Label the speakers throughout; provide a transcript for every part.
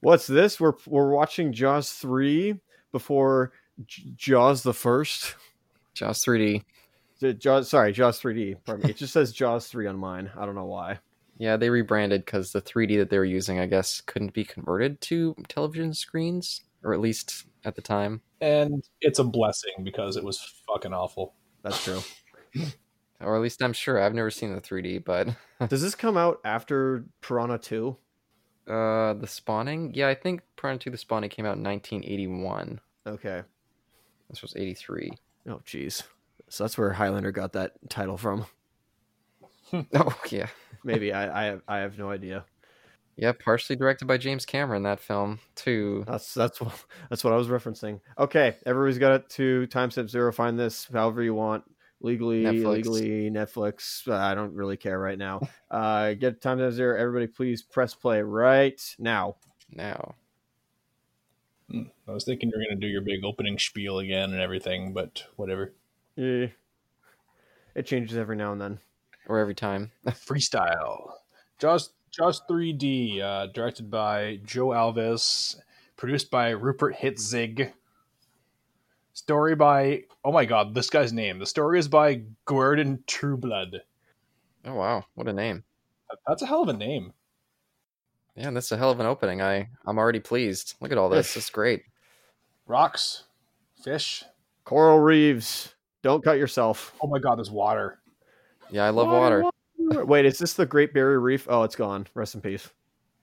Speaker 1: what's this? We're we're watching Jaws three before J- Jaws the first.
Speaker 2: Jaws 3D.
Speaker 1: J- Jaws, sorry, Jaws 3D. Pardon me. It just says Jaws 3 on mine. I don't know why.
Speaker 2: Yeah, they rebranded because the 3D that they were using, I guess, couldn't be converted to television screens, or at least at the time.
Speaker 3: And it's a blessing because it was fucking awful.
Speaker 1: That's true.
Speaker 2: Or at least I'm sure. I've never seen the 3D, but
Speaker 1: Does this come out after Piranha 2?
Speaker 2: uh, the spawning. Yeah, I think Piranha 2: The Spawning came out in 1981.
Speaker 1: Okay.
Speaker 2: This was 83.
Speaker 1: Oh, jeez. So that's where Highlander got that title from.
Speaker 2: Oh yeah,
Speaker 1: Maybe I, I have I have no idea.
Speaker 2: yeah. Partially directed by James Cameron. That film too.
Speaker 1: That's that's what that's what I was referencing. Okay, everybody's got it to timestamp zero. Find this however you want, legally,
Speaker 2: Netflix.
Speaker 1: illegally, Netflix. uh, I don't really care right now. Uh, get timestamp zero. Everybody, please press play right now.
Speaker 2: Now,
Speaker 3: I was thinking you're gonna do your big opening spiel again and everything, but whatever.
Speaker 1: Yeah. Eh, It changes every now and then.
Speaker 2: or every time.
Speaker 3: Freestyle. Jaws Jaws 3D, uh, directed by Joe Alves, produced by Rupert Hitzig. Story by oh my god, this guy's name. The story is by Gordon Trueblood.
Speaker 2: Oh wow, what a name.
Speaker 3: That's a hell of a name.
Speaker 2: Yeah, that's a hell of an opening. I I'm already pleased. Look at all this. It's great.
Speaker 3: Rocks, fish.
Speaker 1: Coral Reeves, don't cut yourself.
Speaker 3: Oh my god, there's water.
Speaker 2: Yeah, I love water.
Speaker 1: Wait, is this the Great Barrier Reef? Oh, it's gone. Rest in peace.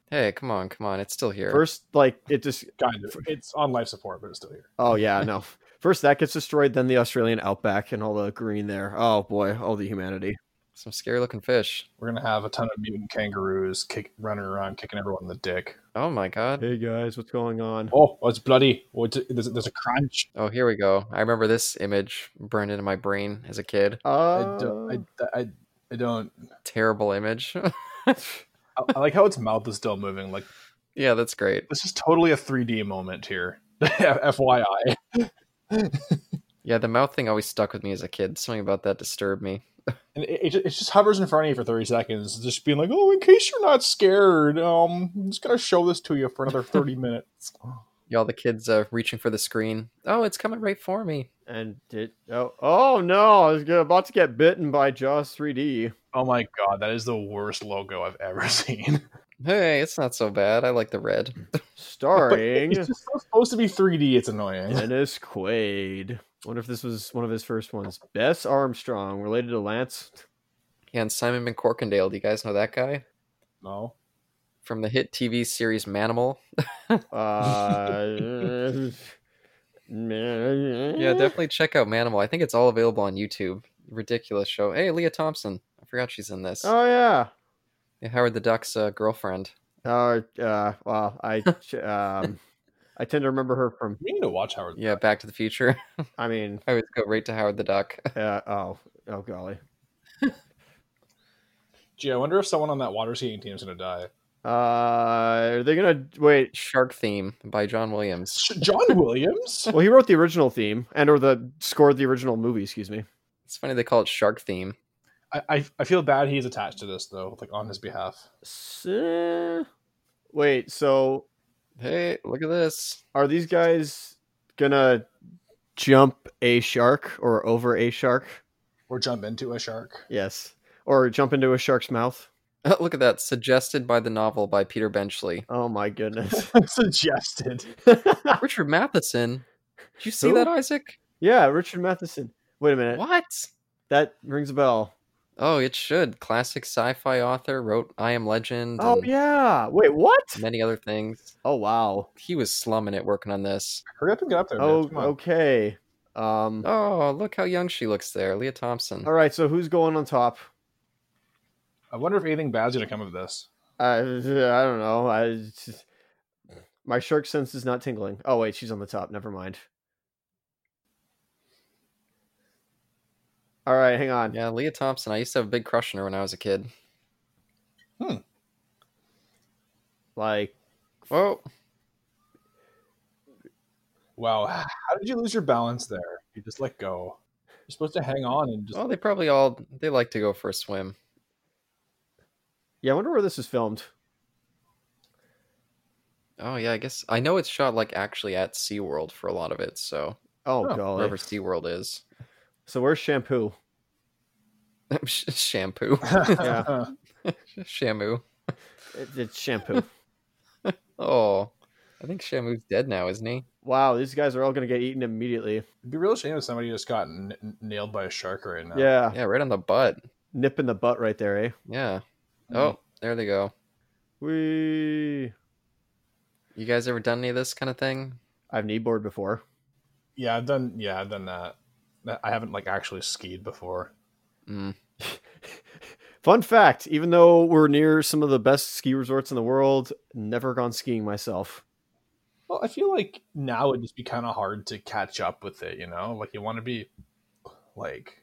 Speaker 2: Hey, come on, come on. It's still here.
Speaker 1: First, like it just.
Speaker 3: Kind of. It's on life support, but it's still here.
Speaker 1: Oh yeah, no. First that gets destroyed, then the Australian outback and all the green there. Oh boy, all the humanity.
Speaker 2: Some scary looking fish.
Speaker 3: We're gonna have a ton of mutant kangaroos kick running around, kicking everyone in the dick.
Speaker 2: Oh my god.
Speaker 1: Hey guys, what's going on?
Speaker 3: Oh, oh, it's bloody. Oh, it's, there's, there's a crunch.
Speaker 2: Oh, here we go. I remember this image burned into my brain as a kid.
Speaker 1: Oh,
Speaker 3: I,
Speaker 1: Um,
Speaker 3: don't, I, I, I don't.
Speaker 2: Terrible image.
Speaker 3: I, I like how its mouth is still moving. Like
Speaker 2: yeah, that's great.
Speaker 3: this is totally a 3D moment here. FYI,
Speaker 2: Yeah, the mouth thing always stuck with me as a kid. Something about that disturbed me.
Speaker 3: and it, it, ju- it just hovers in front of you for 30 seconds, just being like, "Oh, in case you're not scared, um, I'm just gonna show this to you for another 30 minutes."
Speaker 2: Yeah, all the kids uh, reaching for the screen. Oh, it's coming right for me.
Speaker 1: and did oh oh no, I was gonna- about to get bitten by Jaws 3D.
Speaker 3: Oh my god, that is the worst logo I've ever seen.
Speaker 2: Hey, it's not so bad. I like the red.
Speaker 3: But
Speaker 1: Starring
Speaker 3: it's just supposed to be 3D. It's annoying.
Speaker 1: Dennis Quaid. Wonder if this was one of his first ones. Bess Armstrong, related to Lance.
Speaker 2: Yeah, and Simon McCorkindale. Do you guys know that guy
Speaker 3: No.
Speaker 2: from the hit TV series Manimal?
Speaker 1: Uh, Eh.
Speaker 2: Yeah, definitely check out Manimal. I think it's all available on YouTube. Ridiculous show. Hey, Leah Thompson. I forgot she's in this.
Speaker 1: Oh yeah.
Speaker 2: Yeah, Howard the Duck's uh, girlfriend.
Speaker 1: Uh, uh, well, I um, I tend to remember her from.
Speaker 3: We need to watch Howard.
Speaker 2: Yeah, Back to the Future.
Speaker 1: I mean,
Speaker 2: I always go right to Howard the Duck.
Speaker 1: uh, oh, oh golly.
Speaker 3: Gee, I wonder if someone on that water skiing team is gonna die.
Speaker 1: Uh, are they gonna wait?
Speaker 2: Shark Theme by John Williams.
Speaker 3: Sh- John Williams.
Speaker 1: Well, he wrote the original theme and or the scored the original movie. Excuse me.
Speaker 2: It's funny they call it Shark Theme.
Speaker 3: I, I, I feel bad he's attached to this though, like on his behalf.
Speaker 1: S- Wait, so
Speaker 2: Hey, look at this.
Speaker 1: are these guys gonna jump a shark or over a shark?
Speaker 3: Or jump into a shark.
Speaker 1: Yes, or jump into a shark's mouth?
Speaker 2: look at that. Suggested by the novel by Peter Benchley.
Speaker 1: Oh my goodness!
Speaker 3: Suggested.
Speaker 2: Richard Matheson. Did you see
Speaker 1: Who? Eh.
Speaker 2: that, Isaac?
Speaker 1: yeah, Richard Matheson. Wait a minute,
Speaker 2: What?
Speaker 1: that rings a bell.
Speaker 2: Oh, it should. Classic sci-fi author wrote I Am Legend.
Speaker 1: Oh
Speaker 2: and
Speaker 1: yeah. Wait, what?
Speaker 2: Many other things.
Speaker 1: Oh wow.
Speaker 2: He was slumming it working on this.
Speaker 3: Hurry up and get up there.
Speaker 1: Oh
Speaker 3: man. Come on.
Speaker 1: okay. Um.
Speaker 2: Oh, look how young she looks there, Leah Thompson.
Speaker 1: All right. So who's going on top?
Speaker 3: I wonder if anything bad's gonna come of this.
Speaker 1: I I don't know. I it's just- my shark sense is not tingling. Oh wait, she's on the top. Never mind. All right, hang on.
Speaker 2: Yeah, Leah Thompson. I used to have a big crush on her when I was a kid.
Speaker 1: Like
Speaker 2: Oh,
Speaker 3: Wow, how did you lose your balance there? You just let go. You're supposed to hang on and just.
Speaker 2: oh, they probably all they like to go for a swim.
Speaker 1: yeah, I wonder where this is filmed.
Speaker 2: Oh yeah, I guess I know it's shot like actually at SeaWorld for a lot of it, so
Speaker 1: Oh,
Speaker 3: Oh,
Speaker 1: golly.
Speaker 2: wherever SeaWorld is.
Speaker 1: So where's shampoo?
Speaker 2: Sh- shampoo.
Speaker 1: Yeah.
Speaker 2: Shamu.
Speaker 1: It, it's shampoo.
Speaker 2: Oh. I think Shamu's dead now, isn't he?
Speaker 1: wow, these guys are all going to get eaten immediately.
Speaker 3: It'd be a real shame if somebody just got n- n- nailed by a shark right now.
Speaker 1: Yeah.
Speaker 2: Yeah, right on the butt.
Speaker 1: Nip in the butt right there, eh?
Speaker 2: Yeah. Oh, there they go.
Speaker 1: We.
Speaker 2: You guys ever done any of this kind of thing?
Speaker 1: I've kneeboard before.
Speaker 3: yeah, I've done. Yeah, I've done that. That- I haven't like actually skied before.
Speaker 2: Mm.
Speaker 1: Fun fact even though we're near some of the best ski resorts in the world, never gone skiing myself.
Speaker 3: Well, I feel like now it'd just be kind of hard to catch up with it. You know, like you want to be like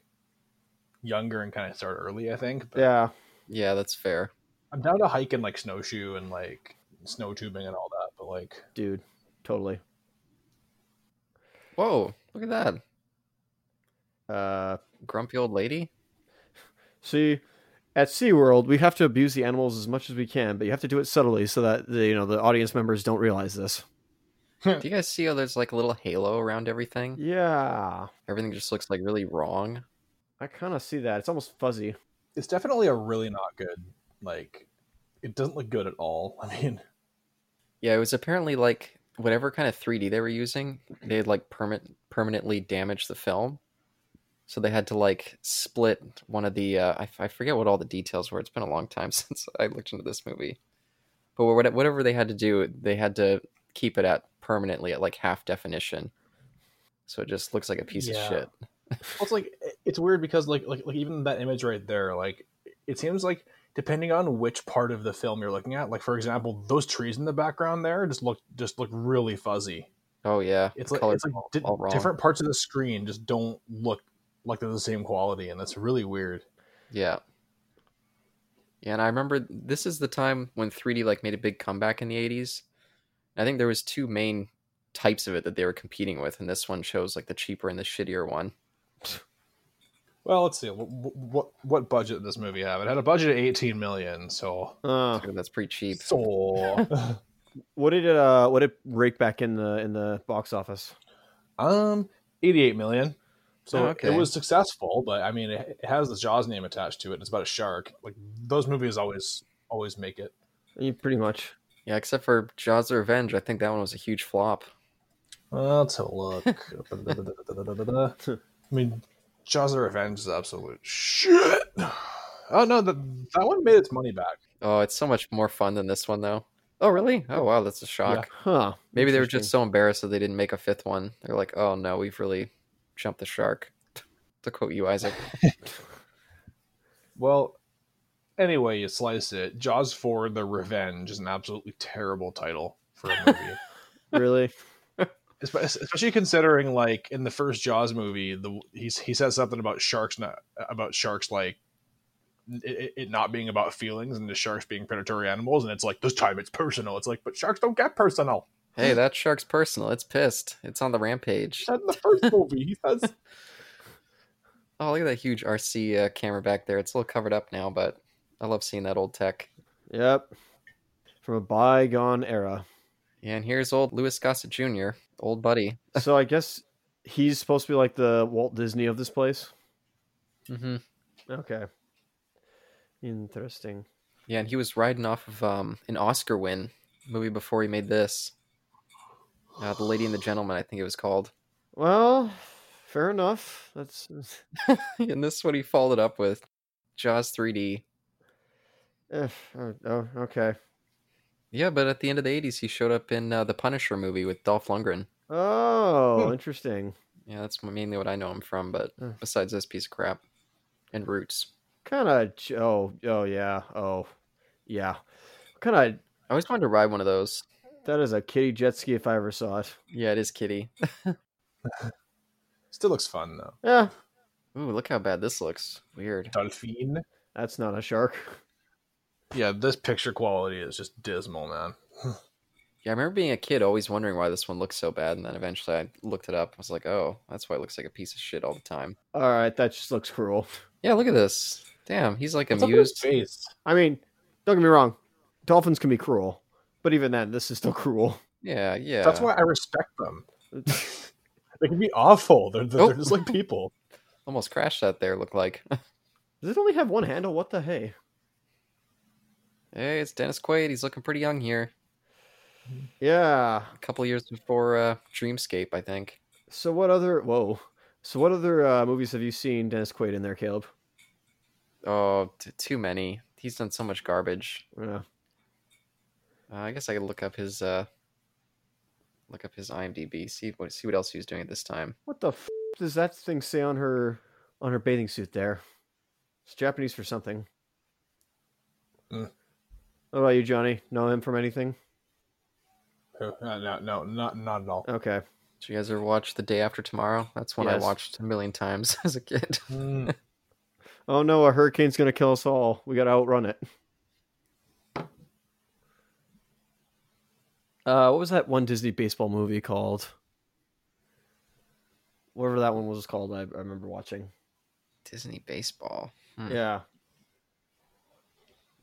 Speaker 3: younger and kind of start early. I think. But
Speaker 1: Yeah.
Speaker 2: Yeah, that's fair.
Speaker 3: I'm down to hiking like snowshoe and like snow tubing and all that. But like,
Speaker 1: dude totally
Speaker 2: Whoa, look at that.
Speaker 1: uh
Speaker 2: Grumpy old lady?
Speaker 1: see at seaworld we have to abuse the animals as much as we can but you have to do it subtly so that the you know the audience members don't realize this
Speaker 2: Do you guys see how there's like a little halo around everything?
Speaker 1: yeah
Speaker 2: Everything just looks like really wrong.
Speaker 1: i kind of see that it's almost fuzzy
Speaker 3: it's definitely a really not good. Like, it doesn't look good at all. I mean,
Speaker 2: Yeah, it was apparently like whatever kind of 3D they were using, they had like permanent permanently damaged the film. So they had to like split one of the uh, I, f- I forget what all the details were. It's been a long time since I looked into this movie, but what- whatever they had to do, they had to keep it at permanently at like half definition. So it just looks like a piece
Speaker 3: Yeah.
Speaker 2: of shit.
Speaker 3: Well, it's like it's weird because like like like even that image right there, like it seems like depending on which part of the film you're looking at, like for example, those trees in the background there just look just look really fuzzy.
Speaker 2: Oh yeah,
Speaker 3: It's
Speaker 2: the
Speaker 3: like
Speaker 2: color's
Speaker 3: it's like
Speaker 2: all-
Speaker 3: di-
Speaker 2: all wrong.
Speaker 3: different parts of the screen just don't look like they're the same quality, and that's really weird.
Speaker 2: Yeah. Yeah, and I remember this is the time when 3D like made a big comeback in the 80s. I think there was two main types of it that they were competing with, and this one chose like the cheaper and the shittier one.
Speaker 3: Well, let's see what what, what budget did this movie have? It had a budget of eighteen million, so
Speaker 1: uh
Speaker 2: So that's pretty cheap.
Speaker 3: so
Speaker 1: what did it uh what did it rake back in the in the box office
Speaker 3: um eighty eight million. So
Speaker 2: Oh,
Speaker 3: it
Speaker 2: okay.
Speaker 3: was successful, but I mean, it, it has the Jaws name attached to it. And it's about a shark. Like those movies always always make it.
Speaker 1: you pretty much
Speaker 2: Yeah, except for Jaws the Revenge, I think that one was a huge flop.
Speaker 3: Let's have a look. I mean, Jaws: The Revenge is absolute shit. Oh no, that that one made its money back.
Speaker 2: Oh, it's so much more fun than this one though. Oh, really? Oh, wow, that's a shock.
Speaker 1: huh
Speaker 2: Maybe they were just so embarrassed that they didn't make a fifth one. They're like, "Oh no, we've really jumped the shark." to quote you, Isaac.
Speaker 3: Well, anyway, you slice it. Jaws Four: The Revenge is an absolutely terrible title for a movie.
Speaker 1: Interesting. really
Speaker 3: Espe- especially considering like in the first jaws movie the he's he says something about sharks not about sharks like it, it not being about feelings and the sharks being predatory animals and it's like this time it's personal it's like but sharks don't get personal
Speaker 2: Hey, that shark's personal. It's pissed. It's on the rampage.
Speaker 3: he said in the first movie he says
Speaker 2: Oh, look at that huge RC uh, camera back there. It's a little covered up now, but I love seeing that old tech.
Speaker 1: yep from a bygone era
Speaker 2: Yeah, and here's old Louis Gossett Jr., old buddy.
Speaker 1: so i guess he's supposed to be like the walt disney of this place
Speaker 2: hmm
Speaker 1: okay interesting
Speaker 2: Yeah, and he was riding off of um, an Oscar win movie before he made this. Uh, the Lady and the Gentleman, I think it was called.
Speaker 1: Well, fair enough. That's
Speaker 2: and this is what he followed up with Jaws 3D.
Speaker 1: eh, oh, oh, okay.
Speaker 2: Yeah, but at the end of the 80s, he showed up in uh, the Punisher movie with Dolph Lundgren.
Speaker 1: Oh,
Speaker 3: Hmm.
Speaker 1: interesting.
Speaker 2: Yeah, that's mainly what I know him from, but
Speaker 1: Hmm.
Speaker 2: besides this piece of crap and Roots.
Speaker 1: Kind of. Oh, oh yeah. Oh, yeah. Kind of.
Speaker 2: I always wanted to ride one of those.
Speaker 1: That is a kitty jet ski if I ever saw it.
Speaker 2: Yeah, it is kitty.
Speaker 3: still looks fun though
Speaker 1: Yeah,
Speaker 2: Ooh, look how bad this looks. Weird.
Speaker 3: dolphin
Speaker 1: that's not a shark.
Speaker 3: yeah this picture quality is just dismal man
Speaker 2: Yeah, I remember being a kid always wondering why this one looks so bad, and then eventually I looked it up. I was like, oh, that's why it looks like a piece of shit all the time.
Speaker 1: All right, that just looks cruel.
Speaker 2: Yeah, look at this. Damn, he's like
Speaker 3: What's up with his
Speaker 2: amused.
Speaker 3: face
Speaker 1: I mean, don't get me wrong, dolphins can be cruel, But even then, this is still cruel.
Speaker 2: Yeah, yeah.
Speaker 3: That's why I respect them. They can be awful. They're, they're,
Speaker 2: Oh.
Speaker 3: they're just like people.
Speaker 2: almost crashed that there. Looked like.
Speaker 1: Does it only have one handle? What the hey?
Speaker 2: hey, it's Dennis Quaid. He's looking pretty young here.
Speaker 1: Yeah.
Speaker 2: A couple years before uh, Dreamscape, I think.
Speaker 1: So what other? Whoa. So what other uh, movies have you seen Dennis Quaid in there, Caleb?
Speaker 2: Oh, t- too many. He's done so much garbage.
Speaker 1: Uh,
Speaker 2: Uh, I guess I could look up his uh, look up his IMDb. See what see what else he was doing at this time.
Speaker 1: what the f- does that thing say on her on her bathing suit there? It's Japanese for something.
Speaker 3: Uh.
Speaker 1: What about you, Johnny? Know him from anything?
Speaker 3: No, no, no, not not at all.
Speaker 1: Okay.
Speaker 2: Did you guys ever watch The Day After Tomorrow? That's one
Speaker 1: Yes.
Speaker 2: I watched a million times as a kid.
Speaker 3: Mm.
Speaker 1: Oh no, a hurricane's gonna kill us all. We gotta outrun it. Uh, what was that one Disney baseball movie called? Whatever that one was called, I, I remember watching.
Speaker 2: Disney Baseball. Hmm.
Speaker 1: Yeah,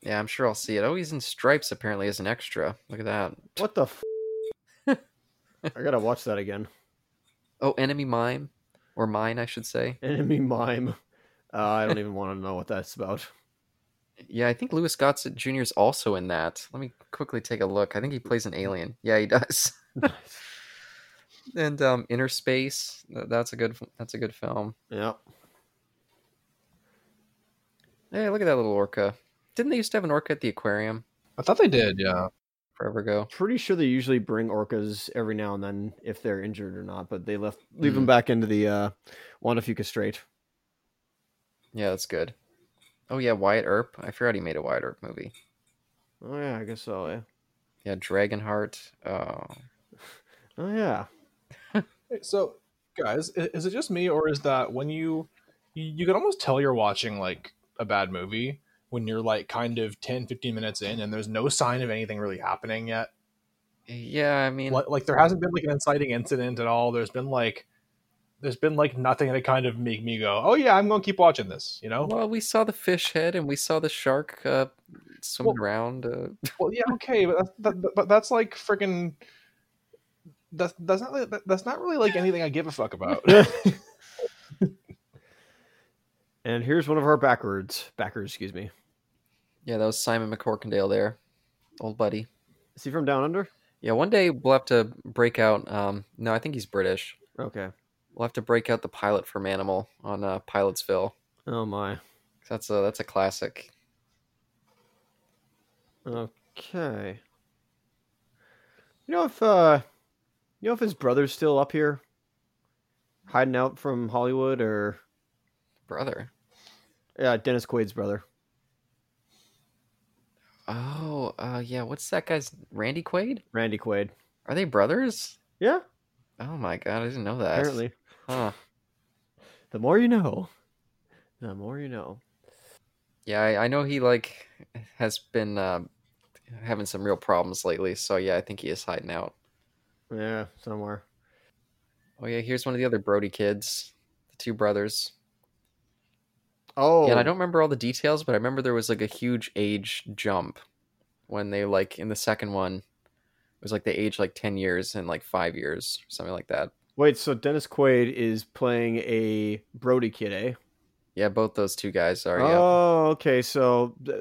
Speaker 2: Yeah, I'm sure I'll see it. Oh, he's in Stripes apparently as an extra. Look at that.
Speaker 1: What the? F- I gotta watch that again.
Speaker 2: Oh, Enemy Mime, or Mine, I should say.
Speaker 1: Enemy mime. Uh, I don't even want to know what that's about.
Speaker 2: Yeah, I think Louis Gossett Jr. is also in that. Let me quickly take a look. I think he plays an alien. Yeah, he does. and um, Inner Space. th- That's a good. That's a good film.
Speaker 1: Yeah.
Speaker 2: Hey, look at that little orca. Didn't they used to have an orca at the aquarium
Speaker 3: I thought they did. Yeah.
Speaker 2: forever ago?
Speaker 1: Pretty sure they usually bring orcas every now and then if they're injured or not, but they left leave them back into the uh, Wandafuka Strait.
Speaker 2: Yeah, that's good. Oh yeah, Wyatt Earp. I forgot he made a Wyatt Earp movie.
Speaker 1: Oh yeah, I guess so. Yeah.
Speaker 2: Yeah, Dragonheart. Oh,
Speaker 1: Oh yeah.
Speaker 3: So, guys, i- is it just me or is that when you you you can almost tell you're watching like a bad movie when you're like kind of 10 15 minutes in and there's no sign of anything really happening yet
Speaker 2: yeah. I mean,
Speaker 3: like, like there hasn't been like an inciting incident at all there's been like there's been like nothing to kind of make me go oh yeah i'm gonna keep watching this you know
Speaker 2: well, we saw the fish head and we saw the shark uh, swimming
Speaker 3: Well-
Speaker 2: around. Uh,
Speaker 3: well yeah okay but that's, that, that- but that's like freaking that's that's not that, that's not really like anything i give a fuck about
Speaker 1: And here's one of our backwards backers. Excuse me.
Speaker 2: yeah, that was Simon McCorkindale there, old buddy.
Speaker 1: Is he from down under?
Speaker 2: Yeah, one day we'll have to break out. Um, no, I think he's British.
Speaker 1: Okay.
Speaker 2: We'll have to break out the pilot from Animal on uh, Pilotsville.
Speaker 1: Oh my.
Speaker 2: That's a that's a classic.
Speaker 1: Okay. You know if uh you know if his brother's still up here hiding out from Hollywood or
Speaker 2: Brother.
Speaker 1: yeah, Dennis Quaid's brother.
Speaker 2: Oh, uh, yeah. What's that guy's? Randy Quaid?
Speaker 1: Randy Quaid.
Speaker 2: Are they brothers?
Speaker 1: Yeah,
Speaker 2: Oh my god, I didn't know that.
Speaker 1: apparently.
Speaker 2: Huh.
Speaker 1: The more you know. The more you know.
Speaker 2: Yeah, I, I know he like has been uh, having some real problems lately. So yeah, I think he is hiding out.
Speaker 1: Yeah, somewhere.
Speaker 2: Oh yeah, here's one of the other Brody kids, the two brothers.
Speaker 1: Oh
Speaker 2: Yeah, and I don't remember all the details, but I remember there was like a huge age jump when they like in the second one. It was like they aged like ten years and like five years, something like that.
Speaker 1: wait, so Dennis Quaid is playing a Brody kid, eh?
Speaker 2: Yeah, both those two guys are. Yeah,
Speaker 1: Oh, okay. So, uh,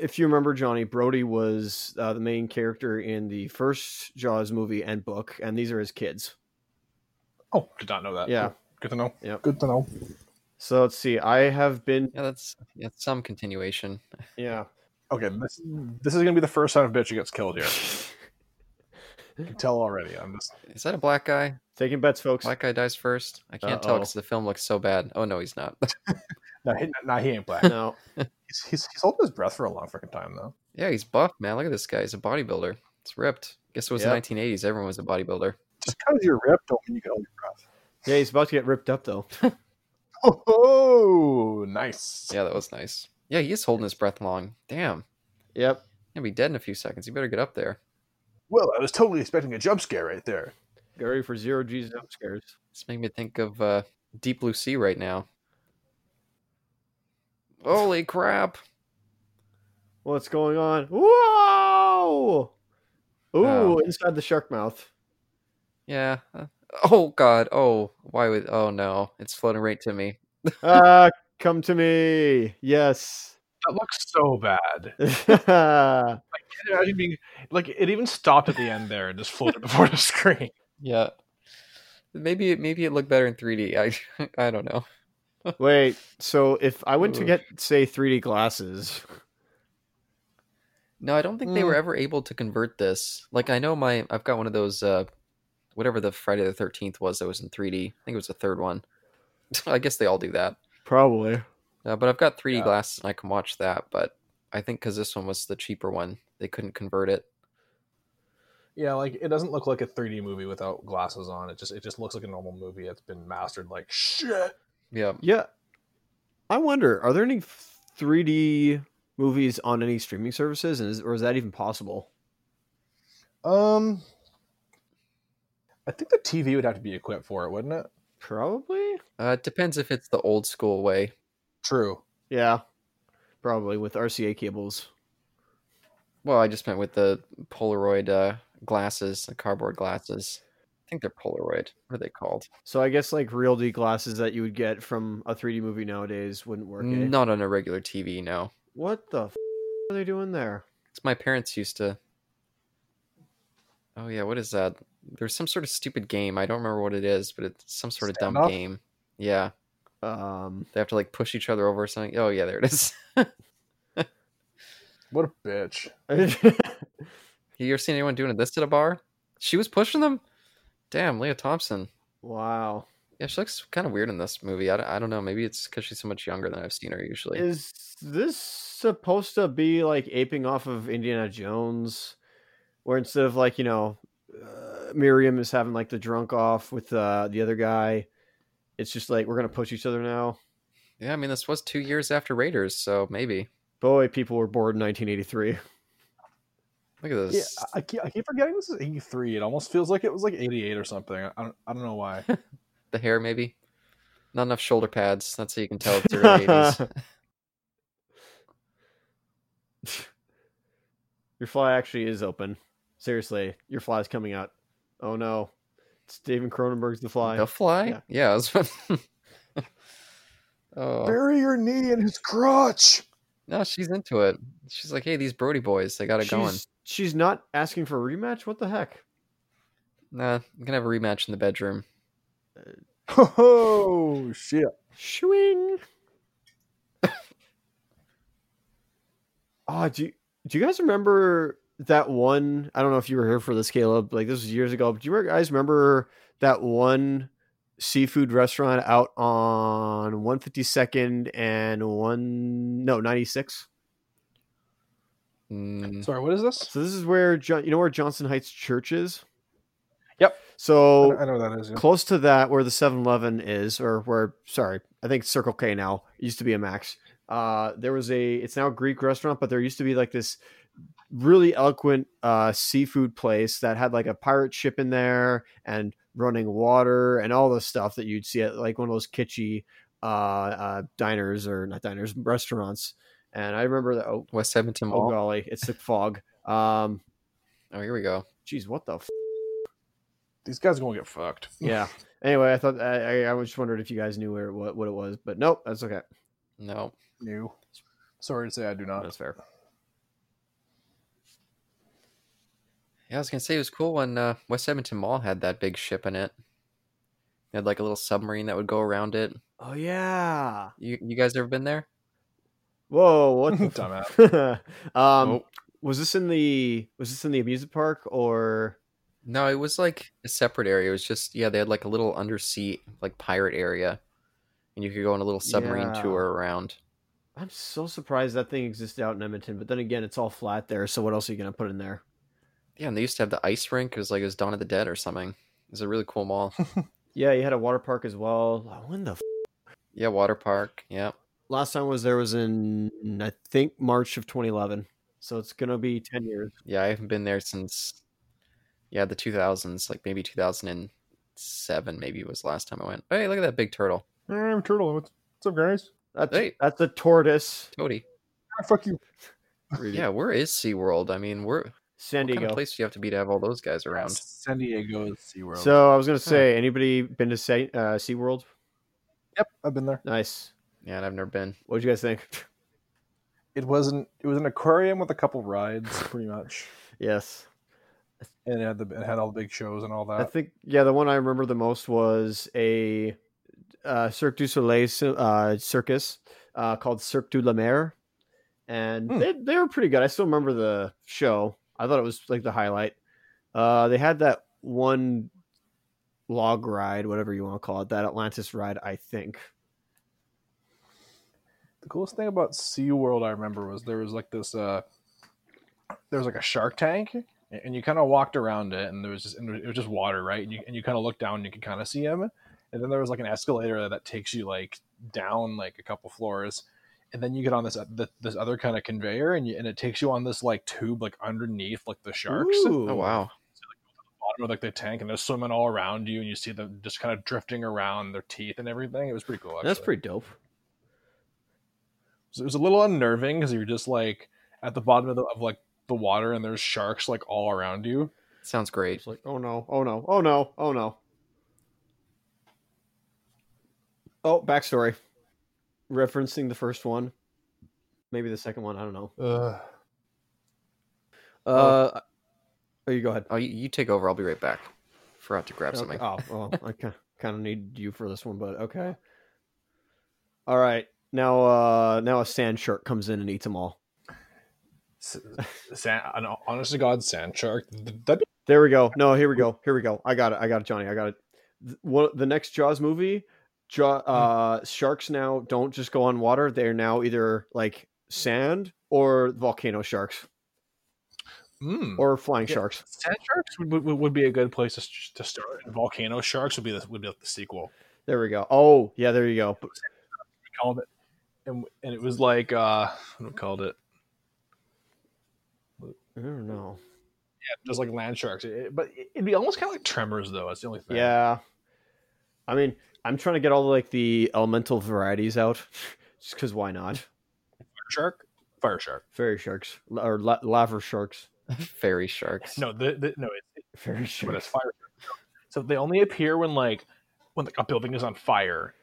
Speaker 1: if you remember, Johnny Brody was uh, the main character in the first Jaws movie and book, and these are his kids.
Speaker 3: oh did not know
Speaker 2: Uh,
Speaker 3: that
Speaker 1: Yeah.
Speaker 3: good to know
Speaker 1: Yep.
Speaker 3: good to know
Speaker 1: So let's see. I have been.
Speaker 2: yeah, that's yeah, it's some continuation.
Speaker 1: Yeah.
Speaker 3: okay this, this is gonna be the first son of a bitch who gets killed here you can tell already i'm just
Speaker 2: Is that a black guy?
Speaker 1: Taking bets, folks.
Speaker 2: Black guy dies first. I can't tell
Speaker 1: Uh-oh.
Speaker 2: because the film looks so bad. Oh no, he's not.
Speaker 3: no he, no, he ain't black
Speaker 1: No.
Speaker 3: he's, he's, he's holding his breath for a long freaking time though
Speaker 2: yeah, he's buff, man. Look at this guy. He's a bodybuilder. It's ripped. Guess it was
Speaker 1: Yep.
Speaker 2: the 1980s. Everyone was a bodybuilder.
Speaker 3: just because you're ripped don't mean you can hold your breath
Speaker 1: Yeah, he's about to get ripped up, though.
Speaker 3: Oh, oh, nice.
Speaker 2: Yeah, that was nice. Yeah, he is holding his breath long. Damn,
Speaker 1: Yep.
Speaker 2: he'll be dead in a few seconds. You better get up there.
Speaker 3: Well, I was totally expecting a jump scare right there.
Speaker 1: Get ready for zero G's jump scares.
Speaker 2: It's making me think of uh, Deep Blue Sea right now. Holy crap!
Speaker 1: What's going on? Whoa! Ooh,
Speaker 2: Oh.
Speaker 1: inside the shark mouth.
Speaker 2: Yeah. uh, Oh God. Oh, why would? Oh no, it's floating right to me.
Speaker 1: Ah, come to me. Yes.
Speaker 3: That looks so bad.
Speaker 1: yeah,
Speaker 3: Can you imagine being like it even stopped at the end there and just floated before the screen.
Speaker 2: Yeah. Maybe it maybe it looked better in 3D. I I don't know.
Speaker 1: Wait. So if I went to
Speaker 2: Ooh.
Speaker 1: get, say, 3D glasses,
Speaker 2: No, I don't think they were ever able to convert this. Like I know my I've got one of those uh whatever the Friday the 13th was that was in 3D. I think it was the third one. I guess they all do that.
Speaker 1: probably.
Speaker 2: Uh, but I've got 3D
Speaker 3: Yeah.
Speaker 2: glasses and I can watch that, but I think cuz this one was the cheaper one, they couldn't convert it.
Speaker 3: Yeah, like it doesn't look like a 3D movie without glasses on. It just it just looks like a normal movie that's been mastered like shit.
Speaker 2: Yeah.
Speaker 1: Yeah. I wonder, are there any 3D movies on any streaming services, and is, or is that even possible?
Speaker 3: Um I think the TV would have to be equipped for it, wouldn't it?
Speaker 1: Probably.
Speaker 2: Uh it depends if it's the old school way.
Speaker 3: True.
Speaker 1: Yeah. Probably with RCA cables.
Speaker 2: Well, I just meant with the Polaroid uh glasses, the cardboard glasses. I think they're Polaroid. What are they called?
Speaker 1: So I guess like real D glasses that you would get from a 3D movie nowadays wouldn't work. eh?
Speaker 2: Not on a regular TV, no.
Speaker 1: What the f- are they doing there?
Speaker 2: It's my parents used to. Oh yeah, what is that? There's some sort of stupid game. I don't remember what it is, but it's some sort of dumb
Speaker 3: Standoff?
Speaker 2: game. Yeah,
Speaker 1: Um,
Speaker 2: they have to like push each other over or something. Oh yeah, there it is.
Speaker 3: What a bitch.
Speaker 2: you ever seen anyone doing this at a bar? She was pushing them. Damn, Leah Thompson.
Speaker 1: wow.
Speaker 2: Yeah, she looks kind of weird in this movie. I don't, I don't know. Maybe it's because she's so much younger than I've seen her usually.
Speaker 1: Is this supposed to be like aping off of Indiana Jones, where instead of like you know, uh, Miriam is having like the drunk off with uh, the other guy, it's just like we're gonna push each other now.
Speaker 2: Yeah, I mean this was two years after Raiders, so maybe.
Speaker 1: Boy, people were bored in 1983.
Speaker 2: Look at
Speaker 3: Yeah,
Speaker 2: this.
Speaker 3: I keep, I keep forgetting this is 83. It almost feels like it was like 88 or something. I don't, I don't know why.
Speaker 2: The hair maybe. Not enough shoulder pads. That's how you can tell it's early 80s.
Speaker 1: Your fly actually is open. Seriously, your fly's coming out. Oh no, it's David Cronenberg's The Fly.
Speaker 2: The fly?
Speaker 1: Yeah.
Speaker 2: Yeah. I was- oh
Speaker 3: Bury your knee in his crotch.
Speaker 2: no, she's into it. She's like, hey, these Brody boys, they got it
Speaker 1: she's,
Speaker 2: going.
Speaker 1: she's not asking for a rematch. What the heck?
Speaker 2: Nah, we can have a rematch in the bedroom.
Speaker 3: Oh shit!
Speaker 1: Swing. oh, do you, do you guys remember that one? I don't know if you were here for this, Caleb. Like this was years ago. But do you guys remember that one seafood restaurant out on one fifty second and one no ninety six?
Speaker 2: Mm,
Speaker 3: Sorry, what is this?
Speaker 1: So this is where John. You know where Johnson Heights Church is.
Speaker 3: Yep.
Speaker 1: So
Speaker 3: I know what that is. yeah.
Speaker 1: close to that where the 7-Eleven is, or where sorry, I think Circle K now it used to be a Max. Uh, there was a it's now a Greek restaurant, but there used to be like this really eloquent uh, seafood place that had like a pirate ship in there and running water and all the stuff that you'd see at like one of those kitschy uh, uh, diners or not diners restaurants. And I remember that. Oh,
Speaker 2: West Edmonton
Speaker 1: oh
Speaker 2: Mall. Oh,
Speaker 1: golly, it's the fog. Um,
Speaker 2: here we go.
Speaker 1: geez, what the
Speaker 3: These guys are gonna get fucked.
Speaker 1: yeah. Anyway, I thought I, I I just wondered if you guys knew where what, what it was, but nope, that's okay.
Speaker 2: No.
Speaker 3: New. Sorry to say, I do not.
Speaker 1: That's fair.
Speaker 2: Yeah, I was gonna say it was cool when uh, West Edmonton Mall had that big ship in it. It had like a little submarine that would go around it.
Speaker 1: Oh yeah.
Speaker 2: You you guys ever been there?
Speaker 1: Whoa, what the
Speaker 3: Dumbass.
Speaker 1: f- Um
Speaker 2: Nope.
Speaker 1: was this in the was this in the amusement park or
Speaker 2: No, it was like a separate area. It was just yeah, they had like a little undersea like pirate area, and you could go on a little submarine
Speaker 1: Yeah.
Speaker 2: tour around.
Speaker 1: I'm so surprised that thing existed out in Edmonton, but then again, it's all flat there, so what else are you going to put in there?
Speaker 2: Yeah, and they used to have the ice rink. It was like it was Dawn of the Dead or something. It was a really cool mall.
Speaker 1: Yeah, you had a water park as well. When the f-
Speaker 2: yeah, water park. Yeah,
Speaker 1: last time I was there was in I think March of 2011. So it's going to be 10 years.
Speaker 2: yeah. I haven't been there since yeah the two thousands, like maybe two thousand and seven, maybe was the last time I went. Hey, look at that big turtle,
Speaker 3: Hey, I'm Turtle. What's, what's up, guys?
Speaker 1: That's
Speaker 2: Hey.
Speaker 1: that's a tortoise.
Speaker 2: Toady.
Speaker 3: Ah, fuck you.
Speaker 1: Really.
Speaker 2: Yeah, where is SeaWorld? I mean, we're
Speaker 1: San
Speaker 2: What kind
Speaker 1: Diego.
Speaker 2: of place do you have to be to have all those guys around?
Speaker 3: San Diego is SeaWorld.
Speaker 1: So I was gonna say, anybody been to Say uh, SeaWorld?
Speaker 3: yep, I've been there.
Speaker 1: Nice.
Speaker 2: Yeah, and I've never been.
Speaker 1: What'd you guys think?
Speaker 3: It wasn't. It was an aquarium with a couple rides, pretty much,
Speaker 1: yes,
Speaker 3: and it had the it had all the big shows and all
Speaker 1: I
Speaker 3: that.
Speaker 1: think yeah. The one I remember the most was a uh, Cirque du Soleil ci- uh, circus uh, called Cirque du La Mer, and
Speaker 3: Hmm.
Speaker 1: they they were pretty good. I still remember the show. I thought it was like the highlight. Uh, they had that one log ride, whatever you want to call it, that Atlantis ride. I think.
Speaker 3: The coolest thing about SeaWorld I remember was there was like this. uh There was like a shark tank, and you kind of walked around it, and there was just and it was just water, right? And you and you kind of looked down, and you could kind of see him, and then there was like an escalator that takes you like down like a couple floors. And then you get on this uh, th- this other kind of conveyor, and, you, and it takes you on this like tube like underneath like the sharks.
Speaker 1: Ooh.
Speaker 2: Oh wow.
Speaker 3: bottom of like the tank and they're swimming all around you and you see them just kind of drifting around their teeth and everything. It was pretty cool. Actually.
Speaker 1: that's pretty dope.
Speaker 3: So it was a little unnerving because you're just like at the bottom of, the, of like the water and there's sharks like all around you.
Speaker 2: Sounds great.
Speaker 1: It's like, oh no, oh no, oh no, oh no. Oh, backstory. Referencing the first one, maybe the second one. I don't know.
Speaker 3: Ugh.
Speaker 1: Uh, oh, you go ahead.
Speaker 2: Oh, you, you take over. I'll be right back. Forgot to grab
Speaker 1: Okay.
Speaker 2: something.
Speaker 1: Oh, well, I kind of need you for this one, but okay. All right, now, uh now a sand shark comes in and eats them all.
Speaker 3: S- San, an honest to God, sand shark. Th- That'd be
Speaker 1: There we go. No, here we go. Here we go. I got it. I got it, Johnny. I got it. Th- One, the next Jaws movie, Jaw,
Speaker 3: Mm.
Speaker 1: uh, sharks now don't just go on water. They're now either like sand or volcano sharks
Speaker 3: mm.
Speaker 1: or flying
Speaker 3: Yeah.
Speaker 1: sharks.
Speaker 3: sand sharks would, would, would be a good place to, s- to start. And volcano sharks would be the, would be like the sequel.
Speaker 1: There we go. Oh, yeah, there you go.
Speaker 3: We called it, and and it was like uh, what we called it.
Speaker 1: I don't know.
Speaker 3: just like land sharks. It- but it'd be almost kind of like tremors, though. That's the only thing.
Speaker 1: Yeah. I mean, I'm trying to get all like the elemental varieties out just because why not?
Speaker 3: Fire shark, fire shark.
Speaker 1: Fairy sharks L- or la- lava sharks.
Speaker 2: Fairy sharks.
Speaker 3: No, the, the, no, it's,
Speaker 1: Fairy
Speaker 3: but it's
Speaker 1: sharks.
Speaker 3: fire. shark. So they only appear when like when like a building is on fire,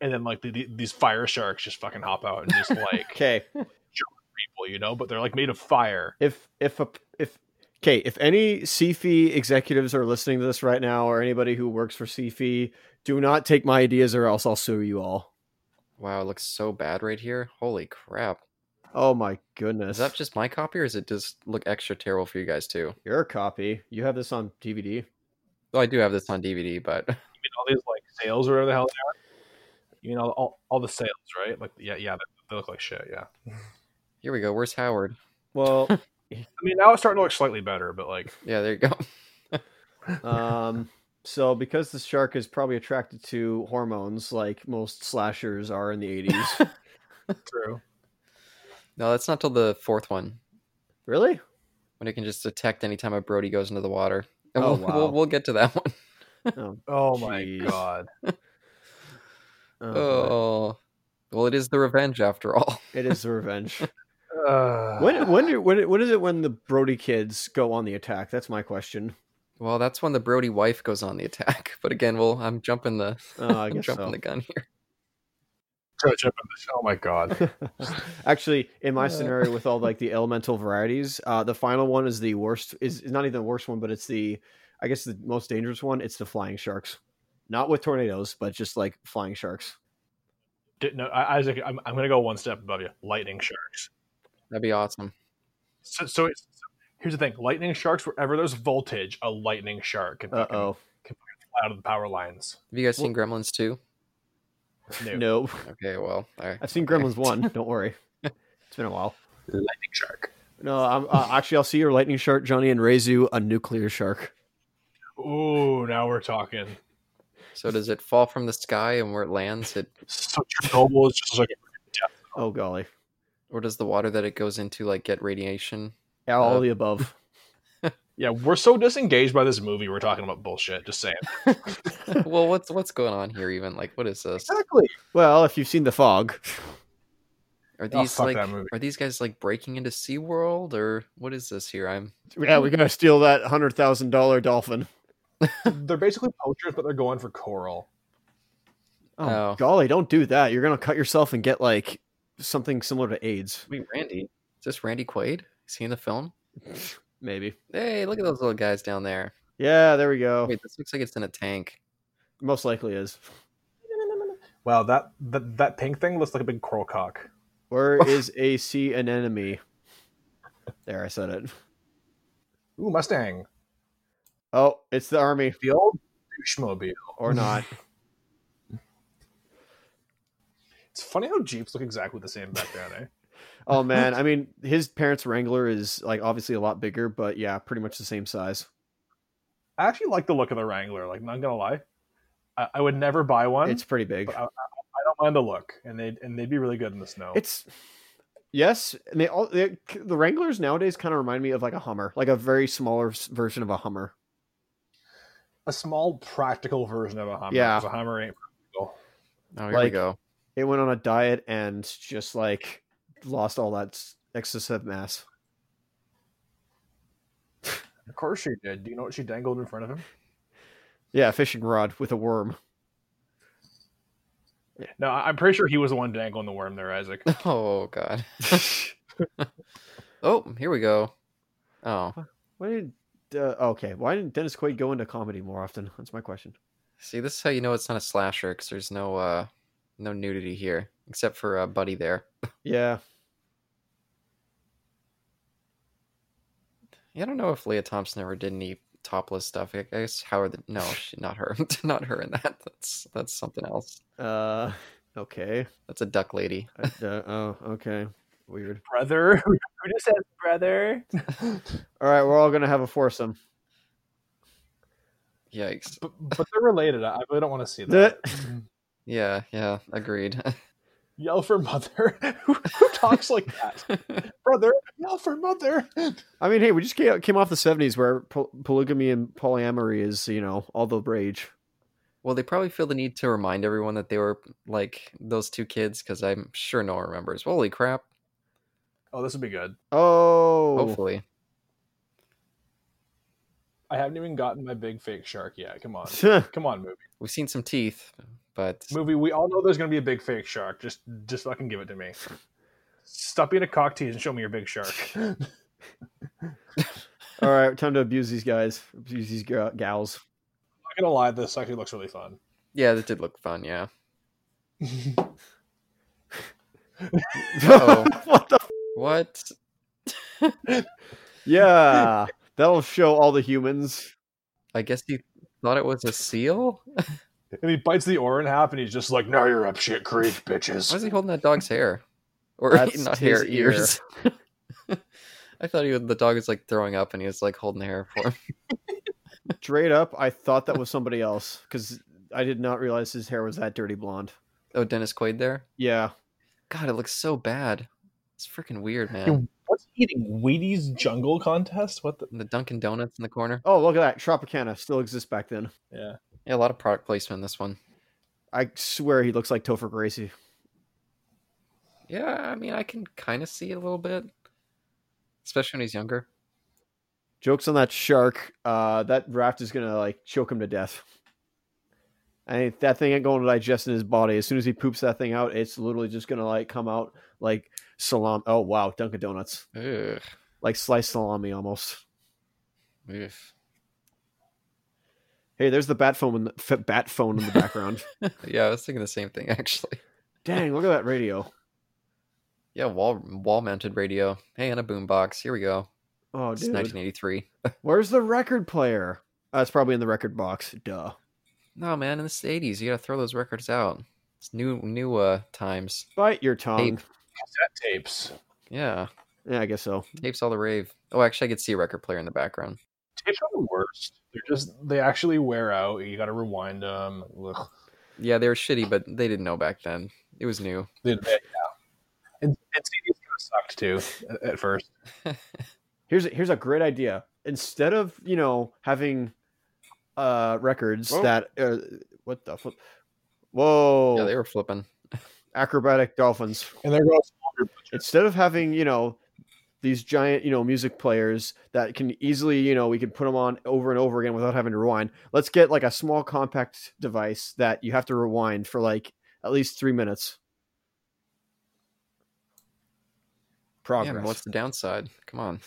Speaker 3: and then like the, the- these fire sharks just fucking hop out and just like kill
Speaker 1: Okay.
Speaker 3: people, you know. But they're like made of fire.
Speaker 1: if if a if okay if any cfi executives are listening to this right now or anybody who works for cfi do not take my ideas or else i'll sue you all
Speaker 2: Wow, it looks so bad right here. Holy crap.
Speaker 1: oh my
Speaker 2: Is
Speaker 1: goodness
Speaker 2: that just my copy or is it just look extra terrible for you guys too?
Speaker 1: your copy you have this on dvd
Speaker 2: Well, I do have this on DVD, but
Speaker 3: You mean all these like sales or whatever the hell they are. You mean all, all, all the sales, right? Like yeah, yeah, they, they look like shit. Yeah.
Speaker 2: here we go. Where's Howard?
Speaker 1: well
Speaker 3: I mean now it's starting to look slightly better, but like
Speaker 2: Yeah, there you go.
Speaker 1: um so because the shark is probably attracted to hormones like most slashers are in the 80s
Speaker 3: true.
Speaker 2: No, that's not till the fourth one
Speaker 1: really
Speaker 2: when it can just detect anytime a Brody goes into the water. And
Speaker 1: Oh,
Speaker 2: we'll, we'll,
Speaker 1: wow.
Speaker 2: we'll get to that one.
Speaker 3: Oh
Speaker 1: Jeez.
Speaker 3: my god.
Speaker 1: Oh, boy.
Speaker 2: Oh, well, it is the revenge after all.
Speaker 1: it is the revenge
Speaker 3: Uh,
Speaker 1: when when, do, when when is it when the brody kids go on the attack that's my question
Speaker 2: Well, that's when the Brody wife goes on the attack. But again, well, I'm jumping the
Speaker 1: uh, i
Speaker 2: I'm
Speaker 1: guess
Speaker 2: jumping
Speaker 1: so.
Speaker 2: the gun here.
Speaker 3: Judge up on the show. Oh my god.
Speaker 1: Actually, in my
Speaker 2: Uh.
Speaker 1: scenario with all like the elemental varieties, uh, the final one is the worst. Is is not even the worst one, but it's the, I guess the most dangerous one. It's the flying sharks, not with tornadoes, but just like flying sharks.
Speaker 3: Did, no, I, Isaac, I'm, I'm going to go one step above you. Lightning sharks.
Speaker 2: That'd be awesome.
Speaker 3: So, so, it's, so here's the thing: lightning sharks. Wherever there's voltage, a lightning shark can
Speaker 1: Uh
Speaker 3: fucking
Speaker 1: oh,
Speaker 3: fly out of the power lines.
Speaker 2: Have you guys seen Gremlins too?
Speaker 3: No,
Speaker 1: no.
Speaker 2: Okay, well, I,
Speaker 1: I've seen Gremlins one. Don't worry, it's been a while.
Speaker 3: lightning shark.
Speaker 1: No, I'm, uh, actually, I'll see your lightning shark, Johnny, and raise you a nuclear shark.
Speaker 3: Ooh, now we're talking.
Speaker 2: So does it fall from the sky and where it lands, it
Speaker 3: So Chernobyl is just like
Speaker 1: Oh golly,
Speaker 2: or does the water that it goes into like get radiation?
Speaker 1: all
Speaker 2: Uh.
Speaker 1: the above.
Speaker 3: yeah. We're so disengaged by this movie. We're talking about bullshit. Just saying.
Speaker 2: well, what's what's going on here? Even like, what is this?
Speaker 3: Exactly.
Speaker 1: Well, if you've seen the fog,
Speaker 2: Are
Speaker 3: Oh,
Speaker 2: these
Speaker 3: fuck
Speaker 2: like
Speaker 3: that movie.
Speaker 2: are these guys like breaking into SeaWorld or what is this here? I'm
Speaker 1: Yeah, we're gonna steal that hundred thousand dollar dolphin.
Speaker 3: they're basically poachers, but they're going for coral.
Speaker 1: Oh,
Speaker 2: Oh.
Speaker 1: golly, don't do that. You're gonna cut yourself and get like something similar to AIDS,
Speaker 2: wait, Randy. Is this Randy Quaid? Is he in the film?
Speaker 1: maybe.
Speaker 2: Hey, look at those little guys down there.
Speaker 1: Yeah, there we go.
Speaker 3: Oh.
Speaker 2: Wait, this looks like it's in a tank.
Speaker 1: Most likely is.
Speaker 3: Wow, that, that that pink thing looks like a big coral cock.
Speaker 1: Where is a sea anemone? There, I said it.
Speaker 3: Ooh, Mustang.
Speaker 1: Oh, it's the army
Speaker 3: The old douchemobile.
Speaker 1: or not.
Speaker 3: It's funny how Jeeps look exactly the same back then, eh?
Speaker 1: Oh man, I mean, his parents' Wrangler is like obviously a lot bigger, but yeah, pretty much the same size.
Speaker 3: I actually like the look of the Wrangler, like not gonna lie. I, I would never buy one.
Speaker 1: It's pretty big.
Speaker 3: But oh. I, I, I don't mind the look, and they'd and they'd be really good in the snow.
Speaker 1: It's yes, and they all they, the Wranglers nowadays kind of remind me of like a Hummer, like a very smaller s- version of a Hummer.
Speaker 3: a small practical version of a Hummer.
Speaker 1: Yeah.
Speaker 3: 'cause A Hummer ain't
Speaker 2: Oh, here we
Speaker 1: Like-
Speaker 2: go.
Speaker 1: It went on a diet and just like lost all that s- excessive mass.
Speaker 3: Of course she did. Do you know what she dangled in front of him?
Speaker 1: Yeah, fishing rod with a worm.
Speaker 3: No, I- I'm pretty sure he was the one dangling the worm there, Isaac.
Speaker 2: Oh god. oh, here we go. Oh,
Speaker 1: Why did uh, okay? Why didn't Dennis Quaid go into comedy more often? That's my question.
Speaker 2: see, this is how you know it's not a slasher because there's no uh no nudity here except for uh, Buddy there.
Speaker 1: Yeah,
Speaker 2: Yeah, I don't know if Leah Thompson ever did any topless stuff. I I guess Howard. The, no, she, not her. not her in that. That's that's something else.
Speaker 1: uh, okay.
Speaker 2: That's a duck lady.
Speaker 1: I- uh, oh, okay. Weird.
Speaker 3: brother. Who just says brother?
Speaker 1: All right, we're all gonna have a foursome.
Speaker 2: Yikes.
Speaker 3: But, but they're related. I really don't want to see
Speaker 1: The-
Speaker 3: that.
Speaker 2: Yeah, yeah, agreed.
Speaker 3: yell for mother. who, who talks like that? brother, yell for mother.
Speaker 1: I mean, hey, we just ca- came off the '70s where po- polygamy and polyamory is, you know, all the rage.
Speaker 2: well, they probably feel the need to remind everyone that they were like those two kids because I'm sure no one remembers. Holy crap.
Speaker 3: Oh, this would be good.
Speaker 1: Oh,
Speaker 2: Hopefully.
Speaker 3: I haven't even gotten my big fake shark yet. Come on. Come on, movie.
Speaker 2: We've seen some teeth, but
Speaker 3: Movie, we all know there's gonna be a big fake shark. Just just fucking give it to me. Stop being a cock tease and show me your big shark.
Speaker 1: all right, time to abuse these guys, abuse these ga- gals.
Speaker 3: not gonna lie, this actually looks really fun.
Speaker 2: yeah, that did look fun, yeah. Uh-oh.
Speaker 1: what the? F-
Speaker 2: What?
Speaker 1: yeah, that'll show all the humans.
Speaker 2: I guess you thought it was a seal? Why
Speaker 3: And he bites the oar in half, and he's just like, "Now you're up shit creek, bitches."
Speaker 2: is he holding that dog's hair? Or
Speaker 1: That's
Speaker 2: not hair,
Speaker 1: his ear.
Speaker 2: ears. I thought he was, the dog was like throwing up and he was like holding the hair for him.
Speaker 1: Straight up, I thought that was somebody else because I did not realize his hair was that dirty blonde.
Speaker 2: Oh, Dennis Quaid there?
Speaker 1: Yeah,
Speaker 2: God, it looks so bad. It's freaking weird, man.
Speaker 3: What's he eating Wheaties Jungle Contest? What the?
Speaker 2: And the Dunkin' Donuts in the corner.
Speaker 1: Oh, look at that. Tropicana still exists back then.
Speaker 3: Yeah.
Speaker 2: Yeah, a lot of product placement in this one.
Speaker 1: I swear he looks like Topher Gracie.
Speaker 2: Yeah, I mean, I can kind of see it a little bit, especially when he's younger.
Speaker 1: Jokes on that shark. Uh, that raft is gonna like choke him to death. I ain't- that thing ain't going to digest in his body. As soon as he poops that thing out, it's literally just gonna like come out like salami. Oh wow, Dunkin' Donuts,
Speaker 2: Ugh.
Speaker 1: like sliced salami almost.
Speaker 2: Oof.
Speaker 1: Hey, there's the bat phone. In the, f- bat phone in the background.
Speaker 2: Yeah, I was thinking the same thing actually.
Speaker 1: Dang, look at that radio.
Speaker 2: Yeah, wall wall mounted radio. Hey, and a boombox. Here we go.
Speaker 1: Oh
Speaker 2: It's
Speaker 1: dude,
Speaker 2: 1983.
Speaker 1: where's the record player? That's probably in the record box. Duh.
Speaker 2: No, man, in the 80s, you gotta throw those records out. It's new new uh times.
Speaker 1: Bite your tongue.
Speaker 3: Cassette tapes.
Speaker 2: Yeah,
Speaker 1: Yeah, I guess so.
Speaker 2: tapes all the rave. Oh, actually, I could see a record player in the background.
Speaker 3: Tapes are the worst. They're just they actually wear out. You got to rewind them. Ugh.
Speaker 2: Yeah, they were shitty, but they didn't know back then. It was new.
Speaker 3: They, they- yeah. And, and CDs kind of sucked too at- at first.
Speaker 1: here's a, here's a great idea. Instead of you know having uh records
Speaker 2: Whoa.
Speaker 1: that uh, what the flip, whoa
Speaker 2: Yeah, they were flipping.
Speaker 1: acrobatic dolphins.
Speaker 3: And there goes
Speaker 1: instead of having you know these giant you know music players that can easily you know we can put them on over and over again without having to rewind let's get like a small compact device that you have to rewind for like at least three minutes
Speaker 2: Yeah,
Speaker 1: progress
Speaker 2: but what's the downside? Come on.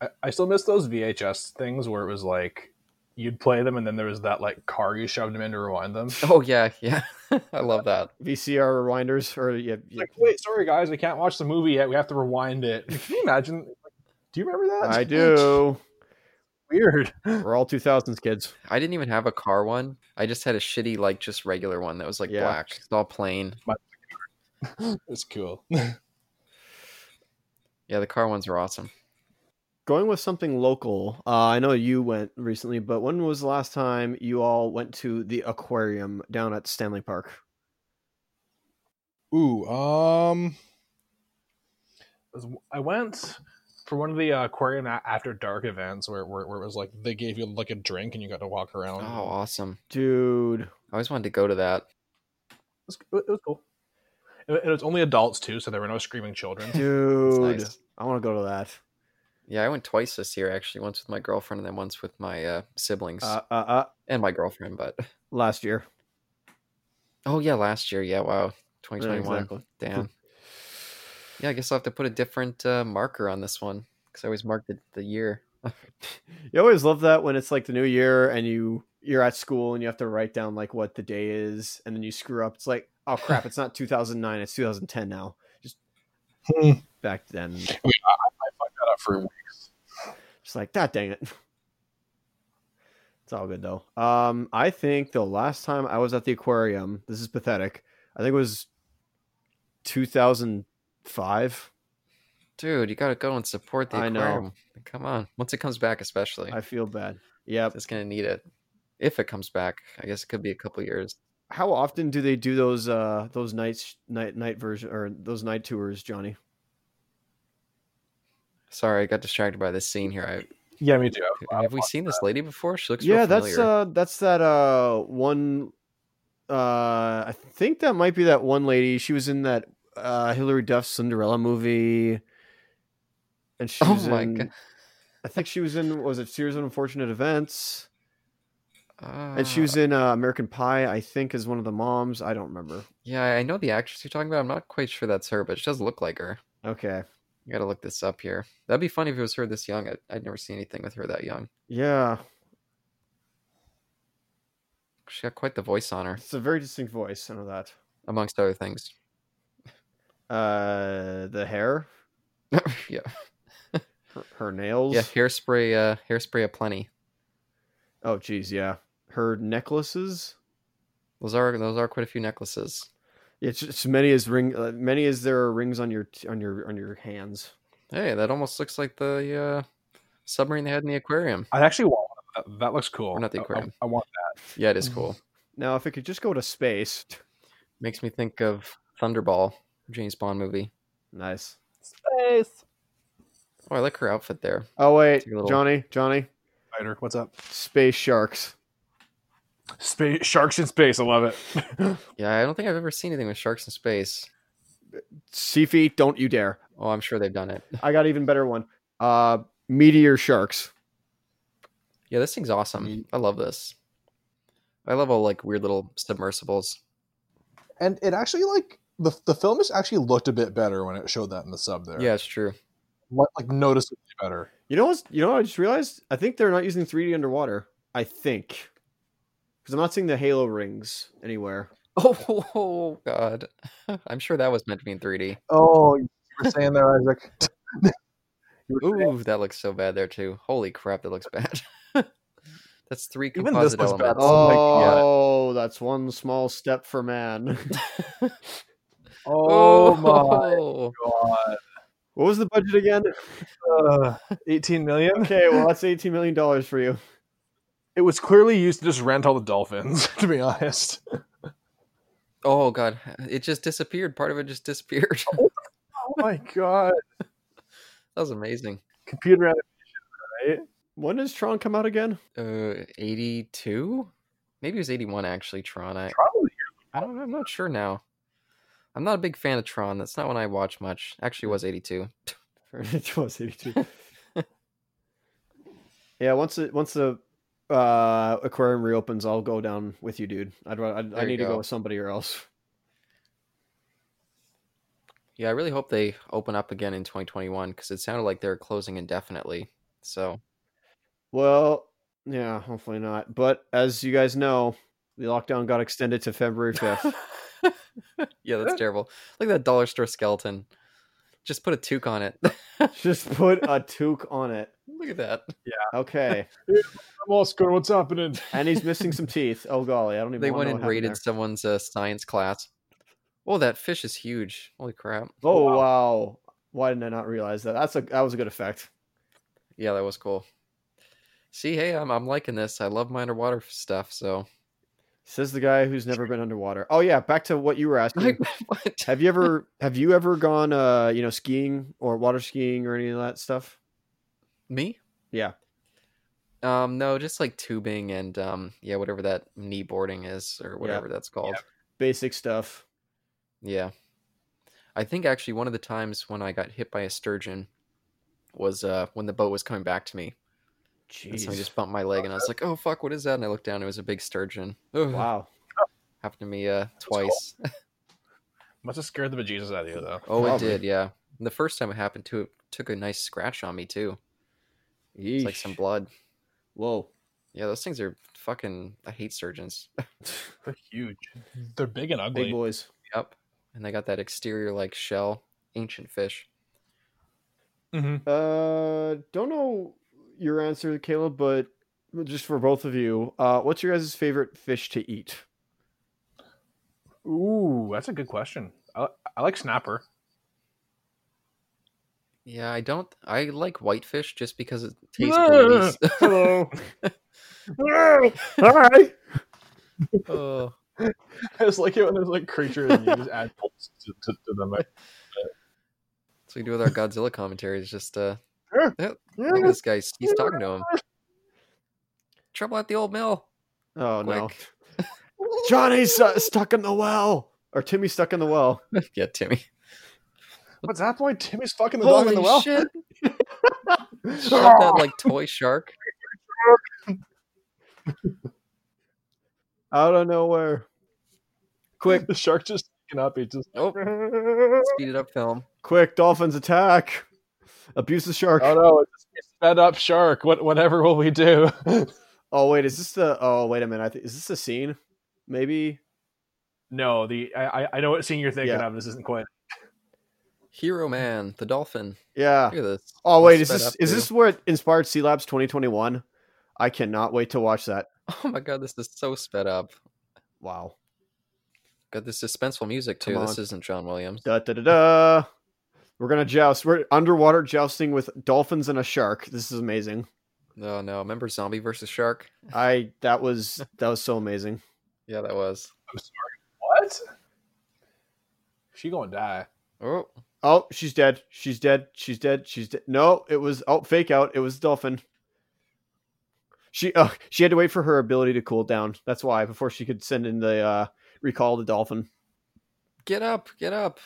Speaker 3: I, I still miss those VHS things where it was like you'd play them and then there was that like car you shoved them in to rewind them.
Speaker 2: Oh yeah, yeah. I love that.
Speaker 1: vcr rewinders or yeah, yeah.
Speaker 3: Like, wait, sorry guys, we can't watch the movie yet. We have to rewind it. Can you imagine? Do you remember that?
Speaker 1: i do
Speaker 3: Weird.
Speaker 1: we're all 2000s kids
Speaker 2: I didn't even have a car one. I just had a shitty, like, just regular one that was like
Speaker 1: Yeah.
Speaker 2: black. It's all plain.
Speaker 3: It's cool.
Speaker 2: Yeah, the car ones are awesome.
Speaker 1: going with something local uh, i know you went recently but when was the last time you all went to the aquarium down at stanley park
Speaker 3: Ooh, um, I went for one of the uh, aquarium a- after dark events where, where where it was like they gave you like a drink and you got to walk
Speaker 2: Oh,
Speaker 3: around.
Speaker 2: awesome.
Speaker 1: dude
Speaker 2: I always wanted to go to that.
Speaker 3: it was, it was cool. It, it was only adults too, so there were no screaming children.
Speaker 2: That's
Speaker 1: dude
Speaker 2: nice.
Speaker 1: i want to go to that
Speaker 2: Yeah, I went twice this year actually, once with my girlfriend and then once with my uh, siblings
Speaker 1: uh, uh, uh,
Speaker 2: and my girlfriend, but
Speaker 1: last year
Speaker 2: Oh yeah, last year. Yeah, wow. 2021.
Speaker 1: exactly.
Speaker 2: Damn. yeah, I guess I'll have to put a different uh, marker on this one cuz I always marked the, the year.
Speaker 1: You always love that when it's like the new year and you you're at school and you have to write down like what the day is and then you screw up. It's like, oh crap, it's not 2009, it's 2010 now. Just
Speaker 3: Hmm.
Speaker 1: back then,
Speaker 3: I fucked that up for
Speaker 1: just like that. Dang it. It's all good though. Um, I think the last time I was at the aquarium, this is pathetic. I think it was 2005.
Speaker 2: Dude, you got to go and support the
Speaker 1: I know.
Speaker 2: aquarium. Come on. Once it comes back especially.
Speaker 1: I feel bad. Yep.
Speaker 2: It's going to need it. If it comes back, I guess it could be a couple years.
Speaker 1: How often do they do those uh those nights night night version or those night tours, Johnny?
Speaker 2: Sorry, I got distracted by this scene here.
Speaker 3: Yeah, me too.
Speaker 2: I, have we seen this lady before? She looks
Speaker 1: yeah
Speaker 2: real
Speaker 1: that's
Speaker 2: familiar.
Speaker 1: uh that's that uh one uh i think that might be that one lady she was in that uh hillary duff cinderella movie and she
Speaker 2: Oh
Speaker 1: was
Speaker 2: my
Speaker 1: in,
Speaker 2: God.
Speaker 1: i think she was in what was it series of unfortunate events
Speaker 2: Uh,
Speaker 1: and she was in uh, american pie i think as one of the moms i don't remember
Speaker 2: Ah, Yeah, I know the actress you're talking about. I'm not quite sure that's her, but she does look like her.
Speaker 1: okay
Speaker 2: You gotta look this up here. That'd be funny if it was her this young. I, I'd never seen anything with her that young.
Speaker 1: yeah
Speaker 2: She got quite the voice on her,
Speaker 1: it's a very distinct voice i know that
Speaker 2: amongst other things.
Speaker 1: uh the hair
Speaker 2: yeah,
Speaker 1: her, her nails
Speaker 2: yeah. Hairspray, uh, hairspray aplenty.
Speaker 1: oh geez yeah her necklaces
Speaker 2: Those are those are quite a few necklaces.
Speaker 1: It's just many as ring, uh, many as there are rings on your t- on your on your hands.
Speaker 2: Hey, that almost looks like the uh, submarine they had in the aquarium.
Speaker 3: I actually want one of that. That looks cool.
Speaker 2: Or not the
Speaker 3: I- I-
Speaker 2: aquarium.
Speaker 3: I, want
Speaker 2: Yeah, it is cool.
Speaker 1: Now, if it could just go to space,
Speaker 2: Makes me think of Thunderball, James Bond movie.
Speaker 1: nice.
Speaker 3: space
Speaker 2: Oh, I like her outfit there.
Speaker 1: Oh wait,
Speaker 2: Take a little-
Speaker 1: Johnny, Johnny,
Speaker 3: spider. What's up?
Speaker 1: space sharks.
Speaker 3: Space sharks in space. I love it.
Speaker 2: Yeah, I don't think I've ever seen anything with sharks in space.
Speaker 1: Seafy, don't you dare!
Speaker 2: Oh, I'm sure they've done it.
Speaker 1: I got even better one. Uh, meteor sharks.
Speaker 2: Yeah, this thing's
Speaker 3: Mm-hmm.
Speaker 2: awesome. I love this. I love all like weird little submersibles.
Speaker 3: and it actually like the the film just actually looked a bit better when it showed that in the sub there.
Speaker 2: Yeah, it's true.
Speaker 3: like, like noticeably better.
Speaker 1: You know what's You know what I just realized? I think they're not using 3D underwater. I think because I'm not seeing the halo rings anywhere.
Speaker 2: Oh, god. I'm sure that was meant to be in 3D.
Speaker 3: Oh, you were saying there, Isaac. You were saying-
Speaker 2: Ooh, that looks so bad there too. Holy crap, that looks bad. That's three
Speaker 3: Even this
Speaker 2: composite
Speaker 3: looks bad.
Speaker 2: elements.
Speaker 3: Oh my God.
Speaker 1: Oh, that's one small step for man.
Speaker 3: oh my
Speaker 2: Oh.
Speaker 3: god!
Speaker 1: what was the budget again?
Speaker 3: Uh, Eighteen million.
Speaker 1: Okay, well that's 18 million dollars for you.
Speaker 3: It was clearly used to just rent all the dolphins. To be honest,
Speaker 2: Oh god, it just disappeared. Part of it just disappeared.
Speaker 3: oh my god!
Speaker 2: that was amazing.
Speaker 3: Computer animation.
Speaker 1: When does Tron come out again?
Speaker 2: Uh, 82? Maybe it was 81 actually, Tron. I,
Speaker 3: Probably.
Speaker 2: I don't, I'm not sure now. I'm not a big fan of Tron. That's not one I watch much. Actually, it was 82.
Speaker 1: it was 82. yeah, once it once the uh, aquarium reopens, I'll go down with you, dude. I'd, ra- I'd I
Speaker 2: There you
Speaker 1: need to
Speaker 2: go.
Speaker 1: go with somebody or else.
Speaker 2: Yeah, I really hope they open up again in 2021 because it sounded like they're closing indefinitely. So
Speaker 1: Well, yeah, hopefully not. But as you guys know, the lockdown got extended to February 5th.
Speaker 2: yeah, that's terrible. Look at that dollar store skeleton. Just put a toque on it.
Speaker 1: Just put a toque on it.
Speaker 2: Look at that.
Speaker 1: Okay.
Speaker 3: I'm Oscar. What's happening?
Speaker 1: And he's missing some teeth. Oh golly, I don't even
Speaker 2: They
Speaker 1: wanna
Speaker 2: went
Speaker 1: know
Speaker 2: and
Speaker 1: what happened
Speaker 2: raided someone's uh, science class. Oh, that fish is huge. Holy crap.
Speaker 1: there. Oh wow. Why didn't I not realize that? That's a that was a good effect.
Speaker 2: Yeah, that was cool. See, hey, I'm, I'm liking this. I love my underwater stuff. So
Speaker 1: Says the guy who's never been underwater. Oh yeah, back to what you were asking.
Speaker 2: What?
Speaker 1: have you ever have you ever gone uh you know skiing or water skiing or any of that stuff?
Speaker 2: me?
Speaker 1: Yeah.
Speaker 2: Um, no, just like tubing and um, yeah, whatever that knee boarding is or whatever that's called.
Speaker 1: Basic stuff.
Speaker 2: Yeah. I think actually one of the times when I got hit by a sturgeon was uh, when the boat was coming back to me. And
Speaker 1: Jeez.
Speaker 2: so I just bumped my leg and I was like, oh, fuck, what is that? And I looked down, it was a big sturgeon. Ugh.
Speaker 1: Wow.
Speaker 2: Happened to me uh,
Speaker 3: cool.
Speaker 2: twice.
Speaker 3: Must have scared the bejesus out of you, though.
Speaker 2: Oh, it
Speaker 1: Probably.
Speaker 2: did, yeah. And the first time it happened to it took a nice scratch on me too. It's like some
Speaker 1: Yeesh.
Speaker 2: blood.
Speaker 1: Whoa.
Speaker 2: Yeah, those things are fucking I hate surgeons.
Speaker 3: They're huge. Mm-hmm. They're big and
Speaker 1: Big
Speaker 3: ugly.
Speaker 1: boys.
Speaker 2: yep. And they got that exterior like shell, ancient fish.
Speaker 3: Mhm.
Speaker 1: Uh, don't know your answer, Caleb, but just for both of you, uh, what's your guys' favorite fish to eat?
Speaker 3: Ooh, that's a good question. I, I like snapper.
Speaker 2: Yeah, I don't I like whitefish just because it tastes
Speaker 3: Ugh.
Speaker 2: delicious.
Speaker 1: Hello. Hi.
Speaker 2: oh.
Speaker 3: I just like it when there's like creatures and you just add bolts to, to, to them.
Speaker 2: So we do with our Godzilla commentary is just uh
Speaker 3: Yeah.
Speaker 2: yeah, look at this guy he's talking to him. Trouble at the old mill.
Speaker 1: Oh no,
Speaker 2: Quick.
Speaker 1: Johnny's uh, stuck in the well, or Timmy's stuck in the well.
Speaker 2: yeah, Timmy.
Speaker 3: What's that point? Timmy's fucking the dog
Speaker 2: Holy
Speaker 3: in the well.
Speaker 2: shit. Shove that like toy shark.
Speaker 1: Out of nowhere. Quick,
Speaker 3: The shark just sneaking up. He just
Speaker 2: Oh,
Speaker 3: oh
Speaker 2: speed it up film.
Speaker 1: quick! Dolphins attack. Abuse the shark.
Speaker 3: no, it's it's fed up shark. What whatever will we do?
Speaker 1: Oh wait, is this the? Oh wait a minute. I think is this the scene? Maybe.
Speaker 3: no, the I I- I know what scene you're thinking
Speaker 1: Yeah.
Speaker 3: of. This isn't quite.
Speaker 2: Hero Man, the dolphin.
Speaker 1: Yeah.
Speaker 2: Look at this.
Speaker 1: Oh wait, is
Speaker 2: It's sped
Speaker 1: this
Speaker 2: up,
Speaker 1: is
Speaker 2: too.
Speaker 1: this where it inspired C Labs 2021? I cannot wait to watch that.
Speaker 2: Oh my god, this is so sped up.
Speaker 1: Wow.
Speaker 2: Got this suspenseful music too.
Speaker 1: Come
Speaker 2: This isn't John Williams.
Speaker 1: Da da da da. We're gonna joust. We're underwater jousting with dolphins and a shark. This is amazing.
Speaker 2: No, no. Remember Zombie versus Shark?
Speaker 1: I that was that was so amazing.
Speaker 2: Yeah, that was.
Speaker 3: What? She gonna die.
Speaker 2: Oh,
Speaker 1: Oh, she's dead. She's dead. She's dead. She's dead. No, it was oh fake out. It was the dolphin. She uh, she had to wait for her ability to cool down. That's why before she could send in the uh, recall the dolphin.
Speaker 2: get up, get up.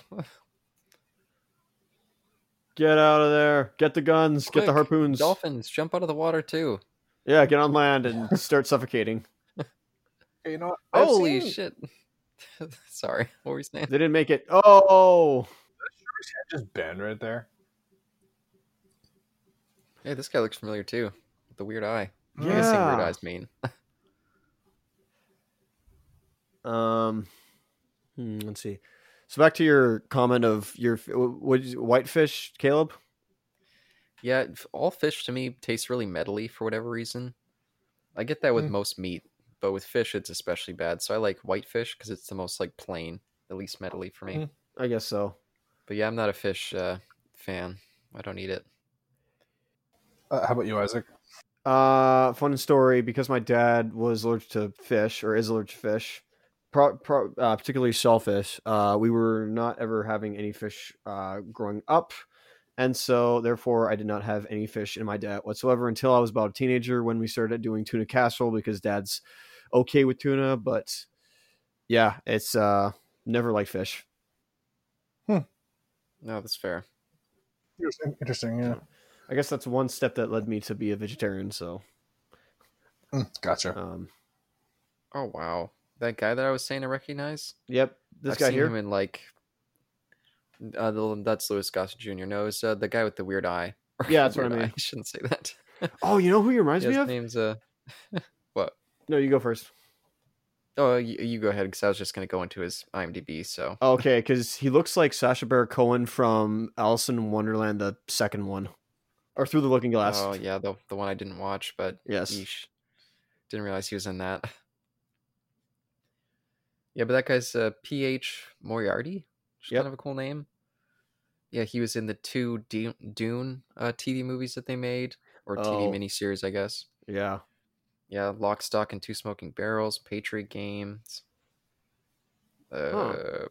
Speaker 1: Get out of there. Get the guns. get the
Speaker 2: Quick,
Speaker 1: harpoons.
Speaker 2: Dolphins jump out of the water too.
Speaker 1: Yeah, get on land and start suffocating.
Speaker 3: Hey, You know what? I've
Speaker 2: Oh, Holy
Speaker 3: seen-
Speaker 2: shit. Sorry, what were you saying?
Speaker 1: They didn't make it. Oh,
Speaker 3: Shark's head Just bend right there.
Speaker 2: Hey, this guy looks familiar too. With the weird eye. I guess seen weird
Speaker 1: yeah.
Speaker 2: eyes mean.
Speaker 1: Um, hmm, let's see. So back to your comment of your what is- whitefish, Caleb.
Speaker 2: Yeah, f- all fish to me tastes really metally for whatever reason. I get that with
Speaker 3: Mm.
Speaker 2: most meat, but with fish it's especially bad. So I like whitefish because it's the most like plain, the least metally for me.
Speaker 3: Mm.
Speaker 1: I guess so.
Speaker 2: But yeah, I'm not a fish uh, fan. I don't eat it.
Speaker 3: Uh, how about you, Isaac?
Speaker 1: Uh, fun story because my dad was allergic to fish or is allergic to fish, pro, pro, uh, particularly shellfish. Uh, we were not ever having any fish uh, growing up, and so therefore I did not have any fish in my diet whatsoever until I was about a teenager when we started doing tuna casserole because dad's okay with tuna, but yeah, it's uh, never like fish.
Speaker 2: No, that's fair.
Speaker 3: Interesting. Interesting. Yeah.
Speaker 1: I guess that's one step that led me to be a vegetarian. So,
Speaker 3: Mm, gotcha.
Speaker 1: um,
Speaker 2: Oh wow, that guy that I was saying I recognize.
Speaker 1: yep, this
Speaker 2: I've
Speaker 1: guy
Speaker 2: seen
Speaker 1: here.
Speaker 2: him in like. Uh, the, that's Louis Gossett Jr. No, it's uh, the guy with the weird eye. Or
Speaker 1: Yeah, that's what I
Speaker 2: weird eye,
Speaker 1: mean.
Speaker 2: I shouldn't say that.
Speaker 1: oh, you know who he reminds
Speaker 2: Yeah,
Speaker 1: me
Speaker 2: his
Speaker 1: of?
Speaker 2: name's uh.
Speaker 1: No, you go first.
Speaker 2: Oh, you, you go ahead because I was just gonna go into his IMDb. So
Speaker 1: Okay, because he looks like Sasha Baron Cohen from Alice in Wonderland, the second one, or Through the Looking Glass.
Speaker 2: Oh yeah, the the one I didn't watch, but
Speaker 1: Yes.
Speaker 2: yeesh. didn't realize he was in that. Yeah, but that guy's uh, P.H. Moriarty, which is
Speaker 1: Yep.
Speaker 2: kind of a cool name. Yeah, he was in the two Dune, Dune uh, TV movies that they made, or TV
Speaker 1: Oh.
Speaker 2: miniseries, I guess.
Speaker 1: Yeah,
Speaker 2: Yeah, Lock, Stock, and Two Smoking Barrels, Patriot Games. Uh,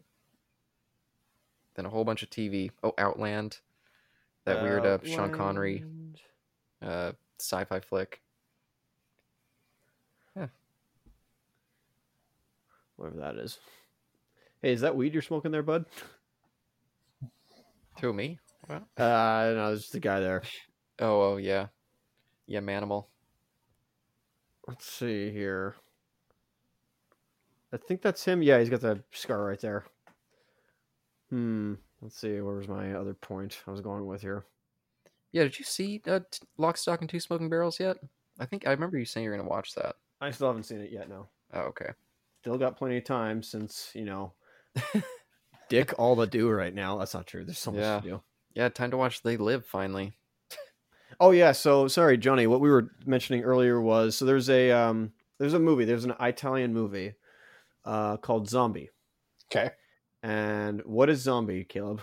Speaker 2: Then a whole bunch of TV. Oh, Outland. That weird uh, Sean Connery
Speaker 1: Outland.
Speaker 2: uh, sci-fi flick.
Speaker 1: whatever that is. Hey, is that weed you're smoking there, bud?
Speaker 2: Who me?
Speaker 1: Uh, no, there's the guy there.
Speaker 2: Oh, oh yeah, yeah, Manimal.
Speaker 1: Let's see here. I think that's him. Yeah, he's got the scar right there. Hmm. Let's see. Where was my other point I was going with here?
Speaker 2: Yeah, did you see uh, t- Lock, Stock, and Two Smoking Barrels yet? I think I remember you saying you're gonna watch that.
Speaker 1: I still haven't seen it yet. No,
Speaker 2: Oh, okay.
Speaker 1: still got plenty of time since you know, dick all to do right now. That's not true. There's so much
Speaker 2: Yeah.
Speaker 1: to do.
Speaker 2: Yeah, time to watch They Live finally.
Speaker 1: Oh yeah. So sorry, Johnny. What we were mentioning earlier was so there's a um there's a movie. There's an Italian movie, uh called Zombie.
Speaker 3: Okay.
Speaker 1: And what is Zombie, Caleb?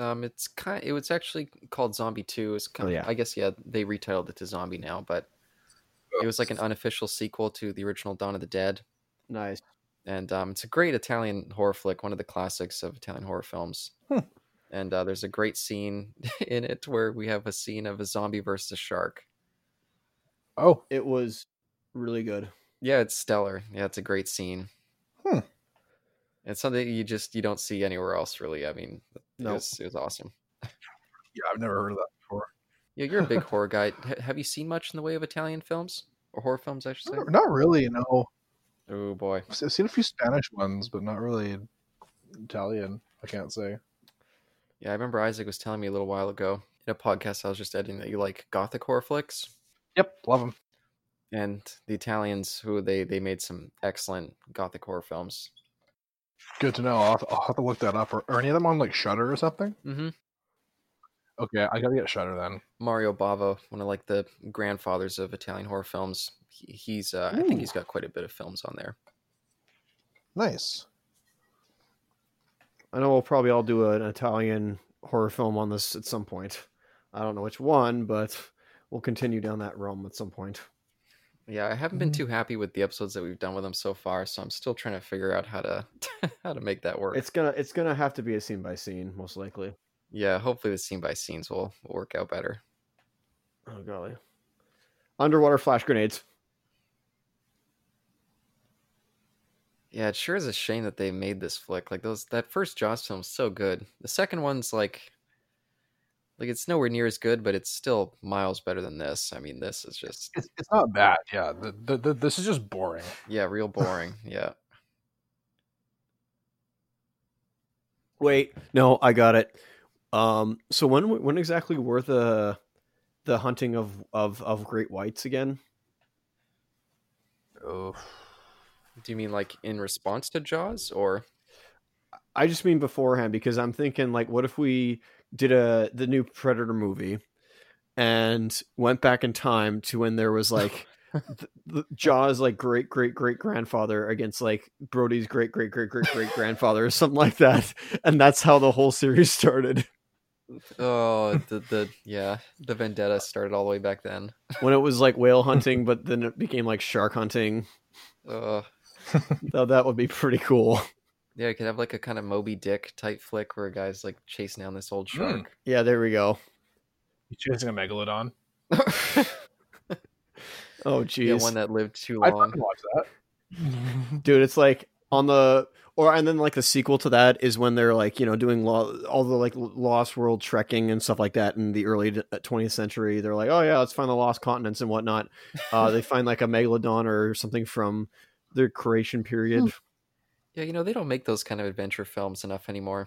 Speaker 2: Um, it's kind. It was actually called Zombie Two. It's kind.
Speaker 1: Oh, yeah.
Speaker 2: I guess yeah, they retitled it to Zombie now, but it was like an unofficial sequel to the original Dawn of the Dead,
Speaker 1: Nice.
Speaker 2: and um, it's a great Italian horror flick, one of the classics of Italian horror films.
Speaker 3: Hmm.
Speaker 2: And uh, there's a great scene in it where we have a scene of a zombie versus a shark.
Speaker 3: Oh,
Speaker 1: It was really good.
Speaker 2: Yeah, it's stellar. Yeah, it's a great scene.
Speaker 3: Hmm.
Speaker 2: It's something you just you don't see anywhere else, really. I mean, it,
Speaker 1: No.
Speaker 2: was, it was awesome.
Speaker 3: yeah. I've never heard of that before.
Speaker 2: Yeah, you're a big horror guy. H- have you seen much in the way of Italian films or horror films? I should say.
Speaker 3: Not- Not really. No.
Speaker 2: Oh boy.
Speaker 3: I've se- I've seen a few Spanish ones, but not really Italian. I can't say.
Speaker 2: Yeah, I remember Isaac was telling me a little while ago in a podcast I was just editing that you like gothic horror flicks,
Speaker 3: Yep, love them.
Speaker 2: and the Italians who they they made some excellent gothic horror films.
Speaker 3: Good to know. I'll have, I'll have to look that up. Are, are any of them on like Shutter or something?
Speaker 2: Mm-hmm.
Speaker 3: Okay, I gotta get Shutter then.
Speaker 2: Mario Bava, one of like the grandfathers of Italian horror films. He, he's uh, I think he's got quite a bit of films on there.
Speaker 3: Nice.
Speaker 1: I know we'll probably all do an Italian horror film on this at some point. I don't know which one, but we'll continue down that realm at some point.
Speaker 2: Yeah, I haven't been
Speaker 3: Mhm.
Speaker 2: too happy with the episodes that we've done with them so far, so I'm still trying to figure out how to how to make that work.
Speaker 1: It's gonna it's gonna have to be a scene by scene, most likely.
Speaker 2: Yeah, hopefully the scene by scenes will, will work out better.
Speaker 1: Oh golly. Underwater flash grenades.
Speaker 2: Yeah, it sure is a shame that they made this flick. Like those that first Jaws film's so good. The second one's like like it's nowhere near as good, but it's still miles better than this. I mean, this is just
Speaker 3: It's, it's not bad. Yeah, the, the, the, this is just boring.
Speaker 2: yeah, real boring. yeah.
Speaker 1: Wait, no, I got it. Um, so when when exactly were the the hunting of of of great whites again?
Speaker 3: Oof.
Speaker 2: Do you mean like in response to Jaws or
Speaker 1: I just mean beforehand because I'm thinking like, what if we did a the new Predator movie and went back in time to when there was like the, the Jaws like great great great grandfather against like Brody's great great great great great grandfather or something like that, and that's how the whole series started
Speaker 2: oh the the yeah, the vendetta started all the way back then.
Speaker 1: when it was like whale hunting, but then it became like shark hunting.
Speaker 2: Ugh.
Speaker 1: Though that would be pretty cool.
Speaker 2: Yeah, you could have like a kind of Moby Dick type flick where a guy's like chasing down this old
Speaker 3: Mm.
Speaker 2: shark.
Speaker 1: Yeah, there we go.
Speaker 3: You chasing a megalodon?
Speaker 1: Oh
Speaker 2: yeah,
Speaker 1: geez, Oh,
Speaker 2: one that lived too
Speaker 3: I fucking
Speaker 2: long.
Speaker 3: watch that.
Speaker 1: dude, it's like on the or and then like the sequel to that is when they're like you know doing lo- all the like lost world trekking and stuff like that in the early d- 20th century they're like oh yeah let's find the lost continents and whatnot uh, they find like a megalodon or something from the creation period
Speaker 2: Yeah, you know, they don't make those kind of adventure films enough anymore.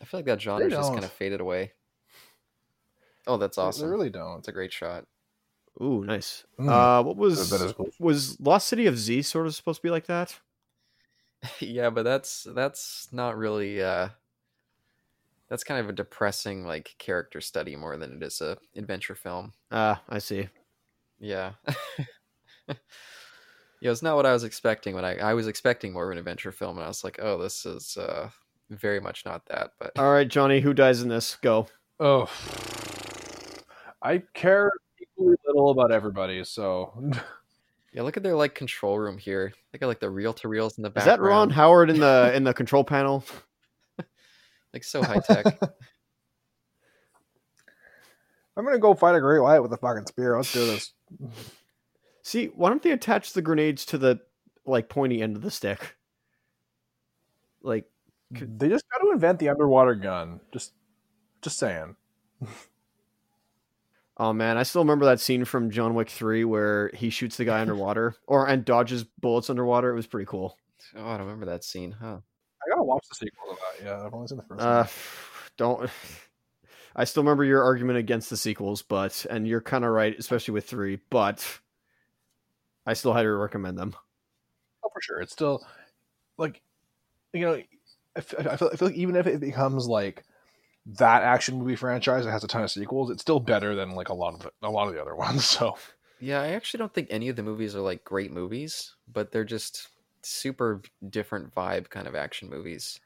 Speaker 2: I feel like that genre's just kind
Speaker 3: don't.
Speaker 2: of faded away. Oh, that's awesome.
Speaker 3: They really don't.
Speaker 2: That's a great shot.
Speaker 1: ooh nice
Speaker 3: Mm.
Speaker 1: uh, what was
Speaker 3: That is cool.
Speaker 1: was lost city of z sort of supposed to be like that
Speaker 2: yeah, but that's that's not really uh that's kind of a depressing like character study more than it is a adventure film.
Speaker 1: uh, i see
Speaker 2: Yeah. yeah, it's not what I was expecting when I I was expecting more of an adventure film and I was like, "Oh, this is uh very much not that." But
Speaker 1: all right johnny who dies in this go
Speaker 3: Oh, I care equally little about everybody. So
Speaker 2: yeah, look at their like control room here. They got like the reel to reels in the
Speaker 1: is
Speaker 2: background.
Speaker 1: that ron howard in the in the control panel
Speaker 2: Like so high tech.
Speaker 4: I'm gonna go fight a great white with a fucking spear. Let's do this.
Speaker 1: See, why don't they attach the grenades to the like pointy end of the stick? Like,
Speaker 3: they
Speaker 4: They just
Speaker 3: got to invent the underwater gun. Just, just saying.
Speaker 1: oh man, I still remember that scene from John Wick 3 where he shoots the guy underwater or and dodges bullets underwater. It was pretty cool.
Speaker 2: Oh, I remember that scene, huh?
Speaker 3: I gotta watch the sequel to that. Yeah, I've only seen the first
Speaker 1: Uh don't I still remember your argument against the sequels, but and you're kind of right, especially with 3, but I still highly recommend them.
Speaker 3: one. Oh, For sure, it's still like, you know, I f- I feel, I feel like even if it becomes like that action movie franchise that has a ton of sequels, it's still better than like a lot of the, a lot of the other ones. So
Speaker 2: Yeah, I actually don't think any of the movies are like great movies, but they're just super different vibe kind of action movies.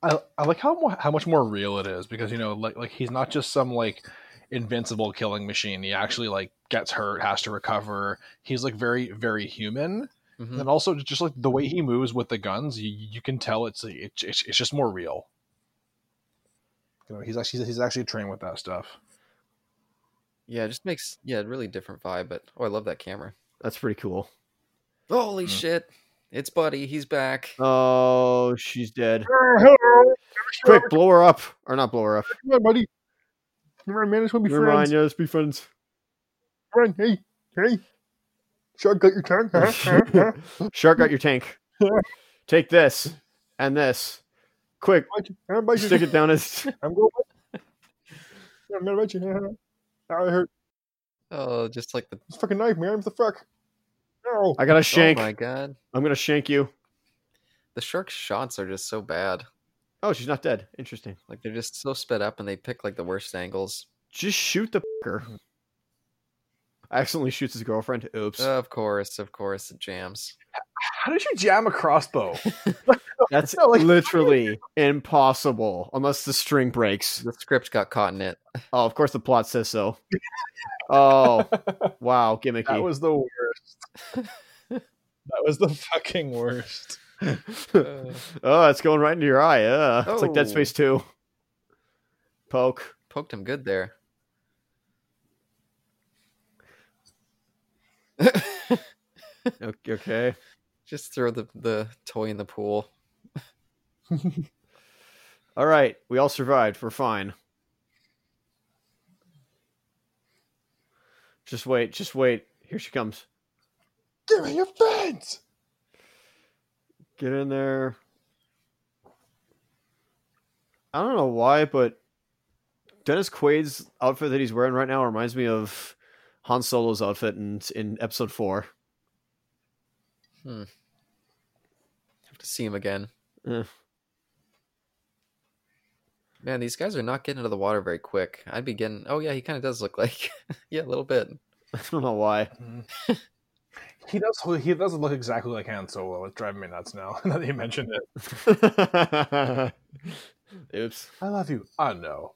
Speaker 3: I, I like how mo- how much more real it is because you know like like he's not just some like invincible killing machine. He actually like gets hurt, has to recover. He's like very very human,
Speaker 1: Mm-hmm.
Speaker 2: Mhm.
Speaker 3: and also just like the way he moves with the guns, you, you can tell it's, it's it's it's just more real. You know, he's actually he's actually trained with that stuff.
Speaker 2: Yeah, it just makes yeah, really different vibe. But oh, I love that camera.
Speaker 1: That's pretty cool.
Speaker 2: Holy
Speaker 3: Mm.
Speaker 2: shit! It's Buddy. He's back.
Speaker 1: Oh, she's dead.
Speaker 4: hello,
Speaker 1: Quick, blow her up. Or not blow her up.
Speaker 4: come on, buddy. Never mind, man, to be
Speaker 1: Never mind, yeah, let's be friends.
Speaker 4: friends. Friend, hey, hey. Shark got your tongue. huh? Huh? Huh?
Speaker 1: Shark got your tank. Take this and this. Quick,
Speaker 4: I'm about
Speaker 1: stick
Speaker 4: you.
Speaker 1: it down his.
Speaker 4: I'm going. I'm mad about you. Huh? Huh? I hurt.
Speaker 2: Oh, just like the
Speaker 4: It's fucking knife, man. What the fuck? No.
Speaker 1: I got a shank.
Speaker 2: Oh my god,
Speaker 1: I'm gonna shank you.
Speaker 2: the shark shots are just so bad.
Speaker 1: Oh, she's not dead. Interesting.
Speaker 2: Like they're just so sped up, and they pick like the worst angles.
Speaker 1: Just shoot the fucker. Accidentally shoots his girlfriend. Oops.
Speaker 2: Of course, of course, it jams.
Speaker 3: How did you jam a crossbow?
Speaker 1: That's
Speaker 4: no, like-
Speaker 1: literally impossible unless the string breaks.
Speaker 2: The script got caught in it.
Speaker 1: Oh, of course the plot says so. Oh, wow, gimmicky.
Speaker 3: That was the worst. that was the fucking worst.
Speaker 2: Uh,
Speaker 1: oh, it's going right into your eye. Uh, It's like Dead
Speaker 2: Oh.
Speaker 1: Space 2. Poke.
Speaker 2: poked him good there.
Speaker 1: Ok- Okay.
Speaker 2: Just throw the the toy in the pool.
Speaker 1: All right, we all survived. We're fine. Just wait, just wait. Here she comes.
Speaker 4: Give me your fence.
Speaker 1: Get in there. I don't know why, but Dennis Quaid's outfit that he's wearing right now reminds me of Han Solo's outfit in in episode 4.
Speaker 2: Have to see him again.
Speaker 1: Yeah.
Speaker 2: Man, these guys are not getting into the water very quick. I'd be getting. Oh yeah, he kind of does look like. yeah, a little bit.
Speaker 1: I don't know why.
Speaker 3: He does. He doesn't look exactly like Han Solo. It's driving me nuts now. Now that you mentioned it,
Speaker 1: Oops.
Speaker 3: I love you. I know.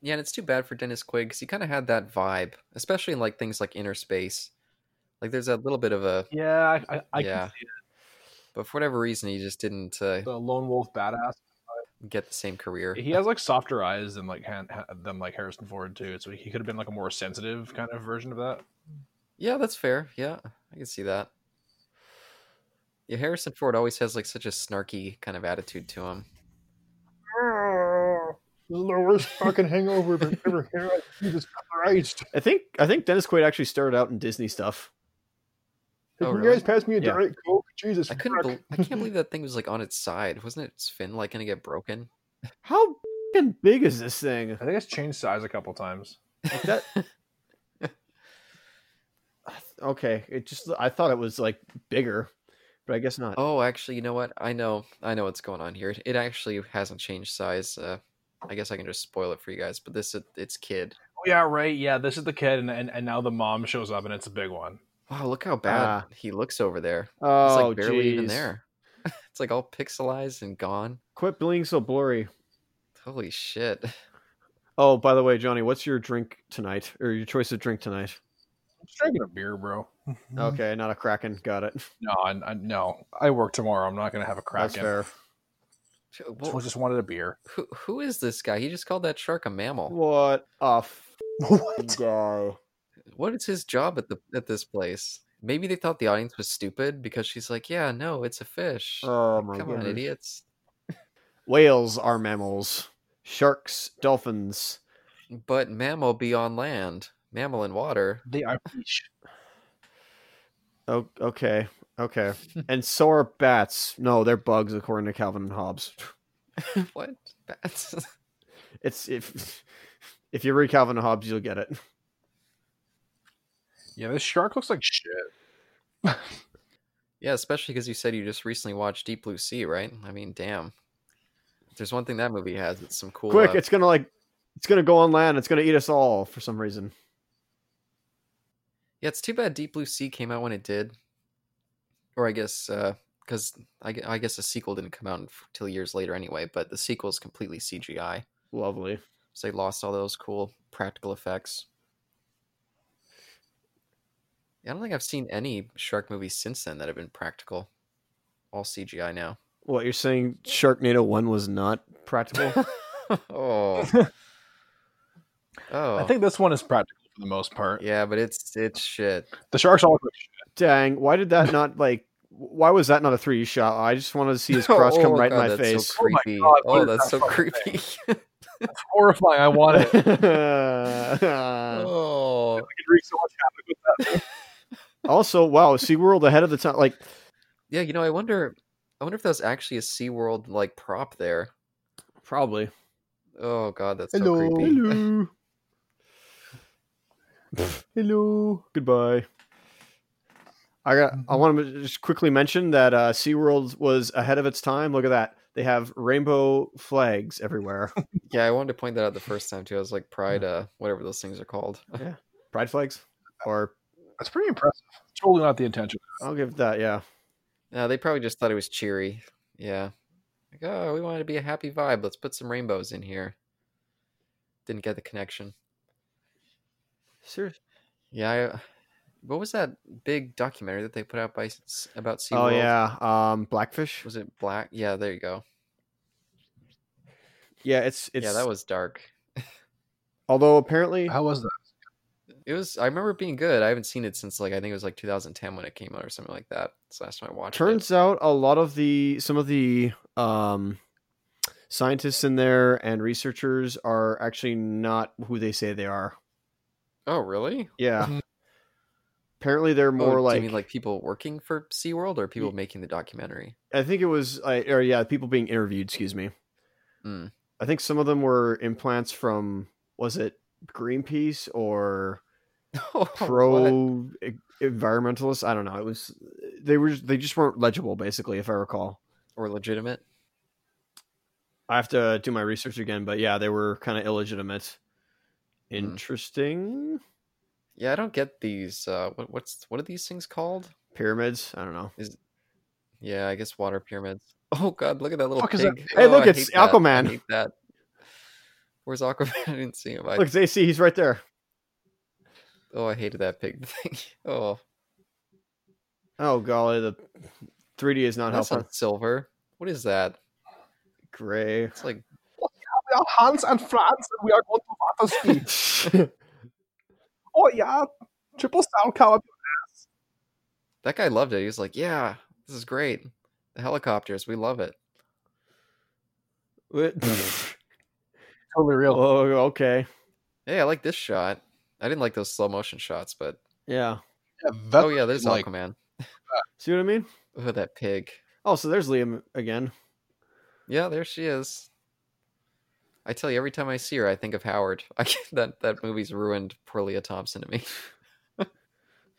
Speaker 2: Yeah, and it's too bad for Dennis Quaid because he kind of had that vibe, especially in like things like Inner Space. Like there's a little bit of a
Speaker 3: Yeah, I, I, I
Speaker 2: Yeah.
Speaker 3: can see
Speaker 2: but for whatever reason, he just didn't uh,
Speaker 3: the lone wolf badass.
Speaker 2: get the same career.
Speaker 3: He has like softer eyes than like Han, Ha- than like Harrison Ford too. So he could have been like a more sensitive kind of version of that.
Speaker 2: Yeah, that's fair. Yeah, I can see that. Yeah, Harrison Ford always has like such a snarky kind of attitude to him.
Speaker 4: This is the worst fucking hangover I've ever had. Jesus Christ.
Speaker 1: I think I think Dennis Quaid actually started out in Disney stuff.
Speaker 4: Can
Speaker 2: Oh,
Speaker 4: you
Speaker 2: really?
Speaker 4: guys pass me a
Speaker 1: Yeah.
Speaker 4: Diet Coke? Jesus
Speaker 2: I couldn't.
Speaker 4: fuck.
Speaker 2: Be- I can't believe that thing was like on its side. Wasn't its fin like gonna get broken?
Speaker 1: How f***ing big is this thing?
Speaker 3: I think it's changed size a couple times.
Speaker 1: Like that. okay, it just I thought it was like bigger, but I guess not.
Speaker 2: Oh, actually, you know what? I know. I know what's going on here. It, it actually hasn't changed size. Uh, I guess I can just spoil it for you guys. But this, it, it's kid.
Speaker 3: Oh yeah, right. Yeah, this is the kid, and, and and now the mom shows up, and it's a big one.
Speaker 2: Wow, look how bad
Speaker 1: Ah.
Speaker 2: he looks over there. It's
Speaker 1: Oh,
Speaker 2: like barely even
Speaker 1: jeez.
Speaker 2: there. it's like all pixelized and gone.
Speaker 1: Quit being so blurry.
Speaker 2: Holy shit.
Speaker 1: Oh, by the way, Johnny, what's your drink tonight or your choice of drink tonight?
Speaker 3: I'm just drinking a beer, bro. Mm-hmm.
Speaker 1: Okay, not a Kraken. Got it.
Speaker 3: No, I, I, no. I work tomorrow. I'm not gonna have a crack.
Speaker 1: That's fair.
Speaker 2: Well,
Speaker 3: I just wanted a beer.
Speaker 2: who, who is this guy? He just called that shark a mammal.
Speaker 1: What a f-
Speaker 3: what?
Speaker 1: guy.
Speaker 2: What is his job at the at this place? Maybe they thought the audience was stupid because she's like, "Yeah, no, it's a fish."
Speaker 1: Oh my
Speaker 2: Come on,
Speaker 1: god.
Speaker 2: idiots.
Speaker 1: Whales are mammals. Sharks, dolphins.
Speaker 2: But mammal be on land, mammal in water.
Speaker 3: They are fish.
Speaker 1: Oh, okay. Okay. and so are bats. No, they're bugs according to Calvin and Hobbes.
Speaker 2: what bats?
Speaker 1: It's if if you read Calvin and Hobbes, you'll get it.
Speaker 3: Yeah, this shark looks like shit.
Speaker 2: yeah, especially because you said you just recently watched Deep Blue Sea, right? I mean, damn. If There's one thing that movie has. It's some cool.
Speaker 1: Quick,
Speaker 2: uh,
Speaker 1: it's gonna like it's gonna go on land. It's gonna eat us all for some reason.
Speaker 2: Yeah, it's too bad Deep Blue Sea came out when it did, or I guess because I, gue- I guess the sequel didn't come out until years later anyway. But the sequel is completely CGI,
Speaker 1: Lovely.
Speaker 2: so they lost all those cool practical effects. Yeah, I don't think I've seen any shark movies since then that have been practical, all CGI now.
Speaker 1: What you're saying? Sharknado One was not practical.
Speaker 2: oh, oh,
Speaker 3: I think this one is practical for the most part.
Speaker 2: yeah, but it's it's shit.
Speaker 3: The sharks all look like shit.
Speaker 1: Dang, why did that not like? Why was that not a three shot? I just wanted to see his crotch
Speaker 2: Oh,
Speaker 1: come
Speaker 2: oh
Speaker 1: right
Speaker 2: God,
Speaker 1: in my
Speaker 2: that's
Speaker 1: face.
Speaker 2: So
Speaker 3: Oh my
Speaker 2: creepy.
Speaker 3: God, what
Speaker 2: oh,
Speaker 3: is
Speaker 2: that's
Speaker 3: that
Speaker 2: so
Speaker 3: fucking
Speaker 2: creepy.
Speaker 3: It's horrifying. I want it. I
Speaker 2: oh.
Speaker 3: could wreak so much havoc with that.
Speaker 1: also, wow, SeaWorld ahead of the time. Like,
Speaker 2: Yeah, you know, I wonder I wonder if that's actually a SeaWorld like prop there.
Speaker 1: probably.
Speaker 2: Oh god, that's
Speaker 4: Hello.
Speaker 2: so creepy.
Speaker 1: Hello.
Speaker 4: Hello.
Speaker 1: Goodbye. I got. I want to just quickly mention that uh, SeaWorld was ahead of its time. Look at that. They have rainbow flags everywhere.
Speaker 2: Yeah, I wanted to point that out the first time too. I was like pride
Speaker 1: Hmm.
Speaker 2: uh whatever those things are called.
Speaker 1: Pride flags, or
Speaker 3: That's pretty impressive. Totally not the intention.
Speaker 1: I'll give that. Yeah.
Speaker 2: Yeah, Uh, they probably just thought it was cheery. Yeah. Like, oh, we wanted to be a happy vibe. Let's put some rainbows in here. Didn't get the connection.
Speaker 1: Seriously.
Speaker 2: Yeah, I, uh, what was that big documentary that they put out by s- about SeaWorld?
Speaker 1: Oh yeah. Um, Blackfish.
Speaker 2: Was it black? Yeah, there you go.
Speaker 1: Yeah, it's it's.
Speaker 2: Yeah, that was dark.
Speaker 1: Although apparently,
Speaker 3: How was that?
Speaker 2: It was. I remember it being good. I haven't seen it since like I think it was like 2010 when it came out or something like that. It's the last time I watched
Speaker 1: turns out a lot of the some of the um scientists in there and researchers are actually not who they say they are
Speaker 2: it. Oh, really?
Speaker 1: yeah
Speaker 3: Mhm.
Speaker 1: apparently they're more
Speaker 2: oh, do
Speaker 1: like,
Speaker 2: you mean like people working for SeaWorld or people making the documentary?
Speaker 1: i think it was uh, or yeah people being interviewed excuse me
Speaker 2: Mm.
Speaker 1: i think some of them were implants from was it greenpeace or
Speaker 2: Oh, what?
Speaker 1: pro e- environmentalists i don't know it was they were they just weren't legible basically if i recall
Speaker 2: or legitimate?
Speaker 1: I have to do my research again, but yeah, they were kind of illegitimate.
Speaker 2: Hmm.
Speaker 1: Interesting
Speaker 2: Yeah, I don't get these. Uh, what what's what are these things called?
Speaker 1: pyramids. I don't know.
Speaker 2: Yeah, I guess water pyramids. Oh God, look at that little
Speaker 3: Fuck
Speaker 2: pig.
Speaker 3: is that-
Speaker 1: Hey,
Speaker 2: Oh,
Speaker 1: look,
Speaker 2: I
Speaker 1: it's
Speaker 2: hate that. I
Speaker 1: Aquaman.
Speaker 2: hate that. Where's Aquaman? I didn't see him. I,
Speaker 1: Look, they see he's right there.
Speaker 2: oh, I hated that pig thing. Oh,
Speaker 1: Oh golly, the 3D is not
Speaker 2: that's
Speaker 1: helping.
Speaker 2: not silver. What is that?
Speaker 1: Gray.
Speaker 2: It's like
Speaker 3: We are Hans and Franz, and we are going to water ski. oh yeah, triple sound cow.
Speaker 2: that guy loved it. He was like, "Yeah, This is great. The helicopters, we love it. Hmm.
Speaker 1: What-
Speaker 3: Totally real.
Speaker 1: oh, okay.
Speaker 2: Hey, I like this shot. I didn't like those slow motion shots, but
Speaker 1: Yeah.
Speaker 3: Yeah, that-
Speaker 2: oh yeah, there's
Speaker 3: like-
Speaker 2: Aquaman.
Speaker 1: See what I mean?
Speaker 2: Oh, that pig.
Speaker 1: Oh, so there's Liam again.
Speaker 2: Yeah, there she is. I tell you, every time I see her, I think of Howard. I can't- that that movie's ruined poor Leah Thompson to me.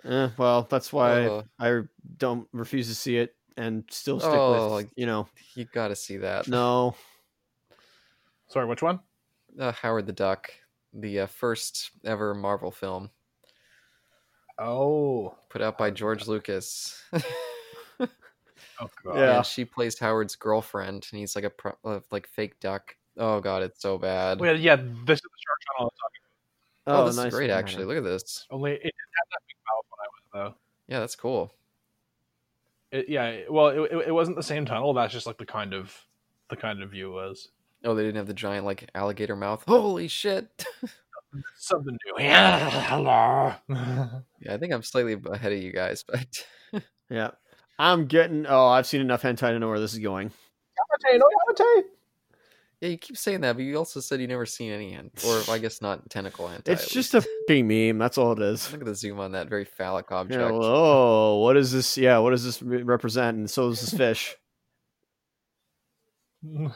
Speaker 1: Eh, well, that's why
Speaker 2: Oh.
Speaker 1: I don't refuse to see it and still stick
Speaker 2: Oh,
Speaker 1: with you know.
Speaker 2: You gotta see that.
Speaker 1: No,
Speaker 3: Sorry, which one?
Speaker 2: Uh, Howard the Duck, the uh, first ever Marvel film
Speaker 3: Oh,
Speaker 2: put out by George Lucas.
Speaker 3: oh god.
Speaker 1: Yeah.
Speaker 2: and she plays Howard's girlfriend, and he's like a pro- uh, like fake duck. Oh god, it's so bad.
Speaker 3: Well, yeah, this is the shark channel. I was talking
Speaker 2: oh,
Speaker 1: oh,
Speaker 2: this
Speaker 1: nice.
Speaker 2: is great
Speaker 1: banana.
Speaker 2: actually. Look at this.
Speaker 3: about. Only it didn't have that big mouth when I was
Speaker 2: Yeah, that's cool.
Speaker 3: though. It, yeah, it- well, it, it, it wasn't the same tunnel. That's just like the kind of the kind of view was
Speaker 2: Oh, they didn't have the giant like alligator mouth. Holy shit.
Speaker 3: something new. Yeah, hello.
Speaker 2: yeah, I think I'm slightly ahead of you guys, but
Speaker 1: Yeah, I'm getting. Oh, I've seen enough hentai to know where this is going.
Speaker 3: Yamate, no Yamate.
Speaker 2: yeah, you keep saying that, but you also said you never seen any hand, or I guess not tentacle hand.
Speaker 1: It's just a fucking meme. That's all it is.
Speaker 2: look at the zoom on that very phallic
Speaker 1: You
Speaker 2: object.
Speaker 1: know, oh, what is this? Yeah, what does this re- represent? And so does this fish.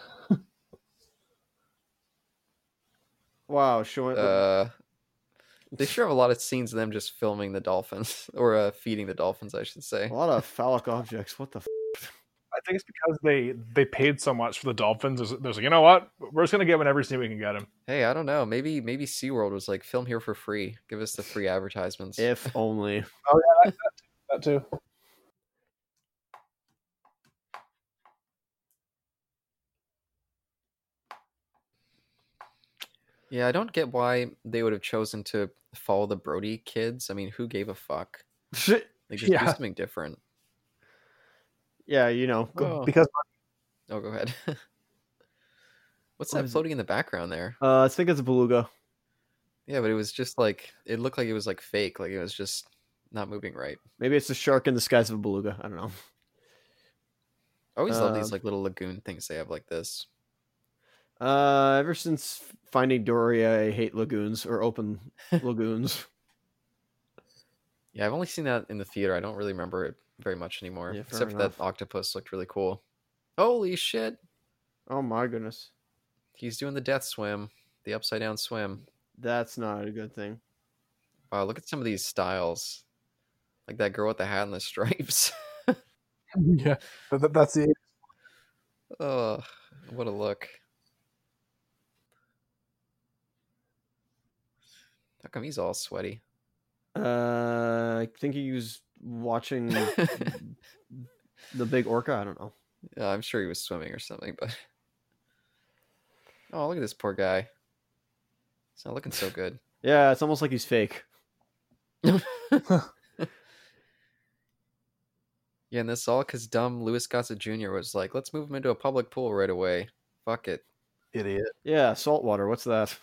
Speaker 1: Wow, showing.
Speaker 2: uh, they sure have a lot of scenes of them just filming the dolphins or uh, feeding the dolphins, I should say.
Speaker 1: A lot of phallic objects. What the? F-
Speaker 3: I think it's because they they paid so much for the dolphins. There's, there's like, you know what? We're just gonna get him in every scene we can get him.
Speaker 2: Hey, I don't know. Maybe maybe SeaWorld was like film here for free. Give us the free advertisements.
Speaker 1: if only.
Speaker 3: That too.
Speaker 2: Yeah, I don't get why they would have chosen to follow the Brody kids. I mean, who gave a fuck? Like, just do
Speaker 3: Yeah.
Speaker 2: something different.
Speaker 1: yeah, you know.
Speaker 2: Oh,
Speaker 3: Because
Speaker 2: oh, go ahead. What's
Speaker 1: What
Speaker 2: that
Speaker 1: is it?
Speaker 2: floating in the background there?
Speaker 1: Uh, I think it's a beluga.
Speaker 2: Yeah, but it was just like it looked like it was like fake. Like it was just not moving right.
Speaker 1: Maybe it's a shark in the skies of a beluga. I don't know.
Speaker 2: I always love these
Speaker 1: Um,
Speaker 2: like little lagoon things they have like this.
Speaker 1: Uh, ever since Finding Dory, I hate lagoons or open lagoons.
Speaker 2: Yeah, I've only seen that in the theater. I don't really remember it very much anymore.
Speaker 1: Yeah, fair
Speaker 2: except for
Speaker 1: enough.
Speaker 2: that octopus looked really cool. Holy shit!
Speaker 1: Oh my goodness,
Speaker 2: He's doing the death swim, the upside down swim.
Speaker 1: that's not a good thing.
Speaker 2: Wow, look at some of these styles. Like that girl with the hat and the stripes.
Speaker 3: yeah, that, that- that's the
Speaker 2: oh, what a look. How come he's all sweaty?
Speaker 1: Uh, I think he was watching the big orca. I don't know.
Speaker 2: Yeah, I'm sure he was swimming or something, but. Oh, look at this poor guy. He's not looking so good.
Speaker 1: Yeah, it's almost like he's fake.
Speaker 2: Yeah, and this all because dumb Louis Gossett Jr. was like, let's move him into a public pool right away. Fuck it.
Speaker 3: idiot.
Speaker 1: Yeah, saltwater. What's that?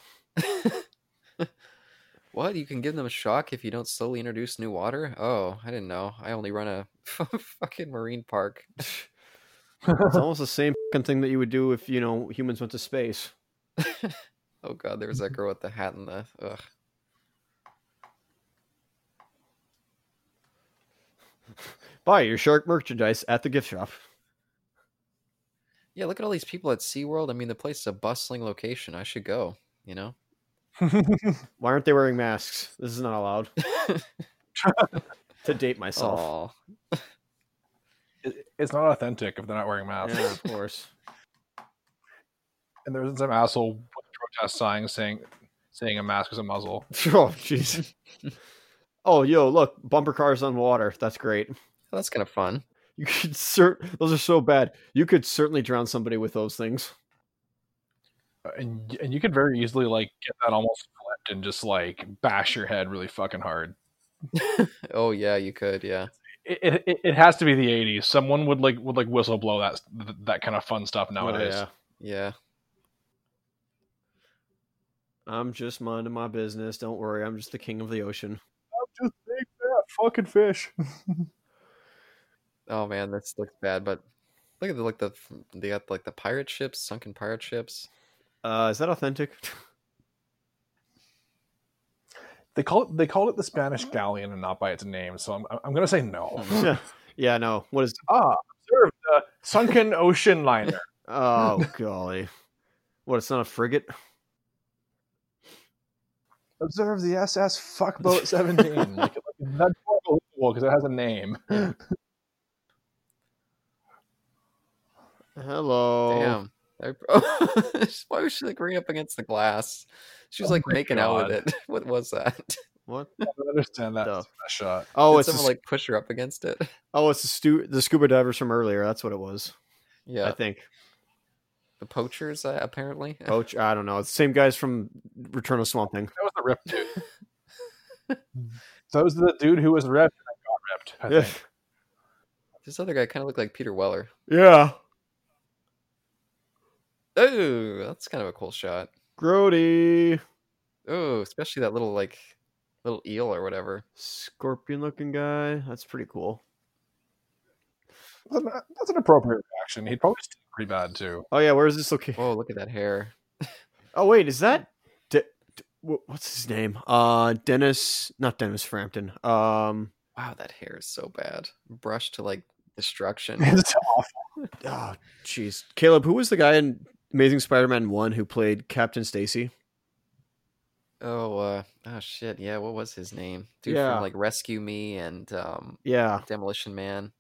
Speaker 2: What? You can give them a shock if you don't slowly introduce new water? Oh, I didn't know. I only run a fucking marine park.
Speaker 1: It's almost the same fucking thing that you would do if you know humans went to space.
Speaker 2: Oh god, there was that girl with the hat and the. Ugh.
Speaker 1: Buy your shark merchandise at the gift shop.
Speaker 2: Yeah, look at all these people at SeaWorld. I mean, the place is a bustling location. I should go, you know?
Speaker 1: Why aren't they wearing masks? This is not allowed. to date myself.
Speaker 2: Aw.
Speaker 3: It- It's not authentic if they're not wearing masks.
Speaker 1: Yeah, of course.
Speaker 3: And there's some asshole with a protest sign saying saying a mask is a muzzle.
Speaker 1: Oh, jeez. oh, yo, look, bumper cars on water. That's great.
Speaker 2: Oh, That's kind of fun.
Speaker 1: You could cer- those are so bad. You could certainly drown somebody with those things.
Speaker 3: Uh, And and you could very easily like get that almost flipped and just like bash your head really fucking hard.
Speaker 2: Oh, yeah, you could, yeah.
Speaker 3: It, it, it- it has to be the 80s. Someone would like would like whistle blow that that kind of fun stuff nowadays.
Speaker 1: Oh, yeah.
Speaker 2: Yeah.
Speaker 1: I'm just minding my business. Don't worry. I'm just the king of the ocean.
Speaker 3: I'm just big fat fucking fish.
Speaker 2: Oh man, this looks bad. But look at the like the they got like the pirate ships, sunken pirate ships.
Speaker 1: Uh, is that authentic?
Speaker 3: They call it they call it the Spanish
Speaker 1: Mm.
Speaker 3: galleon and not by its name, so I'm I'm gonna say no.
Speaker 1: Hmm. yeah, no. What is?
Speaker 3: ah, observe the sunken ocean liner.
Speaker 1: Oh golly, what? It's not a frigate.
Speaker 3: observe the SS fuckboat seventeen. like, like, that's unbelievable because it has a name.
Speaker 1: Hello.
Speaker 2: Damn. I- Why was she like right up against the glass? She was
Speaker 3: Oh
Speaker 2: like
Speaker 3: my
Speaker 2: making out with
Speaker 3: God.
Speaker 2: it. What was that?
Speaker 1: What?
Speaker 3: I don't understand that
Speaker 1: Duh.
Speaker 3: shot.
Speaker 1: Oh,
Speaker 2: Did
Speaker 1: it's a,
Speaker 2: someone
Speaker 1: like
Speaker 2: like push her up against it.
Speaker 1: oh, it's the, stu- the scuba divers from earlier. That's what it was.
Speaker 2: Yeah,
Speaker 1: I think.
Speaker 2: the poachers uh, apparently.
Speaker 1: Poach. I don't know. It's the same guys from Return of Swamp Thing.
Speaker 3: That was the rip dude. that was the dude who was ripped and then got ripped. I
Speaker 1: Yeah.
Speaker 3: think.
Speaker 2: This other guy kind of looked like Peter Weller.
Speaker 1: yeah.
Speaker 2: Oh, that's kind of a cool shot.
Speaker 1: Grody.
Speaker 2: Oh, especially that little like little eel or whatever.
Speaker 1: Scorpion looking guy. That's pretty cool.
Speaker 3: That's an, that's an appropriate reaction. He'd probably still pretty bad too.
Speaker 1: Oh yeah, where is this located?
Speaker 2: Whoa, look at that hair.
Speaker 1: Oh wait, is that De- De- wh- what's his name? Uh, Dennis, not Dennis Frampton. Um,
Speaker 2: Wow, that hair is so bad. Brushed to like destruction.
Speaker 3: It's awful.
Speaker 1: oh jeez, Caleb, who was the guy in Amazing Spider-Man One who played Captain Stacy?
Speaker 2: Oh, uh, oh shit. Yeah, what was his name? Dude
Speaker 1: Yeah.
Speaker 2: from like Rescue Me and um,
Speaker 1: Yeah,
Speaker 2: Demolition Man.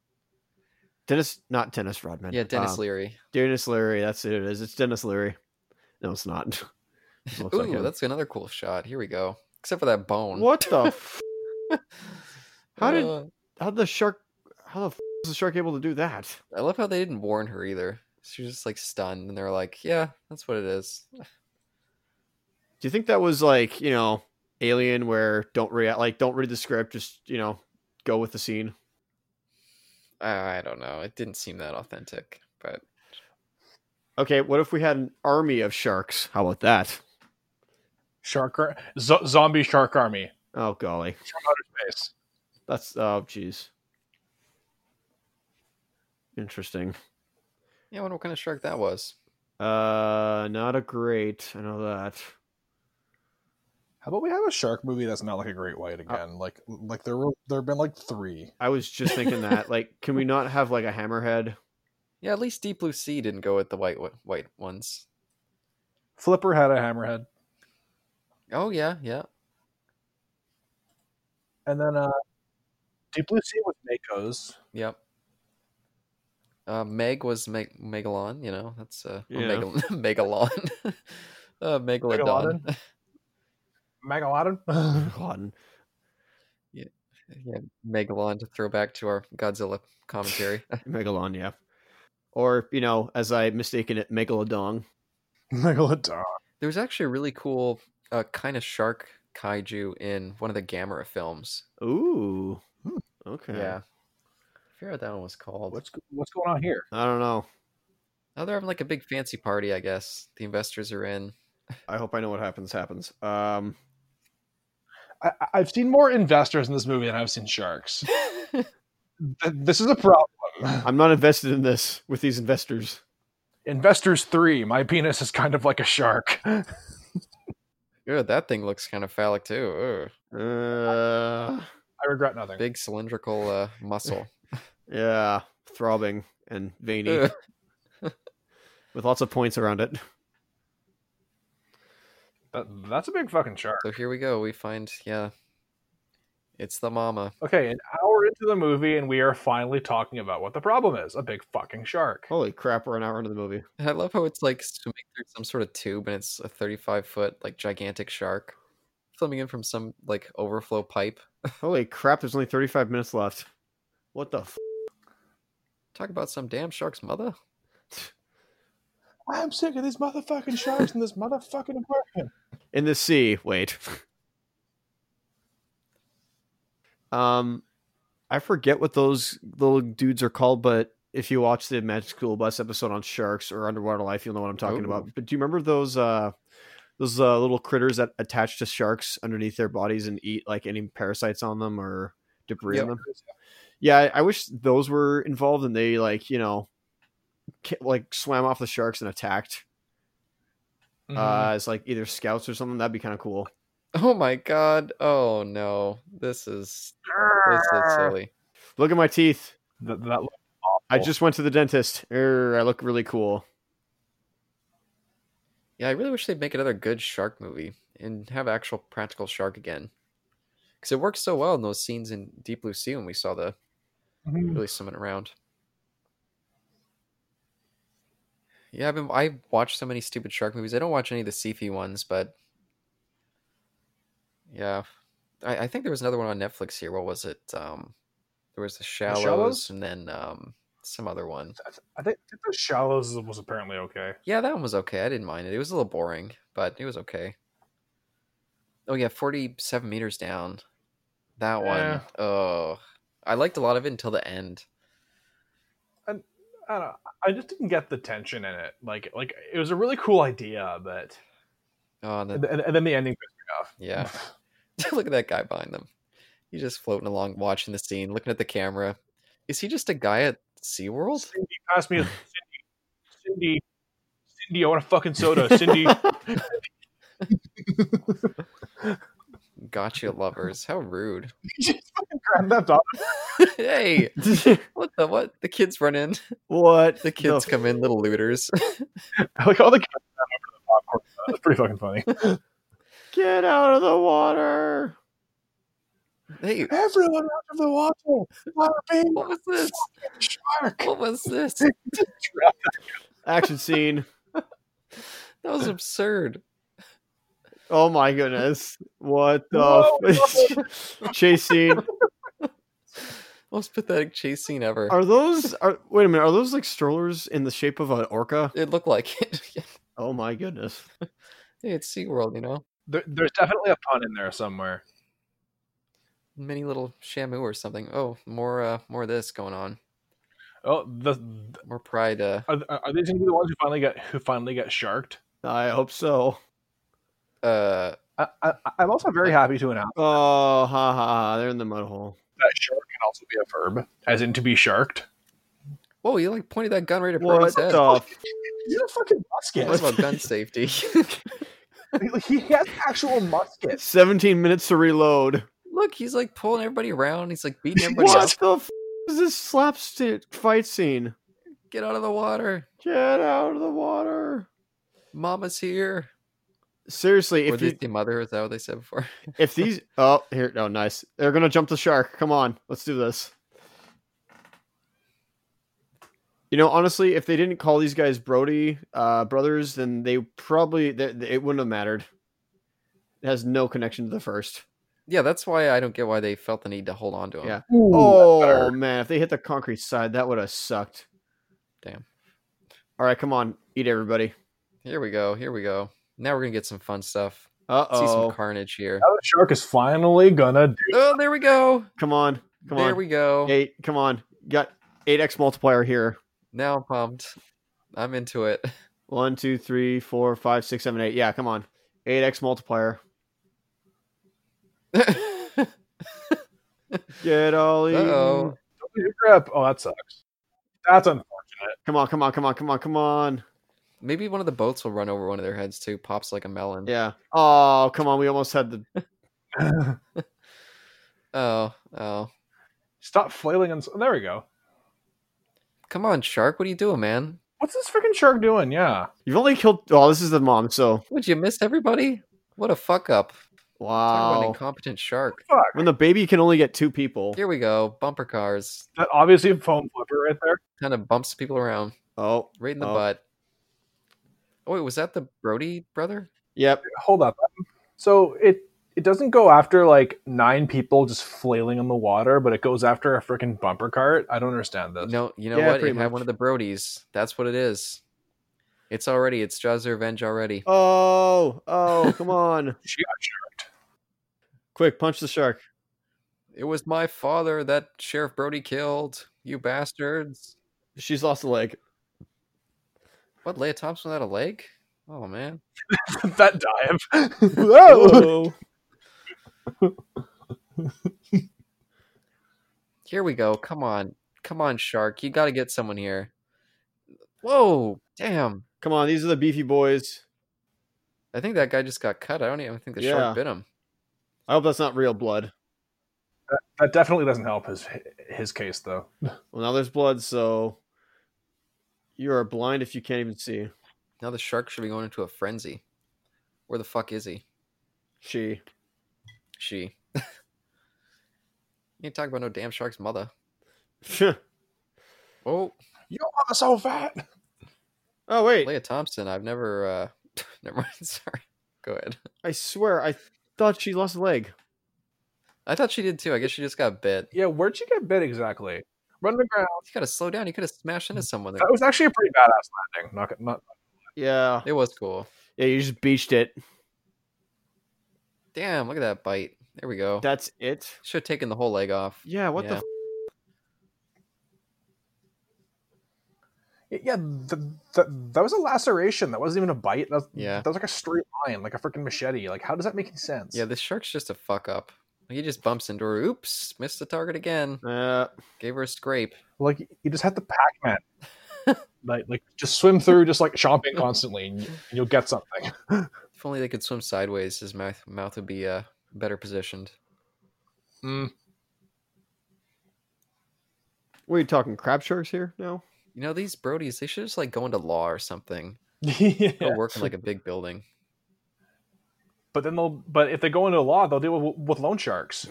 Speaker 1: Dennis, not Dennis Rodman.
Speaker 2: Yeah, Dennis
Speaker 1: Um,
Speaker 2: Leary.
Speaker 1: Dennis Leary. That's it. It is. It's Dennis Leary. No, it's not. It looks
Speaker 2: Ooh,
Speaker 1: like him.
Speaker 2: that's another cool shot. Here we go. Except for that bone.
Speaker 1: What the? F- How did-
Speaker 2: Uh,
Speaker 1: how the shark? How the f- was the shark able to do that?
Speaker 2: I love how they didn't warn her either. She was just like stunned, and they're like, "Yeah, that's what it is."
Speaker 1: Do you think that was like you know Alien, where don't react, like don't read the script, just you know go with the scene?
Speaker 2: I I don't know. It didn't seem that authentic, but
Speaker 1: Okay, what if we had an army of sharks? How about that?
Speaker 3: Shark, ar- zo- zombie shark army
Speaker 1: Oh golly,
Speaker 3: from outer space.
Speaker 1: that's oh jeez, interesting.
Speaker 2: yeah, I wonder what kind of shark that was.
Speaker 1: Uh, not a great. I know that.
Speaker 3: How about we have a shark movie that's not like a great white again? like, like there were there have been like three.
Speaker 1: I was just thinking that. Like, can we not have like a hammerhead?
Speaker 2: Yeah, at least Deep Blue Sea didn't go with the white wa- white ones.
Speaker 3: Flipper had a hammerhead,
Speaker 2: Oh yeah, yeah.
Speaker 3: and then uh, Deep Blue Sea was Mako's.
Speaker 2: Yep. Uh, Meg was Meg- Megalon, you know. That's uh, or
Speaker 1: Yeah.
Speaker 2: Megal- Megalon. uh, Megalodon.
Speaker 3: Megalodon.
Speaker 1: God,
Speaker 2: yeah, Megalon to throw back to our Godzilla commentary.
Speaker 1: Megalon, yeah. Or you know, as I mistaken it, Megalodon.
Speaker 3: Megalodon.
Speaker 2: there was actually a really cool uh, kind of shark kaiju in one of the Gamera films.
Speaker 1: Ooh, okay.
Speaker 2: I forget what that one was called.
Speaker 3: What's go- what's going on here?
Speaker 1: I don't know.
Speaker 2: Now they're having like a big fancy party, I guess. The investors are in.
Speaker 1: I hope I know what happens. Happens. Um,
Speaker 3: I, I- I've seen more investors in this movie than I've seen sharks. Th- this is a problem.
Speaker 1: I'm not invested in this with these investors.
Speaker 3: Investors three. My penis is kind of like a shark.
Speaker 2: Ew, that thing looks kind of phallic too. Ew.
Speaker 1: Uh.
Speaker 3: I regret nothing.
Speaker 2: Big cylindrical uh, muscle.
Speaker 1: Yeah, throbbing and veiny
Speaker 2: Ew.
Speaker 1: with lots of points around it.
Speaker 3: That, that's a big fucking shark.
Speaker 2: So here we go. We find, yeah, it's the mama.
Speaker 3: Okay, an hour into the movie, and we are finally talking about what the problem is: a big fucking shark.
Speaker 1: Holy crap, we're an hour into the movie.
Speaker 2: And I love how it's like swimming through some sort of tube and it's a 35 foot, like gigantic shark filming in from some like overflow pipe.
Speaker 1: Holy crap, there's only 35 minutes left. What the f?
Speaker 2: Talk about some damn shark's mother.
Speaker 3: I'm sick of these motherfucking sharks in this motherfucking apartment.
Speaker 1: In the sea. Wait. um I forget what those little dudes are called, but if you watch the Magic School Bus episode on sharks or underwater life, you'll know what I'm talking about.
Speaker 2: Ooh.
Speaker 1: But do you remember those uh those uh, little critters that attach to sharks underneath their bodies and eat like any parasites on them or debris on
Speaker 2: Yep.
Speaker 1: them? yeah, I, I wish those were involved and they like you know, ca- like swam off the sharks and attacked
Speaker 2: Mm-hmm.
Speaker 1: uh, as like either scouts or something. That'd be kind of cool.
Speaker 2: Oh my god. Oh no. This is this is silly.
Speaker 1: Look at my teeth.
Speaker 3: that, that looked
Speaker 1: I
Speaker 3: awful.
Speaker 1: just went to the dentist. Er, I look really cool.
Speaker 2: Yeah, I really wish they'd make another good shark movie and have actual practical shark again. Because it worked so well in those scenes in Deep Blue Sea when we saw the
Speaker 3: mm-hmm. Hmm.
Speaker 2: really summon around. Yeah, I've been I watch so many stupid shark movies. I don't watch any of the Seafy ones, but yeah, I, I think there was another one on Netflix here. What was it? Um, there was the Shallows,
Speaker 3: Shallows?
Speaker 2: and then um, some other one.
Speaker 3: I think I think the shallows was apparently okay.
Speaker 2: Yeah, that one was okay. I didn't mind it. It was a little boring, but it was okay. Oh yeah, forty-seven meters down. That
Speaker 3: Yeah.
Speaker 2: one. Oh, I liked a lot of it until the end.
Speaker 3: I don't know. I just didn't get the tension in it. Like like it was a really cool idea, but
Speaker 2: Oh, and then
Speaker 3: and, and- and then the ending
Speaker 2: Yeah. Look at that guy behind them. He's just floating along, watching the scene, looking at the camera. Is he just a guy at SeaWorld?
Speaker 3: Cindy passed me a Cindy Cindy Cindy, I want a fucking soda. Cindy
Speaker 2: Gotcha lovers. How rude.
Speaker 3: Grand Theft Auto.
Speaker 2: hey, what the what? The kids run in.
Speaker 1: what
Speaker 2: The kids come in, little looters.
Speaker 3: Like all the kids ran over to the popcorn. That's pretty fucking funny.
Speaker 1: Get out of the water.
Speaker 2: hey,
Speaker 3: Everyone out of the water. Water being
Speaker 2: what was this?
Speaker 3: shark.
Speaker 2: What was this?
Speaker 1: Action scene.
Speaker 2: That was absurd.
Speaker 1: Oh my goodness. What
Speaker 3: Whoa,
Speaker 1: the f- chase scene?
Speaker 2: Most pathetic chase scene ever.
Speaker 1: Are those are wait a minute, are those like strollers in the shape of an orca?
Speaker 2: It looked like it.
Speaker 1: Oh my goodness.
Speaker 2: hey, it's SeaWorld, you know?
Speaker 3: There, there's definitely a pun in there somewhere.
Speaker 2: Mini little Shamu or something. Oh, more uh more of this going on.
Speaker 3: Oh, the
Speaker 2: More pride uh
Speaker 3: are, are these gonna be the ones who finally got who finally got sharked?
Speaker 1: I hope so.
Speaker 2: uh
Speaker 3: I, I, I'm also very happy to announce
Speaker 1: Oh ha ha, ha. they're in the mud hole.
Speaker 3: that shark can also be a verb, as in to be sharked.
Speaker 2: Whoa, you like pointed that gun right at
Speaker 1: What
Speaker 2: Brody's head.
Speaker 1: the f-
Speaker 3: He's a fucking
Speaker 2: What
Speaker 3: musket.
Speaker 2: about gun safety?
Speaker 3: he has actual muskets.
Speaker 1: seventeen minutes to reload.
Speaker 2: Look, he's like pulling everybody around. He's like beating everybody
Speaker 1: What
Speaker 2: up.
Speaker 1: the f- is this slapstick fight scene?
Speaker 2: Get out of the water.
Speaker 1: Get out of the water.
Speaker 2: Mama's here.
Speaker 1: Seriously,
Speaker 2: If or
Speaker 1: if you
Speaker 2: the mother, is that what they said before?
Speaker 1: if these oh here oh nice. They're gonna jump the shark. Come on, let's do this. You know, honestly, if they didn't call these guys Brody uh, brothers, then they probably th- th- it wouldn't have mattered. It has no connection to the first.
Speaker 2: Yeah, that's why I don't get why they felt the need to hold on to him.
Speaker 1: Yeah.
Speaker 3: Oh,
Speaker 1: Oh man, if they hit the concrete side, that would have sucked.
Speaker 2: Damn.
Speaker 1: All right, come on, eat everybody.
Speaker 2: Here we go. Here we go. Now we're gonna get some fun stuff.
Speaker 1: Uh
Speaker 2: See some
Speaker 1: oh,
Speaker 2: carnage here.
Speaker 3: now the shark is finally gonna do.
Speaker 2: Oh, there we go.
Speaker 1: come on, come
Speaker 2: there
Speaker 1: on,
Speaker 2: we go.
Speaker 1: eight, come on, got eight x multiplier here.
Speaker 2: Now I'm pumped. I'm into it.
Speaker 1: One, two, three, four, five, six, seven, eight. Yeah, come on. Eight X multiplier. Get Ollie.
Speaker 2: oh.
Speaker 3: Don't lose your grip. Oh, that sucks. That's unfortunate.
Speaker 1: Come on, come on, come on, come on, come on.
Speaker 2: Maybe one of the boats will run over one of their heads too. Pops like a melon.
Speaker 1: Yeah. Oh, come on. We almost had the
Speaker 2: Oh, oh.
Speaker 3: Stop flailing and there we go.
Speaker 2: Come on, shark. What are you doing, man?
Speaker 3: What's this freaking shark doing? Yeah.
Speaker 1: You've only killed oh, this is the mom, so
Speaker 2: Would you miss everybody? What a fuck up. Talk about an
Speaker 1: wow.
Speaker 2: incompetent shark.
Speaker 1: When the baby can only get two people.
Speaker 2: Here we go. Bumper cars.
Speaker 3: That obviously a foam flipper right there.
Speaker 2: Kind of bumps people around.
Speaker 1: Oh.
Speaker 2: Right in the
Speaker 1: Oh.
Speaker 2: butt. Oh, wait, was that the Brody brother?
Speaker 1: Yep.
Speaker 3: Hold up. So it it doesn't go after like nine people just flailing in the water, but it goes after a freaking bumper cart. I don't understand this.
Speaker 2: No, you know
Speaker 1: Yeah,
Speaker 2: what? It
Speaker 1: pretty
Speaker 2: had
Speaker 1: much.
Speaker 2: one of the Brodies. That's what it is. It's already. It's Jaws' Revenge already.
Speaker 1: Oh, oh, come on.
Speaker 3: She got sharked.
Speaker 1: Quick, punch the shark.
Speaker 2: It was my father that Sheriff Brody killed. You bastards.
Speaker 1: She's lost a leg.
Speaker 2: What, Leia Thompson without a leg? Oh, man.
Speaker 3: that dive. Oh.
Speaker 1: Whoa.
Speaker 2: Here we go. Come on. Come on, Shark. You got to get someone here. Whoa. Damn.
Speaker 1: Come on, these are the beefy boys.
Speaker 2: I think that guy just got cut. I don't even think the
Speaker 1: Yeah.
Speaker 2: shark bit him.
Speaker 1: I hope that's not real blood.
Speaker 3: That, that definitely doesn't help his his case though.
Speaker 1: Well, now there's blood, so you are blind if you can't even see.
Speaker 2: Now the shark should be going into a frenzy. Where the fuck is he?
Speaker 1: She.
Speaker 2: She. you ain't talking about no damn shark's mother. Oh,
Speaker 3: You don't want us so fat.
Speaker 1: oh wait,
Speaker 2: Leah Thompson. I've never. uh Never mind. Sorry. Go ahead.
Speaker 1: I swear I thought she lost a leg.
Speaker 2: I thought she did too. I guess she just got bit.
Speaker 3: Yeah, where'd you get bit exactly? Run to the ground.
Speaker 2: You gotta slow down. You could have smashed into someone. There.
Speaker 3: That was actually a pretty badass landing. Not, not
Speaker 1: Yeah.
Speaker 2: It was cool.
Speaker 1: Yeah, you just beached it.
Speaker 2: Damn, look at that bite. There we go.
Speaker 1: That's it.
Speaker 2: Should have taken the whole leg off.
Speaker 1: Yeah. What the?
Speaker 2: Yeah.
Speaker 1: F-
Speaker 3: Yeah, the, the, that was a laceration. That wasn't even a bite. That was,
Speaker 2: Yeah.
Speaker 3: that was like a straight line, like a freaking machete. Like, how does that make any sense?
Speaker 2: Yeah, the shark's just a fuck up. He just bumps into her. Oops, missed the target again.
Speaker 1: uh,
Speaker 2: Gave her a scrape.
Speaker 3: like you just have to Pac Man, like, like just swim through, just like chomping constantly, and, you, and you'll get something.
Speaker 2: If only they could swim sideways, his mouth mouth would be uh, better positioned.
Speaker 3: Mm.
Speaker 1: what are you talking? Crab sharks here now?
Speaker 2: You know, these Brodies, they should just like go into law or something. Go
Speaker 3: yeah.
Speaker 2: work in like a big building.
Speaker 3: But then they'll, but if they go into law, they'll deal with, with loan sharks.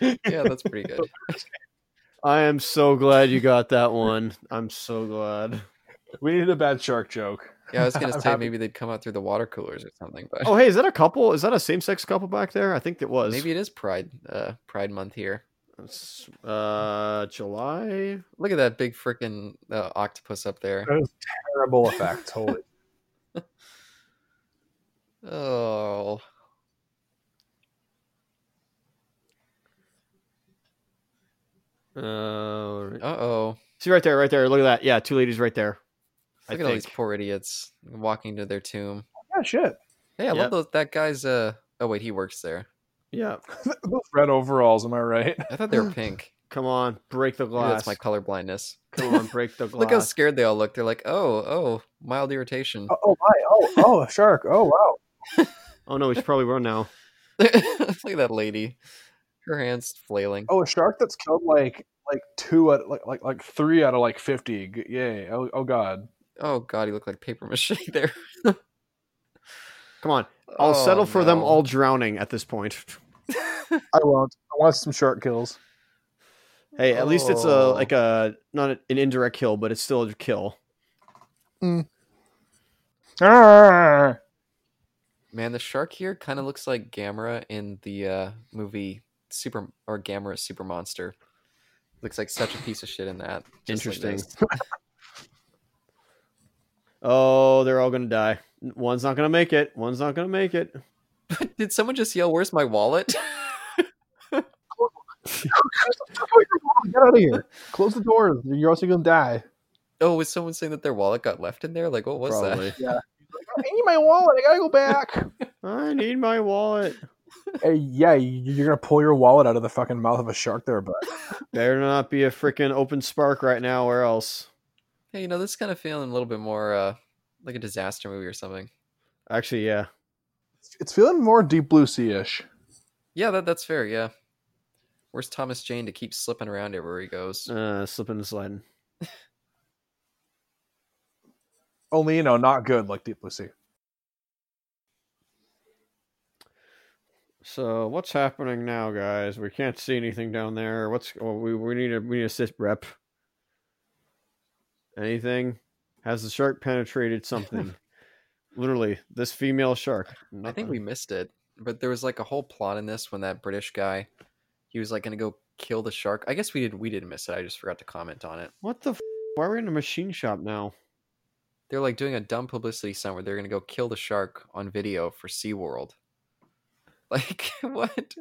Speaker 2: Yeah, that's pretty good.
Speaker 1: I am so glad you got that one. I'm so glad.
Speaker 3: We needed a bad shark joke.
Speaker 2: Yeah, I was gonna
Speaker 3: I'm
Speaker 2: say
Speaker 3: happy.
Speaker 2: maybe they'd come out through the water coolers or something, but
Speaker 1: Oh, hey, is that a couple? Is that a same-sex couple back there? I think it was.
Speaker 2: maybe it is Pride uh, Pride Month here.
Speaker 1: It's, uh, July.
Speaker 2: Look at that big freaking uh, octopus up there.
Speaker 3: That was terrible effect. Holy.
Speaker 2: Oh,
Speaker 1: Uh,
Speaker 2: uh oh.
Speaker 1: see right there, right there. Look at that. Yeah, two ladies right there. I
Speaker 2: Look at all these
Speaker 1: think.
Speaker 2: poor idiots walking to their tomb.
Speaker 3: Yeah, shit.
Speaker 2: Hey, I
Speaker 1: Yep.
Speaker 2: love those, that guy's. Uh, oh wait, he works there.
Speaker 1: Yeah,
Speaker 3: Those red overalls. Am I right?
Speaker 2: I thought they were pink.
Speaker 1: come on, break the
Speaker 2: Maybe
Speaker 1: glass.
Speaker 2: that's my color blindness.
Speaker 1: Come on, break the glass.
Speaker 2: Look how scared they all look. They're like, oh, oh, mild irritation.
Speaker 3: Oh, oh my! Oh, oh, a shark! Oh, wow!
Speaker 1: oh no, we should probably run now.
Speaker 2: look at that lady. Her hands flailing.
Speaker 3: Oh, a shark that's killed like like two out like like like three out of like fifty. G- Yay! Oh, oh god!
Speaker 2: Oh god, he looked like paper mache there.
Speaker 1: Come on, I'll
Speaker 2: Oh,
Speaker 1: settle for them
Speaker 2: no.
Speaker 1: all drowning at this point.
Speaker 3: I won't. I want some shark kills.
Speaker 1: Hey, at least it's a
Speaker 2: Oh.
Speaker 1: like a not a- an indirect kill, but it's still a kill.
Speaker 4: Arr.
Speaker 2: Man, the shark here kind of looks like Gamera in the uh, movie Super or Gamera Super Monster. Looks like such a piece of shit in that. just like
Speaker 1: Interesting.
Speaker 2: this.
Speaker 1: Oh, they're all gonna die. One's not gonna make it. One's not gonna make it.
Speaker 2: Did someone just yell, "Where's my wallet"?
Speaker 3: Get out of here! Close the doors. You're also gonna die.
Speaker 2: oh, was someone saying that their wallet got left in there? Like, what was that?
Speaker 1: Probably.
Speaker 3: I need my wallet. I gotta go back.
Speaker 1: I need my wallet.
Speaker 3: hey, yeah, you- you're gonna pull your wallet out of the fucking mouth of a shark there, but
Speaker 1: Better not be a freaking open spark right now, or else.
Speaker 2: Hey, you know, this kind of feeling a little bit more uh, like a disaster movie or something.
Speaker 1: Actually, yeah.
Speaker 3: it's feeling more deep blue sea ish.
Speaker 2: Yeah, that, that's fair. Yeah. Where's Thomas Jane to keep slipping around everywhere he goes?
Speaker 1: Uh, slipping and sliding.
Speaker 3: Only you know, not good like deep blue sea.
Speaker 1: So what's happening now, guys? We can't see anything down there. What's oh, we we need a we need a sit rep. Anything? Has the shark penetrated something? Literally, this female shark.
Speaker 2: I think we missed it, but there was like a whole plot in this when that British guy, he was like going to go kill the shark. I guess we did. We didn't miss it. I just forgot to comment on it.
Speaker 1: What the? F- why are we in a machine shop now?
Speaker 2: They're like doing a dumb publicity stunt where they're going to go kill the shark on video for SeaWorld. Like what?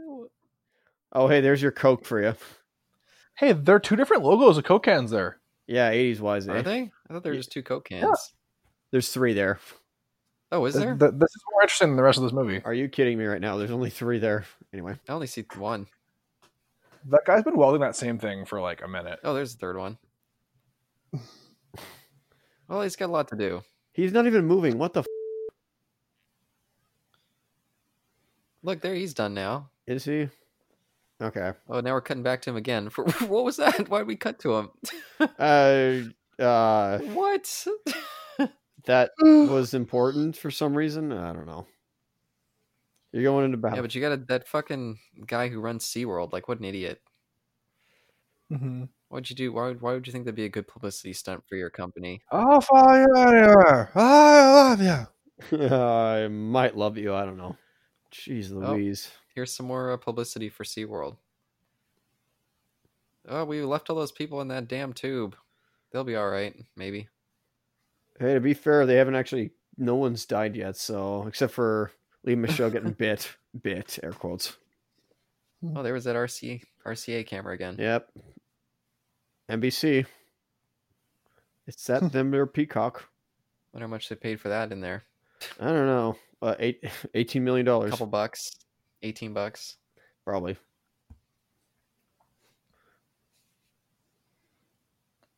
Speaker 1: Oh hey, there's your Coke for you.
Speaker 3: Hey, there are two different logos of Coke cans there.
Speaker 1: Yeah, eighties wise.
Speaker 2: Are
Speaker 1: eh?
Speaker 2: they? I thought they were
Speaker 1: Ye-
Speaker 2: just two Coke cans.
Speaker 1: There's three there.
Speaker 2: Oh, is
Speaker 3: Th-
Speaker 2: there?
Speaker 3: th- this is more interesting than the rest of this movie.
Speaker 1: Are you kidding me right now? There's only three there. Anyway,
Speaker 2: I only see one.
Speaker 3: That guy's been welding that same thing for like a minute.
Speaker 2: Oh, there's the third one. Well, he's got a lot to do.
Speaker 1: He's not even moving. What the f-
Speaker 2: Look, there he's done now.
Speaker 1: is he? Okay.
Speaker 2: Oh, now we're cutting back to him again. For what was that? Why did we cut to him?
Speaker 1: Uh, uh,
Speaker 2: What?
Speaker 1: that was important for some reason. I don't know. You're going into
Speaker 2: Yeah,
Speaker 1: battle.
Speaker 2: but you got that fucking guy who runs SeaWorld. Like, what an idiot.
Speaker 3: Mm-hmm.
Speaker 2: Why'd you do? Why, would- why would you think that'd be a good publicity stunt for your company?
Speaker 4: I'll
Speaker 3: Oh,
Speaker 4: follow you anywhere. I love you.
Speaker 1: I might love you. I don't know. Jeez
Speaker 2: Oh.
Speaker 1: Louise.
Speaker 2: Here's some more uh, publicity for SeaWorld. Oh, we left all those people in that damn tube. They'll be all right, maybe.
Speaker 1: Hey, to be fair, they haven't actually. No one's died yet, so except for Lee Michelle getting bit, bit air quotes.
Speaker 2: Oh, there was that RC RCA camera again.
Speaker 1: Yep. NBC. It's that them their peacock.
Speaker 2: Wonder how much they paid for that in there.
Speaker 1: I don't know. Uh, eight, 18 million
Speaker 2: A
Speaker 1: dollars
Speaker 2: couple bucks, eighteen bucks.
Speaker 1: probably.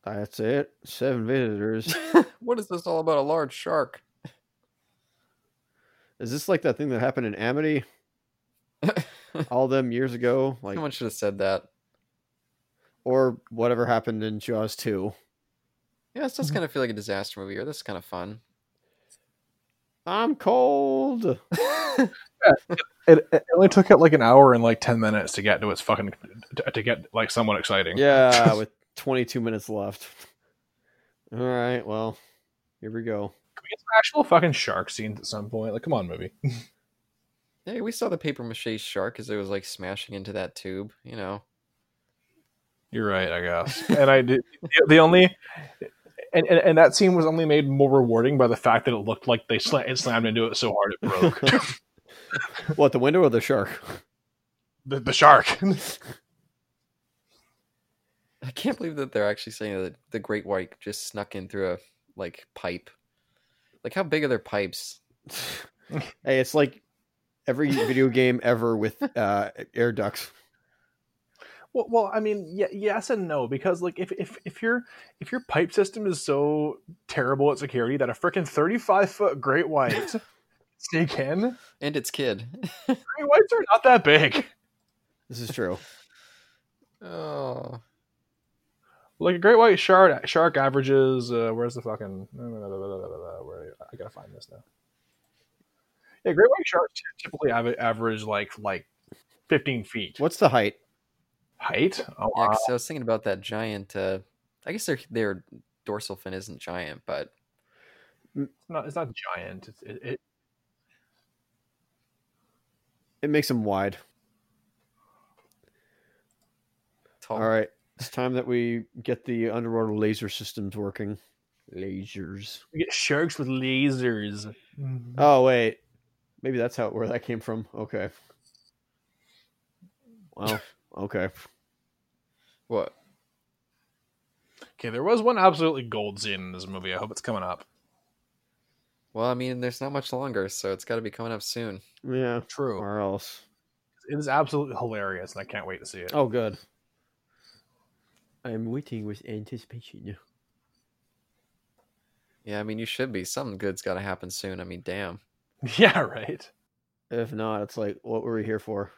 Speaker 1: That's it. Seven visitors.
Speaker 2: what is this all about? A large shark?
Speaker 1: Is this like that thing that happened in Amity all them years ago? Like
Speaker 2: Someone should have said that.
Speaker 1: or whatever happened in Jaws 2.
Speaker 2: Yeah, it's just gonna feel like a disaster movie. Or this is kind of fun.
Speaker 1: I'm cold.
Speaker 3: It, it only took it like an hour and like ten minutes to get to its fucking to, to get like somewhat exciting.
Speaker 1: Yeah, with 22 minutes left. All right, well, here we go.
Speaker 3: Can we get some actual fucking shark scenes at some point? Like, come on, movie.
Speaker 2: Hey, we saw the paper mache shark as it was like smashing into that tube. You know.
Speaker 3: You're right, I guess. and I did the, the only and, and and that scene was only made more rewarding by the fact that it looked like they sla- it slammed into it so hard it broke.
Speaker 1: What, the window or the shark?
Speaker 3: the, the shark.
Speaker 2: I can't believe that they're actually saying that the great white just snuck in through a like pipe. Like how big are their pipes?
Speaker 1: Hey, it's like every video game ever with uh, air ducts.
Speaker 3: Well, well, I mean, ye- yes and no, because like if if if your if your pipe system is so terrible at security that a freaking thirty five foot great white sneak in, great
Speaker 2: And its kid.
Speaker 3: whites are not that big.
Speaker 1: This is true.
Speaker 2: Oh.
Speaker 3: Like a great white shark shark averages. Uh, where's the fucking? Where I gotta find this now. Yeah, great white sharks typically av- average like like fifteen feet
Speaker 1: What's the height?
Speaker 3: height. Oh,
Speaker 2: Yeah,
Speaker 3: uh,
Speaker 2: 'cause I was thinking about that giant uh I guess their their dorsal fin isn't giant, but
Speaker 3: it's not it's not giant. It's it, it,
Speaker 1: It makes them wide.
Speaker 2: tall.
Speaker 1: All right. It's time that we get the underwater laser systems working. Lasers.
Speaker 3: we get sharks with lasers. Mm-hmm.
Speaker 1: Oh, wait. Maybe that's how where that came from. Okay. Well, okay.
Speaker 2: What?
Speaker 3: Okay, there was one absolutely gold scene in this movie. I hope it's coming up.
Speaker 2: Well, I mean, there's not much longer, so it's got to be coming up soon.
Speaker 1: Yeah.
Speaker 3: True.
Speaker 1: Or else.
Speaker 3: It is absolutely hilarious, and I can't wait to see it.
Speaker 1: Oh, good. I'm waiting with anticipation.
Speaker 2: Yeah, I mean, you should be. Something good's got to happen soon. I mean, damn.
Speaker 3: Yeah, right.
Speaker 1: If not, it's like, what were we here for?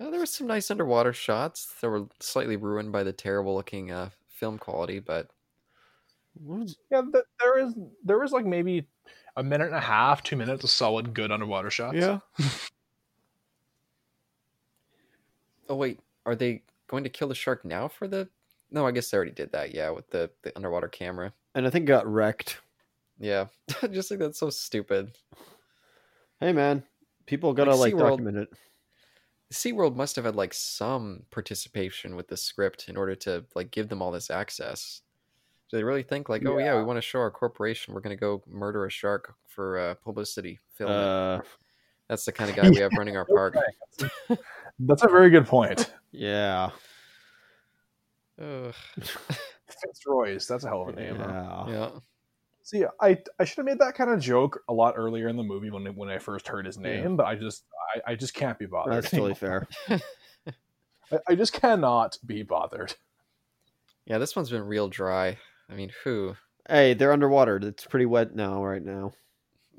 Speaker 2: Uh, there were some nice underwater shots that were slightly ruined by the terrible looking uh, film quality, but
Speaker 1: What is-
Speaker 3: Yeah, th- there is there is like maybe a minute and a half, two minutes of solid good underwater shots.
Speaker 1: Yeah.
Speaker 2: oh wait, are they going to kill the shark now for the? No, I guess they already did that. Yeah, with the, the underwater camera.
Speaker 1: And I think got wrecked.
Speaker 2: Yeah, I just think that's so stupid.
Speaker 1: Hey man, people gotta like,
Speaker 2: Like SeaWorld.
Speaker 1: document it.
Speaker 2: SeaWorld must have had like some participation with the script in order to like give them all this access. Do they really think like, oh yeah, we want to show our corporation, we're going to go murder a shark for uh, publicity film?
Speaker 1: Uh,
Speaker 2: That's the kind of guy we have running our park.
Speaker 3: That's a very good point.
Speaker 1: yeah,
Speaker 2: Ugh,
Speaker 3: Fitzroy's, that's a hell of a name. huh?
Speaker 1: yeah.
Speaker 2: yeah.
Speaker 3: See, I I should have made that kind of joke a lot earlier in the movie when when I first heard his name, but I just I, I just can't be bothered.
Speaker 1: That's totally fair.
Speaker 3: I, I just cannot be bothered.
Speaker 2: Yeah, this one's been real dry. I mean, who?
Speaker 1: Hey, they're underwater. It's pretty wet now, right now.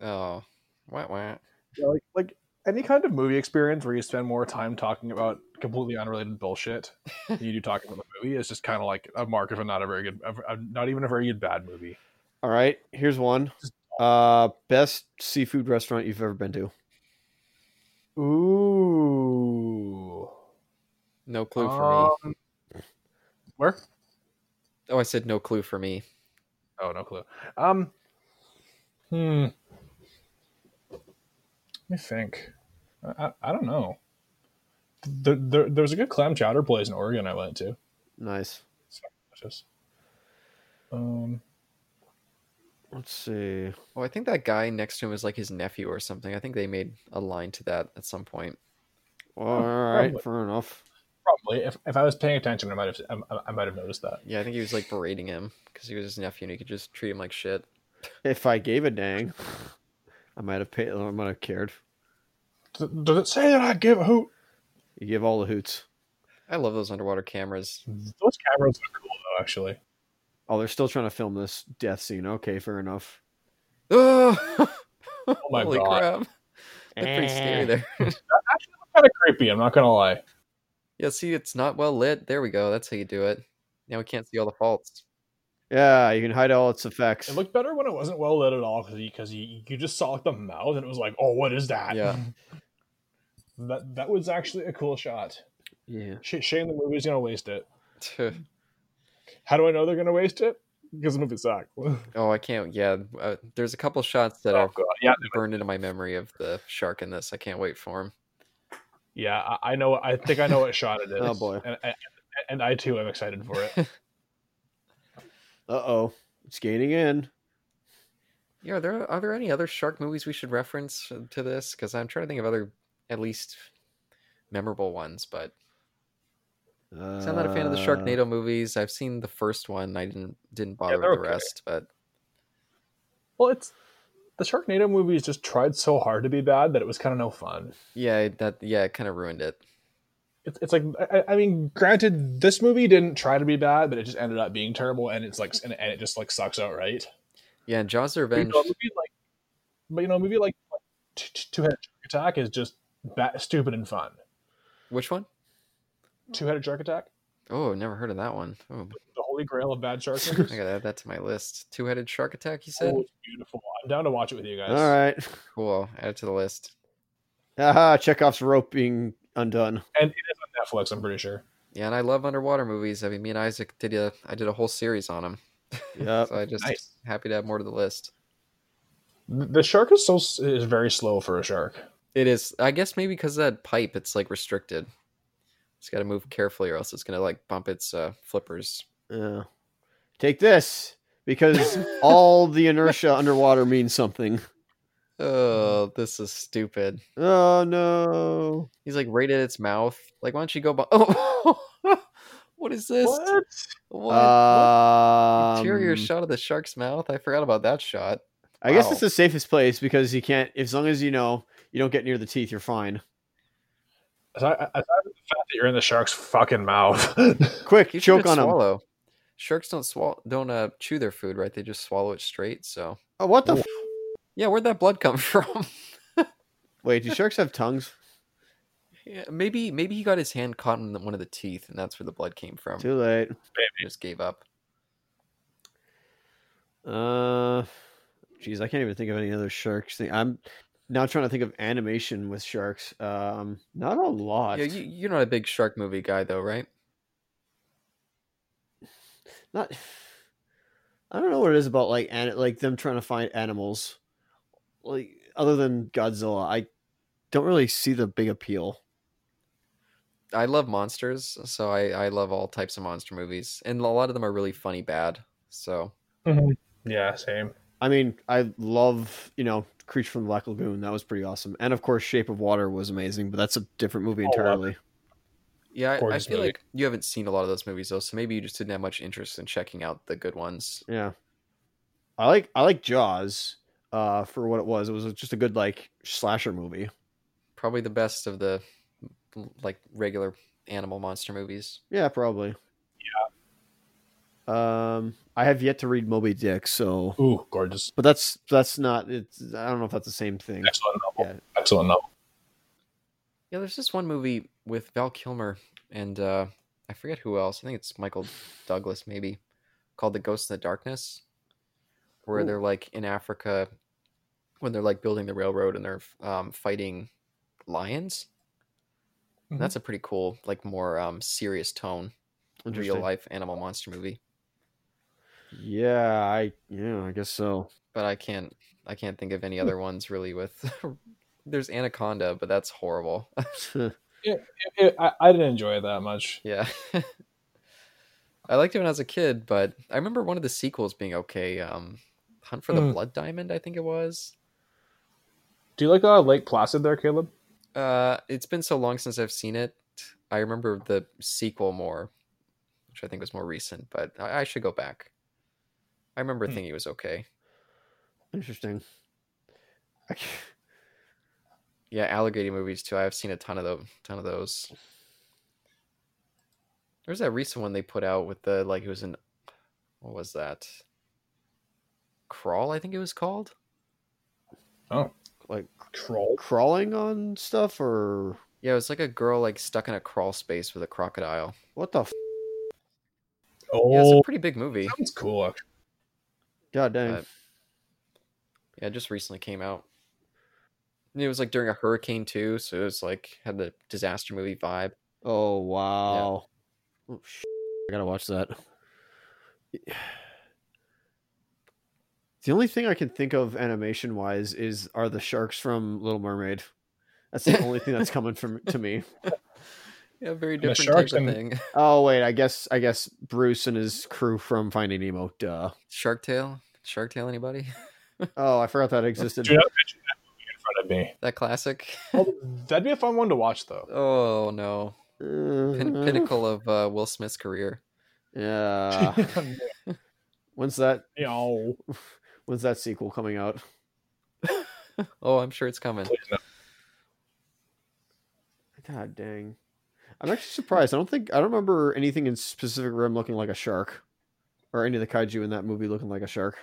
Speaker 2: Oh, wah, wah.
Speaker 3: Yeah, like, like any kind of movie experience where you spend more time talking about completely unrelated bullshit than you do talking about the movie is just kind of like a mark of a not a very good, of a, not even a very good bad movie.
Speaker 1: All right, here's one. Uh, best seafood restaurant you've ever been to.
Speaker 3: Ooh.
Speaker 2: No clue for me.
Speaker 3: Um, Where?
Speaker 2: Oh, I said no clue for me.
Speaker 3: Oh, no clue. Um. Hmm. Let me think. I, I, I don't know. There, there, there was a good clam chowder place in Oregon I went to.
Speaker 1: Nice.
Speaker 3: It's delicious. Um.
Speaker 1: Let's see.
Speaker 2: Oh, I think that guy next to him is like his nephew or something. I think they made a line to that at some point. Oh,
Speaker 1: All right,
Speaker 3: probably.
Speaker 1: fair enough.
Speaker 3: Probably, if, if I was paying attention, I might have I, I might have noticed that.
Speaker 2: Yeah, I think he was like berating him because he was his nephew and he could just treat him like shit.
Speaker 1: If I gave a dang, I might have paid. I might have cared.
Speaker 3: Does it- does it say that I give a hoot?
Speaker 1: You give all the hoots.
Speaker 2: I love those underwater cameras.
Speaker 3: Those cameras are cool though, actually.
Speaker 1: Oh, they're still trying to film this death scene. Okay, fair enough.
Speaker 2: Oh,
Speaker 3: my
Speaker 2: Holy
Speaker 3: God. Eh.
Speaker 2: crap. That's pretty scary there.
Speaker 3: Kind of creepy. I'm not gonna lie.
Speaker 2: yeah, see, it's not well lit. There we go. That's how you do it. Now we can't see all the faults.
Speaker 1: Yeah, you can hide all its effects.
Speaker 3: It looked better when it wasn't well lit at all because you, you just saw like the mouth and it was like, oh, what is that?
Speaker 2: Yeah.
Speaker 3: That that was actually a cool shot.
Speaker 1: yeah.
Speaker 3: Sh- shame the movie's gonna waste it.
Speaker 2: Tuh.
Speaker 3: How do I know they're gonna waste it? Because the movie sucked. oh
Speaker 2: oh, I can't. Yeah, uh, there's a couple shots that are
Speaker 3: god. Yeah.
Speaker 2: burned into my memory of the shark in this. I can't wait for him.
Speaker 3: Yeah. I, I know. I think I know what shot it is.
Speaker 1: Oh, boy.
Speaker 3: And, and, and I too am excited for it.
Speaker 1: Uh oh, it's gaining in.
Speaker 2: Yeah, are there are there any other shark movies we should reference uh, to this? Because I'm trying to think of other at least memorable ones. But
Speaker 1: Uh,
Speaker 2: 'cause I'm not a fan of the Sharknado movies. I've seen the first one. I didn't didn't bother
Speaker 3: they're
Speaker 2: with the
Speaker 3: okay.
Speaker 2: rest. But
Speaker 3: well, it's the Sharknado movies just tried so hard to be bad that it was kind of no fun.
Speaker 2: yeah, that yeah, it kind of ruined it.
Speaker 3: it's, it's like I, I mean granted this movie didn't try to be bad but it just ended up being terrible and it's like and, and it just like sucks outright
Speaker 2: Yeah, and Jaws: The
Speaker 3: But, you
Speaker 2: Revenge.
Speaker 3: know, a movie like but you know a movie like T- T- two-headed shark attack is just ba- stupid and fun
Speaker 2: Which one?
Speaker 3: two-headed shark attack
Speaker 2: Oh, never heard of that one. Oh,
Speaker 3: the holy grail of bad shark
Speaker 2: I
Speaker 3: movies
Speaker 2: gotta add that to my list. Two-headed shark attack. You said.
Speaker 3: oh, it's beautiful i'm down to watch it with you guys
Speaker 1: All right.
Speaker 2: Cool. Add it to the list.
Speaker 1: Haha, Chekhov's rope being undone.
Speaker 3: and it is on netflix i'm pretty sure
Speaker 2: Yeah, and I love underwater movies. I mean, me and Isaac did a I did a whole series on them.
Speaker 1: Yep.
Speaker 2: So I just
Speaker 3: nice
Speaker 2: happy to add more to the list.
Speaker 3: the the shark is so s- is very slow for a shark
Speaker 2: It is, I guess, maybe because that pipe, it's like restricted. It's got to move carefully, or else it's gonna like bump its uh, flippers.
Speaker 1: Yeah. Uh, Take this because all the inertia underwater means something. Mm-hmm.
Speaker 2: Oh, this is stupid.
Speaker 1: Oh no.
Speaker 2: He's like right at its mouth. Like, why don't you go? Bu- oh, what is this?
Speaker 3: what
Speaker 2: What?
Speaker 1: Um,
Speaker 2: Interior shot of the shark's mouth. I forgot about that shot.
Speaker 1: I guess
Speaker 2: Wow.
Speaker 1: it's the safest place because you can't. As long as you know you don't get near the teeth, you're fine.
Speaker 3: aside, aside from the fact that you're in the shark's fucking mouth
Speaker 1: Quick,
Speaker 2: You
Speaker 1: choke on him.
Speaker 2: swallow. Sharks don't swallow, don't uh, chew their food, right? They just swallow it straight. So,
Speaker 1: Oh, what the? F-
Speaker 2: yeah, where'd that blood come from?
Speaker 1: Wait, do sharks have tongues?
Speaker 2: Yeah, maybe maybe he got his hand caught in the- one of the teeth, and that's where the blood came from.
Speaker 1: Too late.
Speaker 2: He just gave up.
Speaker 1: Uh, geez, I can't even think of any other sharks thing. I'm now trying to think of animation with sharks. Um, not a lot.
Speaker 2: Yeah, you, you're not a big shark movie guy, though, right?
Speaker 1: not. I don't know what it is about like and like them trying to find animals, like other than Godzilla. I don't really see the big appeal.
Speaker 2: I love monsters, so I I love all types of monster movies, and a lot of them are really funny bad. So
Speaker 3: yeah same
Speaker 1: I mean, I love you know Creature from the Black Lagoon. That was pretty awesome, and of course, Shape of Water was amazing. But that's a different movie
Speaker 3: Oh, wow.
Speaker 1: entirely.
Speaker 2: yeah, I, I
Speaker 3: Gorgeous
Speaker 2: feel
Speaker 3: movie.
Speaker 2: like you haven't seen a lot of those movies though, so maybe you just didn't have much interest in checking out the good ones.
Speaker 1: Yeah, I like I like Jaws uh, for what it was. It was just a good like slasher movie.
Speaker 2: Probably the best of the like regular animal monster movies.
Speaker 1: Yeah, probably. Yeah. Um, I have yet to read Moby Dick, so
Speaker 3: Ooh, gorgeous.
Speaker 1: but that's that's not it's. I don't know if that's the same thing.
Speaker 3: Excellent novel.
Speaker 1: Yeah.
Speaker 3: Excellent novel.
Speaker 2: Yeah, there's this one movie with Val Kilmer and uh, I forget who else. I think it's Michael Douglas, maybe, called The Ghost in the Darkness, where
Speaker 1: Ooh.
Speaker 2: they're like in Africa when they're like building the railroad and they're um, fighting lions. And
Speaker 1: Mm-hmm.
Speaker 2: That's a pretty cool, like more um, serious tone, real
Speaker 1: Interesting.
Speaker 2: life animal monster movie.
Speaker 1: Yeah, I yeah, I guess so.
Speaker 2: But I can't, I can't think of any
Speaker 1: Hmm.
Speaker 2: other ones really. With there's Anaconda, but that's horrible.
Speaker 3: It- I, I didn't enjoy it that much.
Speaker 2: Yeah. I liked it when I was a kid, but I remember one of the sequels being okay. Um, Hunt for the
Speaker 3: Mm.
Speaker 2: Blood Diamond, I think it was.
Speaker 3: Do you like uh, Lake Placid there, Caleb?
Speaker 2: Uh, it's been so long since I've seen it. I remember the sequel more, which I think was more recent, but I, I should go back. I remember
Speaker 3: Hmm.
Speaker 2: thinking it was okay.
Speaker 1: Interesting. I c-
Speaker 2: Yeah, alligator movies too. I've seen a ton of those. Ton of those. There's that recent one they put out with the like it was an what was that? Crawl, I think it was called.
Speaker 1: Like
Speaker 3: Troll.
Speaker 1: crawling on stuff or
Speaker 2: Yeah, it was like a girl like stuck in a crawl space with a crocodile.
Speaker 1: what the f-
Speaker 3: Oh,
Speaker 2: Yeah, it's a pretty big movie.
Speaker 3: sounds cool. Actually.
Speaker 1: god dang.
Speaker 2: Uh, Yeah, it just recently came out. And it was like during a hurricane too, so it was like had the disaster movie vibe.
Speaker 1: oh wow. Oh, sh- I gotta watch that. The only thing I can think of animation wise is are the sharks from Little Mermaid. That's the only thing that's coming from to me.
Speaker 2: Yeah, very
Speaker 3: the
Speaker 2: different
Speaker 3: sharks
Speaker 2: type of
Speaker 3: and-
Speaker 2: thing.
Speaker 1: Oh wait, I guess I guess Bruce and his crew from Finding Nemo. Duh.
Speaker 2: Shark Tale, Shark Tale, anybody?
Speaker 1: Oh, I forgot that existed.
Speaker 3: Do not mention that movie in front of me.
Speaker 2: That classic.
Speaker 3: Well, Oh, that'd be a fun one to watch, though.
Speaker 2: Oh no, Pin-
Speaker 3: Mm-hmm.
Speaker 1: Uh,
Speaker 2: pinnacle of uh, Will Smith's career.
Speaker 1: Yeah. when's that?
Speaker 3: Yo.
Speaker 1: When's that sequel coming out?
Speaker 2: Oh, I'm sure it's coming.
Speaker 3: Please no.
Speaker 1: God dang. I'm actually surprised. I don't think I don't remember anything in Pacific Rim looking like a shark, or any of the kaiju in that movie looking like a shark.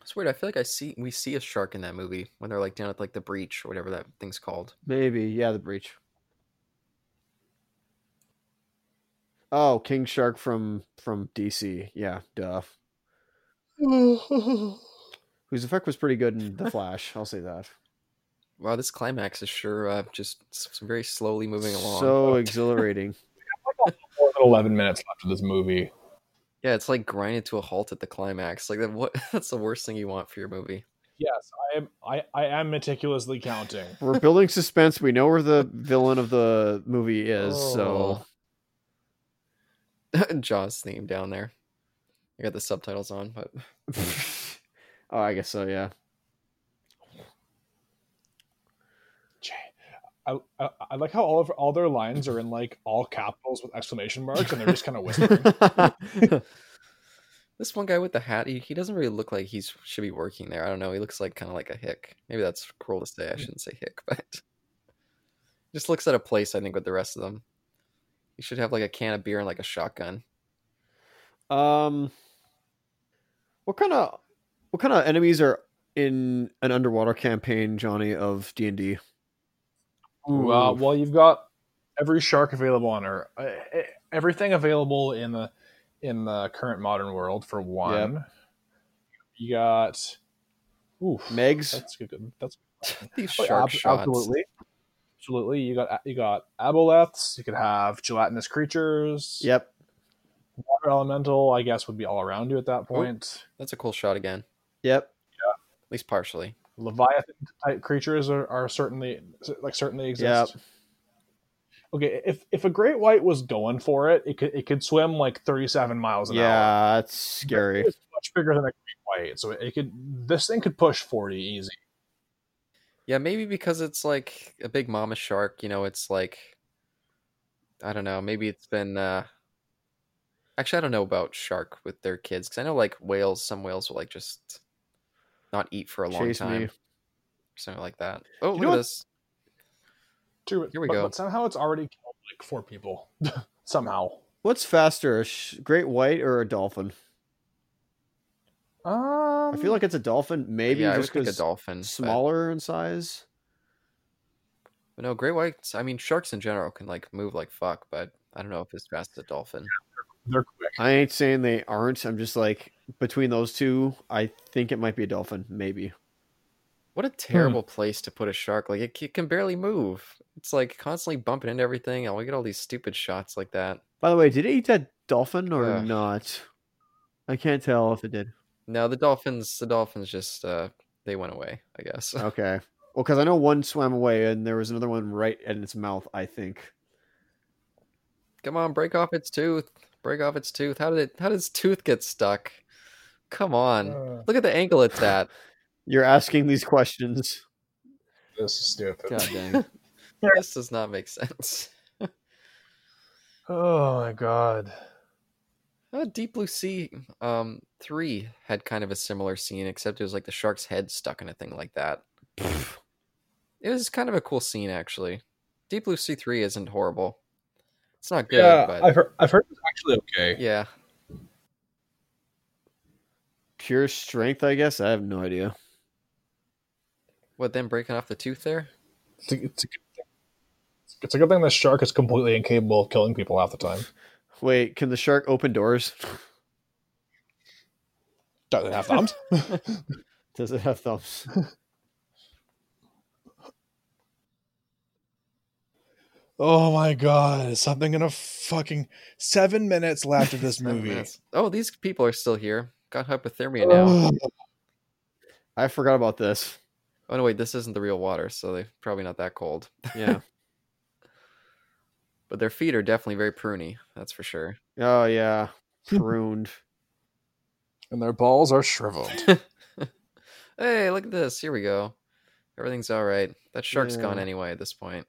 Speaker 2: It's weird. I feel like I see we see a shark in that movie when they're like down at like the breach or whatever that thing's called.
Speaker 1: Maybe, yeah, the breach. Oh, King Shark from from DC. Yeah, duh. Whose effect was pretty good in The Flash. I'll say that.
Speaker 2: Wow, this climax is sure uh, just s- s- very slowly moving along.
Speaker 1: So exhilarating.
Speaker 3: More than 11 minutes left of this movie.
Speaker 2: yeah, it's like grinded to a halt at the climax. Like that, what? That's the worst thing you want for your movie.
Speaker 3: Yes, I am. I, I am meticulously counting.
Speaker 1: We're building suspense. We know where the villain of the movie is, so
Speaker 2: Oh. Jaws theme down there. I got the subtitles on, but
Speaker 1: Oh, I guess so, yeah.
Speaker 3: Jay, I, I, I like how all of all their lines are in like all capitals with exclamation marks, and they're just kind of whispering.
Speaker 2: this one guy with the hat, he, he doesn't really look like he should be working there. I don't know. He looks like kind of like a hick. Maybe that's cruel to say. I shouldn't say hick, but just looks out of place. I think with the rest of them, you should have like a can of beer and like a shotgun.
Speaker 1: Um, what kind of what kind of enemies are in an underwater campaign, Johnny of D and D?
Speaker 3: Ooh, uh, well, you've got every shark available on Earth, uh, e- everything available in the in the current modern world. For one, you got. Ooh,
Speaker 1: Megs.
Speaker 3: that's good. That's
Speaker 2: These
Speaker 3: Oh,
Speaker 2: shark
Speaker 3: ab-
Speaker 2: shots.
Speaker 3: Absolutely, absolutely. You got you got aboleths. You could have gelatinous creatures.
Speaker 1: Yep.
Speaker 3: Water elemental, I guess, would be all around you at
Speaker 2: Oh.
Speaker 3: that point.
Speaker 2: That's a cool shot again,
Speaker 1: Yep.
Speaker 2: at least partially.
Speaker 3: Leviathan type creatures are, are certainly like certainly exist. Okay, if if a great white was going for it, it could it could swim like thirty seven miles an hour.
Speaker 1: Yeah, that's scary.
Speaker 3: It's much bigger than a great white, so it could this thing could push forty easy.
Speaker 2: Yeah, maybe because it's like a big mama shark, you know, it's like I don't know, maybe it's been uh actually I don't know about shark with their kids cuz I know like whales, some whales will like just not eat for a long
Speaker 1: Chase
Speaker 2: time.
Speaker 1: me.
Speaker 2: something like that. Oh,
Speaker 3: You
Speaker 2: look
Speaker 3: know
Speaker 2: at
Speaker 3: what-
Speaker 2: this.
Speaker 3: Two.
Speaker 2: Here we
Speaker 3: but,
Speaker 2: go.
Speaker 3: But somehow it's already killed like four people. somehow.
Speaker 1: What's faster, a sh- great white or a dolphin?
Speaker 3: Um,
Speaker 1: I feel like it's a dolphin, maybe
Speaker 2: yeah, I would
Speaker 1: just
Speaker 2: pick a
Speaker 1: because
Speaker 2: dolphin. but-
Speaker 1: smaller in size.
Speaker 2: but no, great whites. I mean, sharks in general can like move like fuck, but I don't know if it's fast as a dolphin.
Speaker 3: they're quick.
Speaker 1: I ain't saying they aren't. I'm just like between those two, I think it might be a dolphin, maybe.
Speaker 2: What a
Speaker 1: Hmm.
Speaker 2: terrible place to put a shark. Like it, c- it can barely move. It's like constantly bumping into everything, and we get all these stupid shots like that.
Speaker 1: By the way, did it eat that dolphin or
Speaker 2: Ugh.
Speaker 1: not? I can't tell if it did.
Speaker 2: No, the dolphins. The dolphins just uh, they went away. I guess.
Speaker 1: Okay. Well, because I know one swam away and there was another one right in its mouth, I think.
Speaker 2: Come on, break off its tooth. Break off its tooth. How did it? How does tooth get stuck? Come on.
Speaker 3: Uh,
Speaker 2: Look at the angle it's at.
Speaker 1: You're asking these questions.
Speaker 3: this is stupid.
Speaker 2: God dang. this does not make sense.
Speaker 3: Oh my god.
Speaker 2: Uh, Deep Blue Sea um, 3 had kind of a similar scene, except it was like the shark's head stuck in a thing like that. it was kind of a cool scene, actually. Deep Blue Sea 3 isn't horrible. It's not good,
Speaker 3: Yeah,
Speaker 2: but
Speaker 3: I've heard. I've heard it's actually okay.
Speaker 2: yeah.
Speaker 1: Pure strength, I guess. I have no idea.
Speaker 2: What, then breaking off the tooth there?
Speaker 3: It's a, it's a good thing. It's a good thing the shark is completely incapable of killing people half the time.
Speaker 1: Wait, can the shark open doors?
Speaker 3: Doesn't have thumbs.
Speaker 1: Does it have thumbs?
Speaker 5: Oh my god, is something gonna fucking seven minutes left of this
Speaker 2: Seven
Speaker 5: movie?
Speaker 2: minutes. Oh, these people are still here. Got hypothermia now.
Speaker 1: I forgot about this.
Speaker 2: Oh, no, wait, this isn't the real water, so they're probably not that cold.
Speaker 1: Yeah.
Speaker 2: But their feet are definitely very pruny, that's for sure.
Speaker 1: oh, yeah. Pruned.
Speaker 5: And their balls are shriveled.
Speaker 2: Hey, look at this. Here we go. Everything's all right. That shark's gone
Speaker 1: Yeah.
Speaker 2: anyway at this point.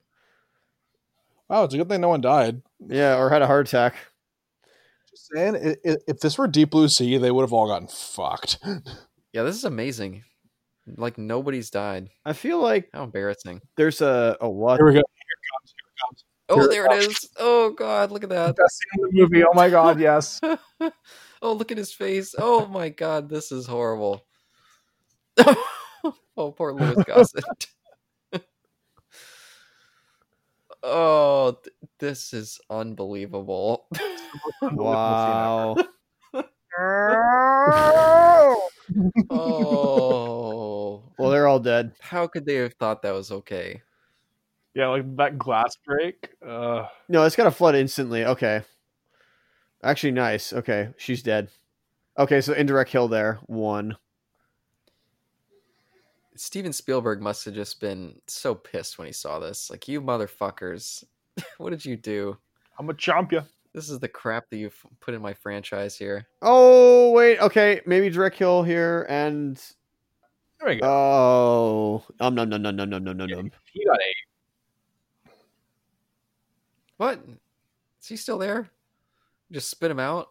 Speaker 5: Wow, Oh, it's a good thing no one died.
Speaker 1: Yeah, or had a heart attack.
Speaker 5: Just saying, i- i- if this were Deep Blue Sea, they would have all gotten fucked.
Speaker 2: Yeah, this is amazing. Like nobody's died.
Speaker 1: I feel like
Speaker 2: How embarrassing.
Speaker 1: there's a, a what?
Speaker 5: Here we go.
Speaker 2: Oh,
Speaker 3: Sure.
Speaker 2: there it is. Oh god, look at that.
Speaker 3: Best scene in the movie. Oh my god. Yes.
Speaker 2: Oh, look at his face. Oh my god, this is horrible. oh, poor Louis Gossett. oh, th- this is unbelievable.
Speaker 1: Wow.
Speaker 2: Oh.
Speaker 1: well, they're all dead.
Speaker 2: How could they have thought that was okay?
Speaker 3: Yeah, like that glass break. Uh,
Speaker 1: No, it's got to flood instantly. Okay. Actually, nice. Okay. She's dead. Okay. So indirect kill there. One.
Speaker 2: Steven Spielberg must have just been so pissed when he saw this. Like, you motherfuckers, what did you do?
Speaker 3: I'm a chomp ya.
Speaker 2: This is the crap that you've put in my franchise here.
Speaker 1: Oh, wait. Okay. Maybe direct kill here. And.
Speaker 3: There we go.
Speaker 1: Oh. Um, num, num, num, num, num, num, num, num.
Speaker 3: He got eight.
Speaker 2: What? Is he still there? Just spit him out?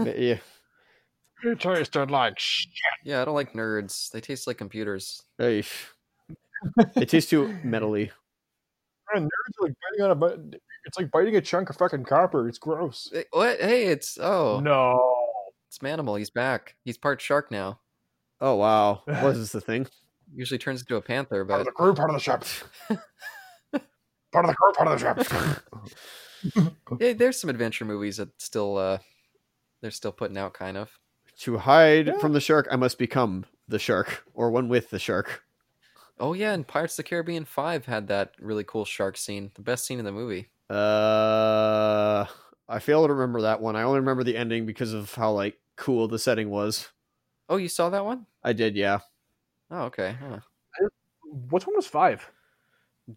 Speaker 1: Yeah.
Speaker 3: It tasted like shit.
Speaker 2: Yeah, I don't like nerds. They taste like computers.
Speaker 1: Hey. It tastes too metally.
Speaker 3: Nerds are like biting on a bu- It's like biting a chunk of fucking copper. It's gross.
Speaker 2: Eh, What? Hey, it's oh,
Speaker 3: No.
Speaker 2: it's Manimal. He's back. He's part shark now.
Speaker 1: Oh, wow. Was this the thing?
Speaker 2: Usually turns into a panther,
Speaker 5: Part of
Speaker 2: but
Speaker 5: the crew, part of the ship. part of the crew, part of the ship.
Speaker 2: yeah, there's some adventure movies that still uh, they're still putting out, kind of.
Speaker 1: To hide from the shark, I must become the shark or one with the shark.
Speaker 2: Oh yeah, and Pirates of the Caribbean Five had that really cool shark scene, the best scene in the movie.
Speaker 1: Uh, I fail to remember that one. I only remember the ending because of how like cool the setting was.
Speaker 2: Oh, you saw that one?
Speaker 1: I did, yeah.
Speaker 2: Oh, okay. huh.
Speaker 3: Which one was five?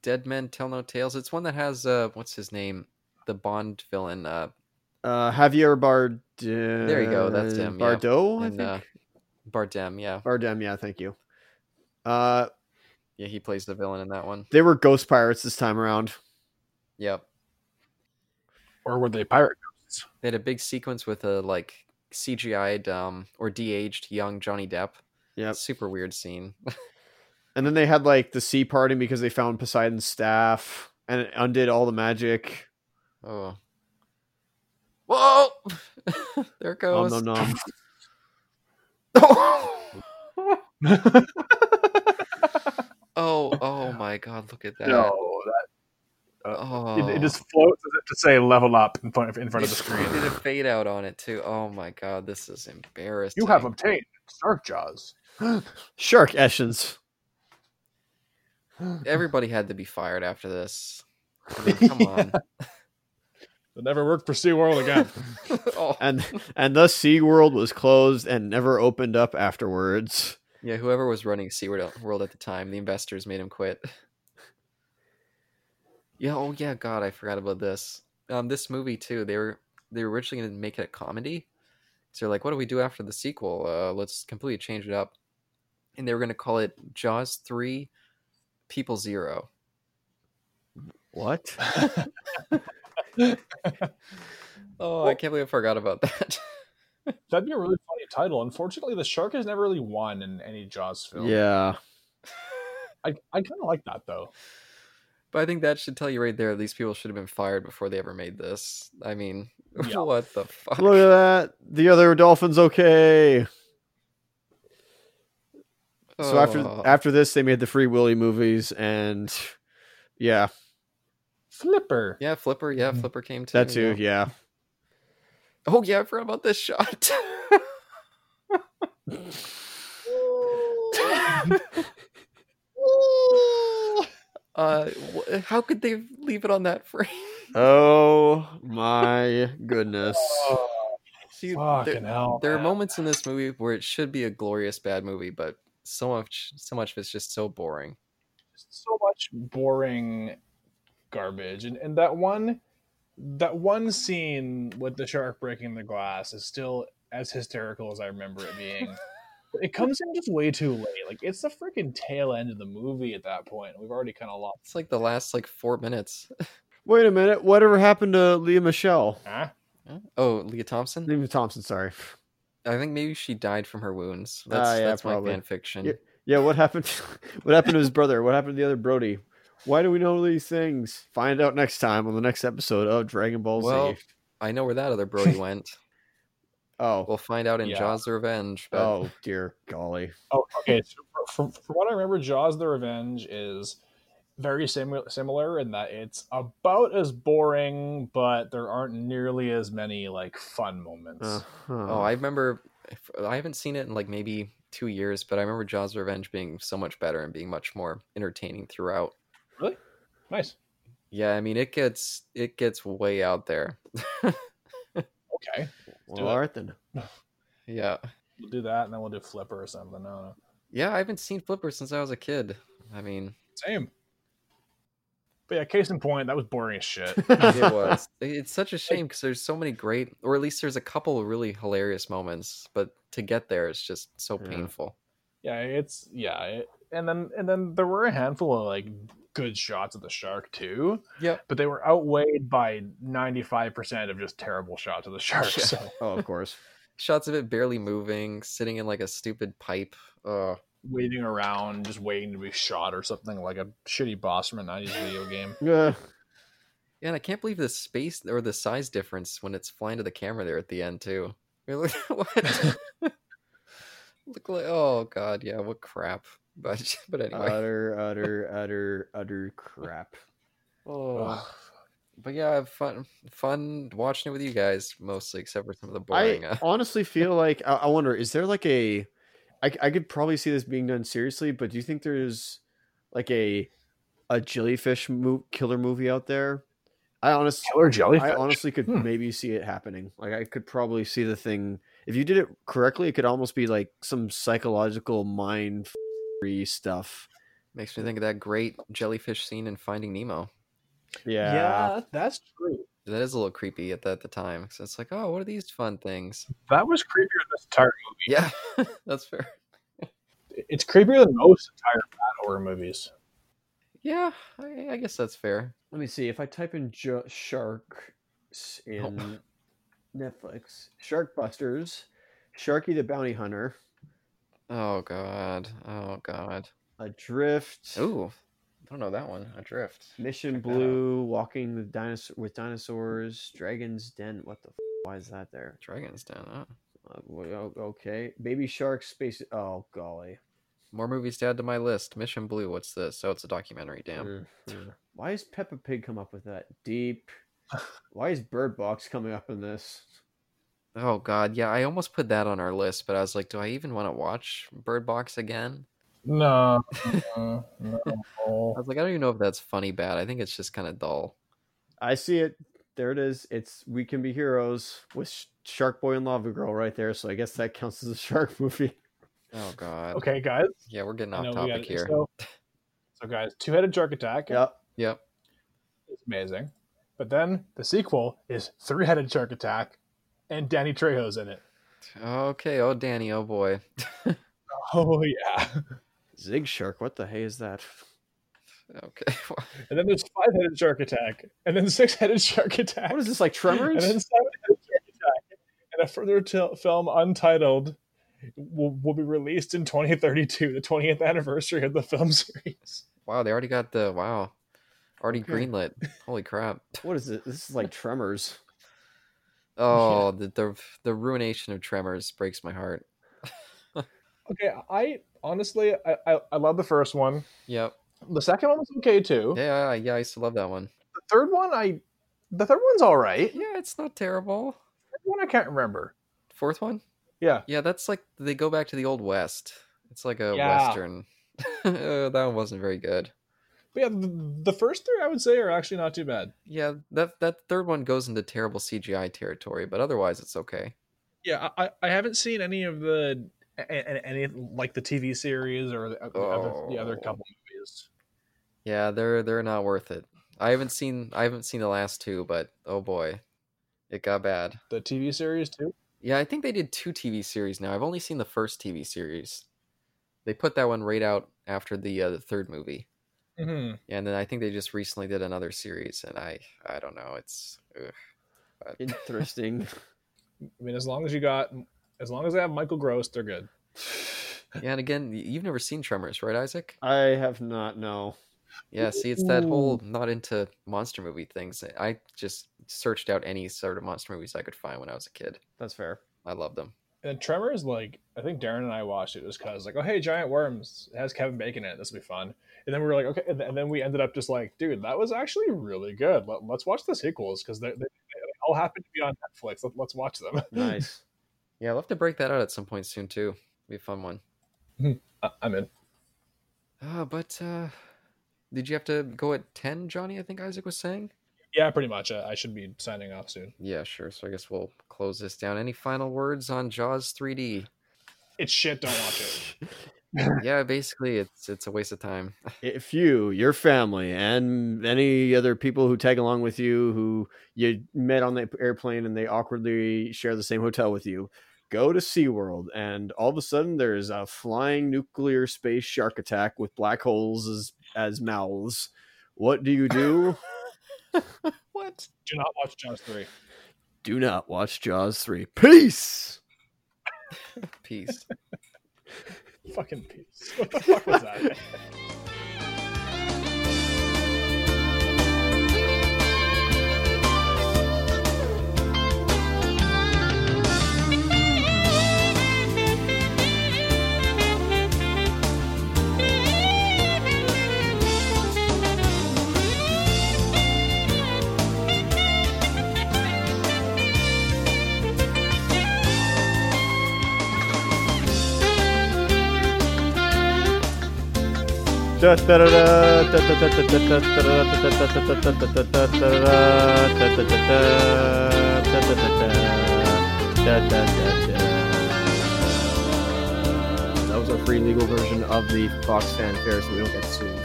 Speaker 2: Dead Men Tell No Tales. It's one that has uh, what's his name, the Bond villain. Uh,
Speaker 1: Uh, Javier Bard. There
Speaker 2: you go, that's him, yeah.
Speaker 1: Bardot,
Speaker 2: And,
Speaker 1: Oh, I
Speaker 2: uh,
Speaker 1: think.
Speaker 2: Bardem. Yeah,
Speaker 1: Bardem, yeah. Thank you. Uh,
Speaker 2: yeah, he plays the villain in that one.
Speaker 1: they were ghost pirates this time around.
Speaker 2: Yep.
Speaker 3: Or were they pirate?
Speaker 2: They had a big sequence with a like CGI'd um, or de-aged young Johnny Depp.
Speaker 1: Yep.
Speaker 2: Super weird scene.
Speaker 1: And then they had like the sea parting because they found Poseidon's staff and it undid all the magic.
Speaker 2: Oh. Whoa! there it
Speaker 1: Nom
Speaker 3: Oh,
Speaker 2: goes.
Speaker 1: nom nom.
Speaker 2: Oh, oh my god, look at that.
Speaker 3: no,
Speaker 2: Oh.
Speaker 3: that, it, it just floats as if to say level up in front of, in
Speaker 2: Oh.
Speaker 3: front of the screen.
Speaker 2: Did a fade out on it too. Oh my god, this is embarrassing.
Speaker 3: You have obtained Stark Jaws.
Speaker 1: Shark Eshens.
Speaker 2: Everybody had to be fired after this. I mean, come on.
Speaker 5: It'll never work for SeaWorld again.
Speaker 2: oh.
Speaker 1: And and thus SeaWorld was closed and never opened up afterwards.
Speaker 2: Yeah, whoever was running SeaWorld World at the time, the investors made him quit. Yeah, oh yeah, God, I forgot about this. Um, this movie too. They were they were originally going to make it a comedy, so they're like, "What do we do after the sequel? Uh, let's completely change it up." And they were going to call it Jaws Three, People Zero.
Speaker 1: What?
Speaker 2: Oh, I can't believe I forgot about that.
Speaker 3: That'd be a really funny title. Unfortunately, the shark has never really won in any Jaws film.
Speaker 1: Yeah.
Speaker 3: I, I kind of like that though.
Speaker 2: but I think that should tell you right there. These people should have been fired before they ever made this. I mean,
Speaker 3: Yeah.
Speaker 2: what the fuck?
Speaker 1: Look at that. The other dolphin's okay. So after
Speaker 2: Oh.
Speaker 1: after this they made the Free Willy movies and yeah,
Speaker 3: Flipper.
Speaker 2: yeah, Flipper. Yeah, Flipper came too.
Speaker 1: Mm-hmm. that too,
Speaker 2: yeah.
Speaker 1: yeah.
Speaker 2: Oh yeah, I forgot about this shot. uh, wh- how could they leave it on that frame?
Speaker 1: Oh my goodness.
Speaker 3: Oh.
Speaker 2: See,
Speaker 3: Fucking
Speaker 2: there,
Speaker 3: hell.
Speaker 2: there are
Speaker 3: man.
Speaker 2: moments in this movie where it should be a glorious bad movie, but so much, so much of it's just so boring.
Speaker 3: so much boring garbage. And and that one that one scene with the shark breaking the glass is still as hysterical as I remember it being. it comes in just way too late. Like it's the freaking tail end of the movie at that point. We've already kind of lost.
Speaker 2: It's like the last like four minutes.
Speaker 1: Wait a minute. Whatever happened to Leah Michelle?
Speaker 3: Huh?
Speaker 2: Oh, Leah Thompson.
Speaker 1: Leah Thompson, sorry.
Speaker 2: I think maybe she died from her wounds. That's
Speaker 1: Ah, yeah,
Speaker 2: that's my
Speaker 1: probably.
Speaker 2: fan fiction.
Speaker 1: Yeah. Yeah, what happened? what happened to his brother? What happened to the other Brody? Why do we know these things? Find out next time on the next episode of Dragon Ball
Speaker 2: Well-
Speaker 1: Z.
Speaker 2: I know where that other Brody went.
Speaker 1: Oh,
Speaker 2: We'll find out in
Speaker 3: Yeah.
Speaker 2: Jaws: The Revenge. But
Speaker 1: oh dear golly.
Speaker 3: Oh, okay. So from, from what I remember, Jaws: The Revenge is very similar, similar in that it's about as boring, but there aren't nearly as many like fun moments.
Speaker 1: Uh-huh.
Speaker 2: Oh, I remember. I haven't seen it in like maybe two years, but I remember Jaws: Revenge being so much better and being much more entertaining throughout.
Speaker 3: Nice.
Speaker 2: Yeah, I mean it gets it gets way out there.
Speaker 3: Okay.
Speaker 1: well,
Speaker 3: do it.
Speaker 1: all right then.
Speaker 2: Yeah,
Speaker 3: We'll do that, and then we'll do Flipper or something. I don't know.
Speaker 2: yeah. I haven't seen Flipper since I was a kid. I mean,
Speaker 3: Same. But yeah, case in point, that was boring as shit.
Speaker 2: it was. it's such a shame because there's so many great, or at least there's a couple of really hilarious moments, but to get there, it's just so
Speaker 1: Yeah.
Speaker 2: painful.
Speaker 3: yeah, it's yeah, it, and then and then there were a handful of like good shots of the shark too.
Speaker 2: Yep.
Speaker 3: But they were outweighed by ninety five percent of just terrible shots of the shark.
Speaker 2: Yeah.
Speaker 3: So
Speaker 1: oh, of course.
Speaker 2: Shots of it barely moving, sitting in like a stupid pipe. Uh,
Speaker 3: waiting around, just waiting to be shot or something like a shitty boss from a nineties video game.
Speaker 1: Yeah.
Speaker 2: Yeah, and I can't believe the space or the size difference when it's flying to the camera there at the end too. I mean, look what? look like oh god, yeah, what crap. But but
Speaker 1: Uh,
Speaker 2: anyway,
Speaker 1: utter, utter, utter, utter crap.
Speaker 2: oh.
Speaker 3: Ugh.
Speaker 2: but yeah, I have fun fun watching it with you guys mostly, except for some of the boring.
Speaker 1: I
Speaker 2: uh,
Speaker 1: honestly feel like I, I wonder is there like a I, I could probably see this being done seriously, but do you think there's like a a jellyfish mo- killer movie out there? I honestly
Speaker 3: Killer
Speaker 1: I
Speaker 3: jellyfish.
Speaker 1: honestly could
Speaker 3: Hmm.
Speaker 1: maybe see it happening. Like I could probably see the thing if you did it correctly, it could almost be like some psychological mind free stuff.
Speaker 2: makes me think of that great jellyfish scene in Finding Nemo.
Speaker 1: Yeah.
Speaker 3: yeah, that's true.
Speaker 2: That is a little creepy at the, at the time. So it's like, oh, what are these fun things?
Speaker 3: That was creepier than this entire
Speaker 2: Yeah, that's fair.
Speaker 3: movie. It's creepier than most entire bad horror movies.
Speaker 2: Yeah, I, I guess that's fair.
Speaker 1: Let me see if I type in ju- shark s- in Netflix. Shark Busters, Sharky the Bounty Hunter.
Speaker 2: Oh god, oh god.
Speaker 1: Adrift,
Speaker 2: Ooh, I don't know that one. Adrift.
Speaker 1: Mission
Speaker 2: check that out.
Speaker 1: Blue, Walking the Dinosaur with Dinosaurs, Dragon's Den. What the? F- why is that there?
Speaker 2: Dragons down. Huh?
Speaker 1: Uh, well, o- okay, Baby Shark Space. Oh golly,
Speaker 2: More movies to add to my list. Mission Blue. What's this? Oh, it's a documentary. Damn.
Speaker 1: Mm, mm. Why is Peppa Pig come up with that? Deep. Why is Bird Box coming up in this?
Speaker 2: Oh God, yeah. I almost put that on our list, but I was like, do I even want to watch Bird Box again?
Speaker 3: No. no,
Speaker 2: I was like, I don't even know if that's funny bad. I think it's just kind of dull.
Speaker 1: I see it. There it is. It's We Can Be Heroes with Sh- Shark Boy and Lava Girl right there. So I guess that counts as a shark movie.
Speaker 2: Oh God.
Speaker 3: Okay, guys.
Speaker 2: Yeah, we're getting
Speaker 3: I
Speaker 2: off
Speaker 3: know we
Speaker 2: topic
Speaker 3: gotta-
Speaker 2: here.
Speaker 3: So, so guys, two headed shark attack
Speaker 1: Yep.
Speaker 2: Yep.
Speaker 3: is amazing. But then the sequel is three headed shark attack and Danny Trejo's in it.
Speaker 2: Okay. Oh Danny. Oh boy.
Speaker 3: Oh yeah.
Speaker 1: Zig Shark. What the hey is that?
Speaker 2: Okay.
Speaker 3: And then there's five headed shark attack. And then six headed shark attack.
Speaker 1: What is this like
Speaker 3: and
Speaker 1: Tremors?
Speaker 3: then seven headed shark attack. And a further til- film untitled will, will be released in 2032, the 20th anniversary of the film series.
Speaker 2: wow. They already got the wow. Already
Speaker 1: Okay.
Speaker 2: greenlit. Holy crap.
Speaker 1: what is it? This is like Tremors.
Speaker 2: Oh, the, the the ruination of Tremors breaks my heart.
Speaker 3: Okay, I honestly I, I, I love the first one.
Speaker 2: Yep.
Speaker 3: The second one was okay too.
Speaker 2: Yeah, yeah, I used to love that one.
Speaker 3: The third one I the third one's alright.
Speaker 2: Yeah, it's not terrible.
Speaker 3: Third one I can't remember.
Speaker 2: Fourth one?
Speaker 3: Yeah.
Speaker 2: Yeah, that's like they go back to the old west. It's like a
Speaker 3: Yeah.
Speaker 2: western. Uh, that one wasn't very good.
Speaker 3: But yeah, the, the first three I would say are actually not too bad.
Speaker 2: Yeah, that that third one goes into terrible CGI territory, but otherwise it's okay.
Speaker 3: Yeah, I, I- I haven't seen any of the a- a- any like the TV series or the, the other, the other
Speaker 2: Oh.
Speaker 3: couple movies.
Speaker 2: Yeah, they're they're not worth it. I haven't seen I haven't seen the last two, but oh boy, it got bad.
Speaker 3: The TV series too.
Speaker 2: Yeah, I think they did two TV series now. I've only seen the first TV series. They put that one right out after the uh, the third movie.
Speaker 3: Mm-hmm.
Speaker 2: and then I think they just recently did another series, and I I don't know. It's ugh. But-
Speaker 1: Interesting.
Speaker 3: I mean, as long as you got as long as they have Michael Gross, they're good.
Speaker 2: yeah, and again, y- you've never seen Tremors, right, Isaac?
Speaker 1: I have not. No.
Speaker 2: Yeah, see, it's that whole not into monster movie things. eh, I just searched out any sort of monster movies I could find when I was a kid.
Speaker 1: That's fair.
Speaker 2: I loved them.
Speaker 3: And Tremors, like I think Darren and I watched it just because like, oh hey, giant worms it has Kevin Bacon in it. This will be fun. And then we were like, okay, and, th- and then we ended up just like, dude, that was actually really good. Let, let's watch the sequels because they, they, they all happen to be on Netflix. Let, let's watch them.
Speaker 1: Nice.
Speaker 2: Yeah, I'll have to break that out at some point soon too. Be a fun one.
Speaker 3: I- I'm in.
Speaker 2: Uh, but uh, did you have to go at ten, Johnny? I think Isaac was saying.
Speaker 3: Yeah, pretty much. I, I should be signing off soon.
Speaker 2: Yeah, sure. So I guess we'll close this down. Any final words on Jaws 3D?
Speaker 3: It's shit. Don't watch it.
Speaker 2: yeah, basically, it's it's a waste of time.
Speaker 1: if you, your family, and any other people who tag along with you who you met on the airplane and they awkwardly share the same hotel with you, go to SeaWorld and all of a sudden there's a flying nuclear space shark attack with black holes as, as mouths. What do you do?
Speaker 2: What?
Speaker 3: Do not watch Jaws three.
Speaker 1: do not watch Jaws 3. Peace!
Speaker 2: Peace.
Speaker 3: Fucking peace. What the fuck was that?
Speaker 1: That was our free legal version of the Fox fanfare, so we don't get sued.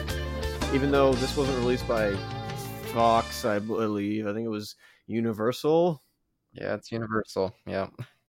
Speaker 1: Even though this wasn't released by Fox, I believe. I think it was Universal.
Speaker 2: Yeah, it's universal. Yeah.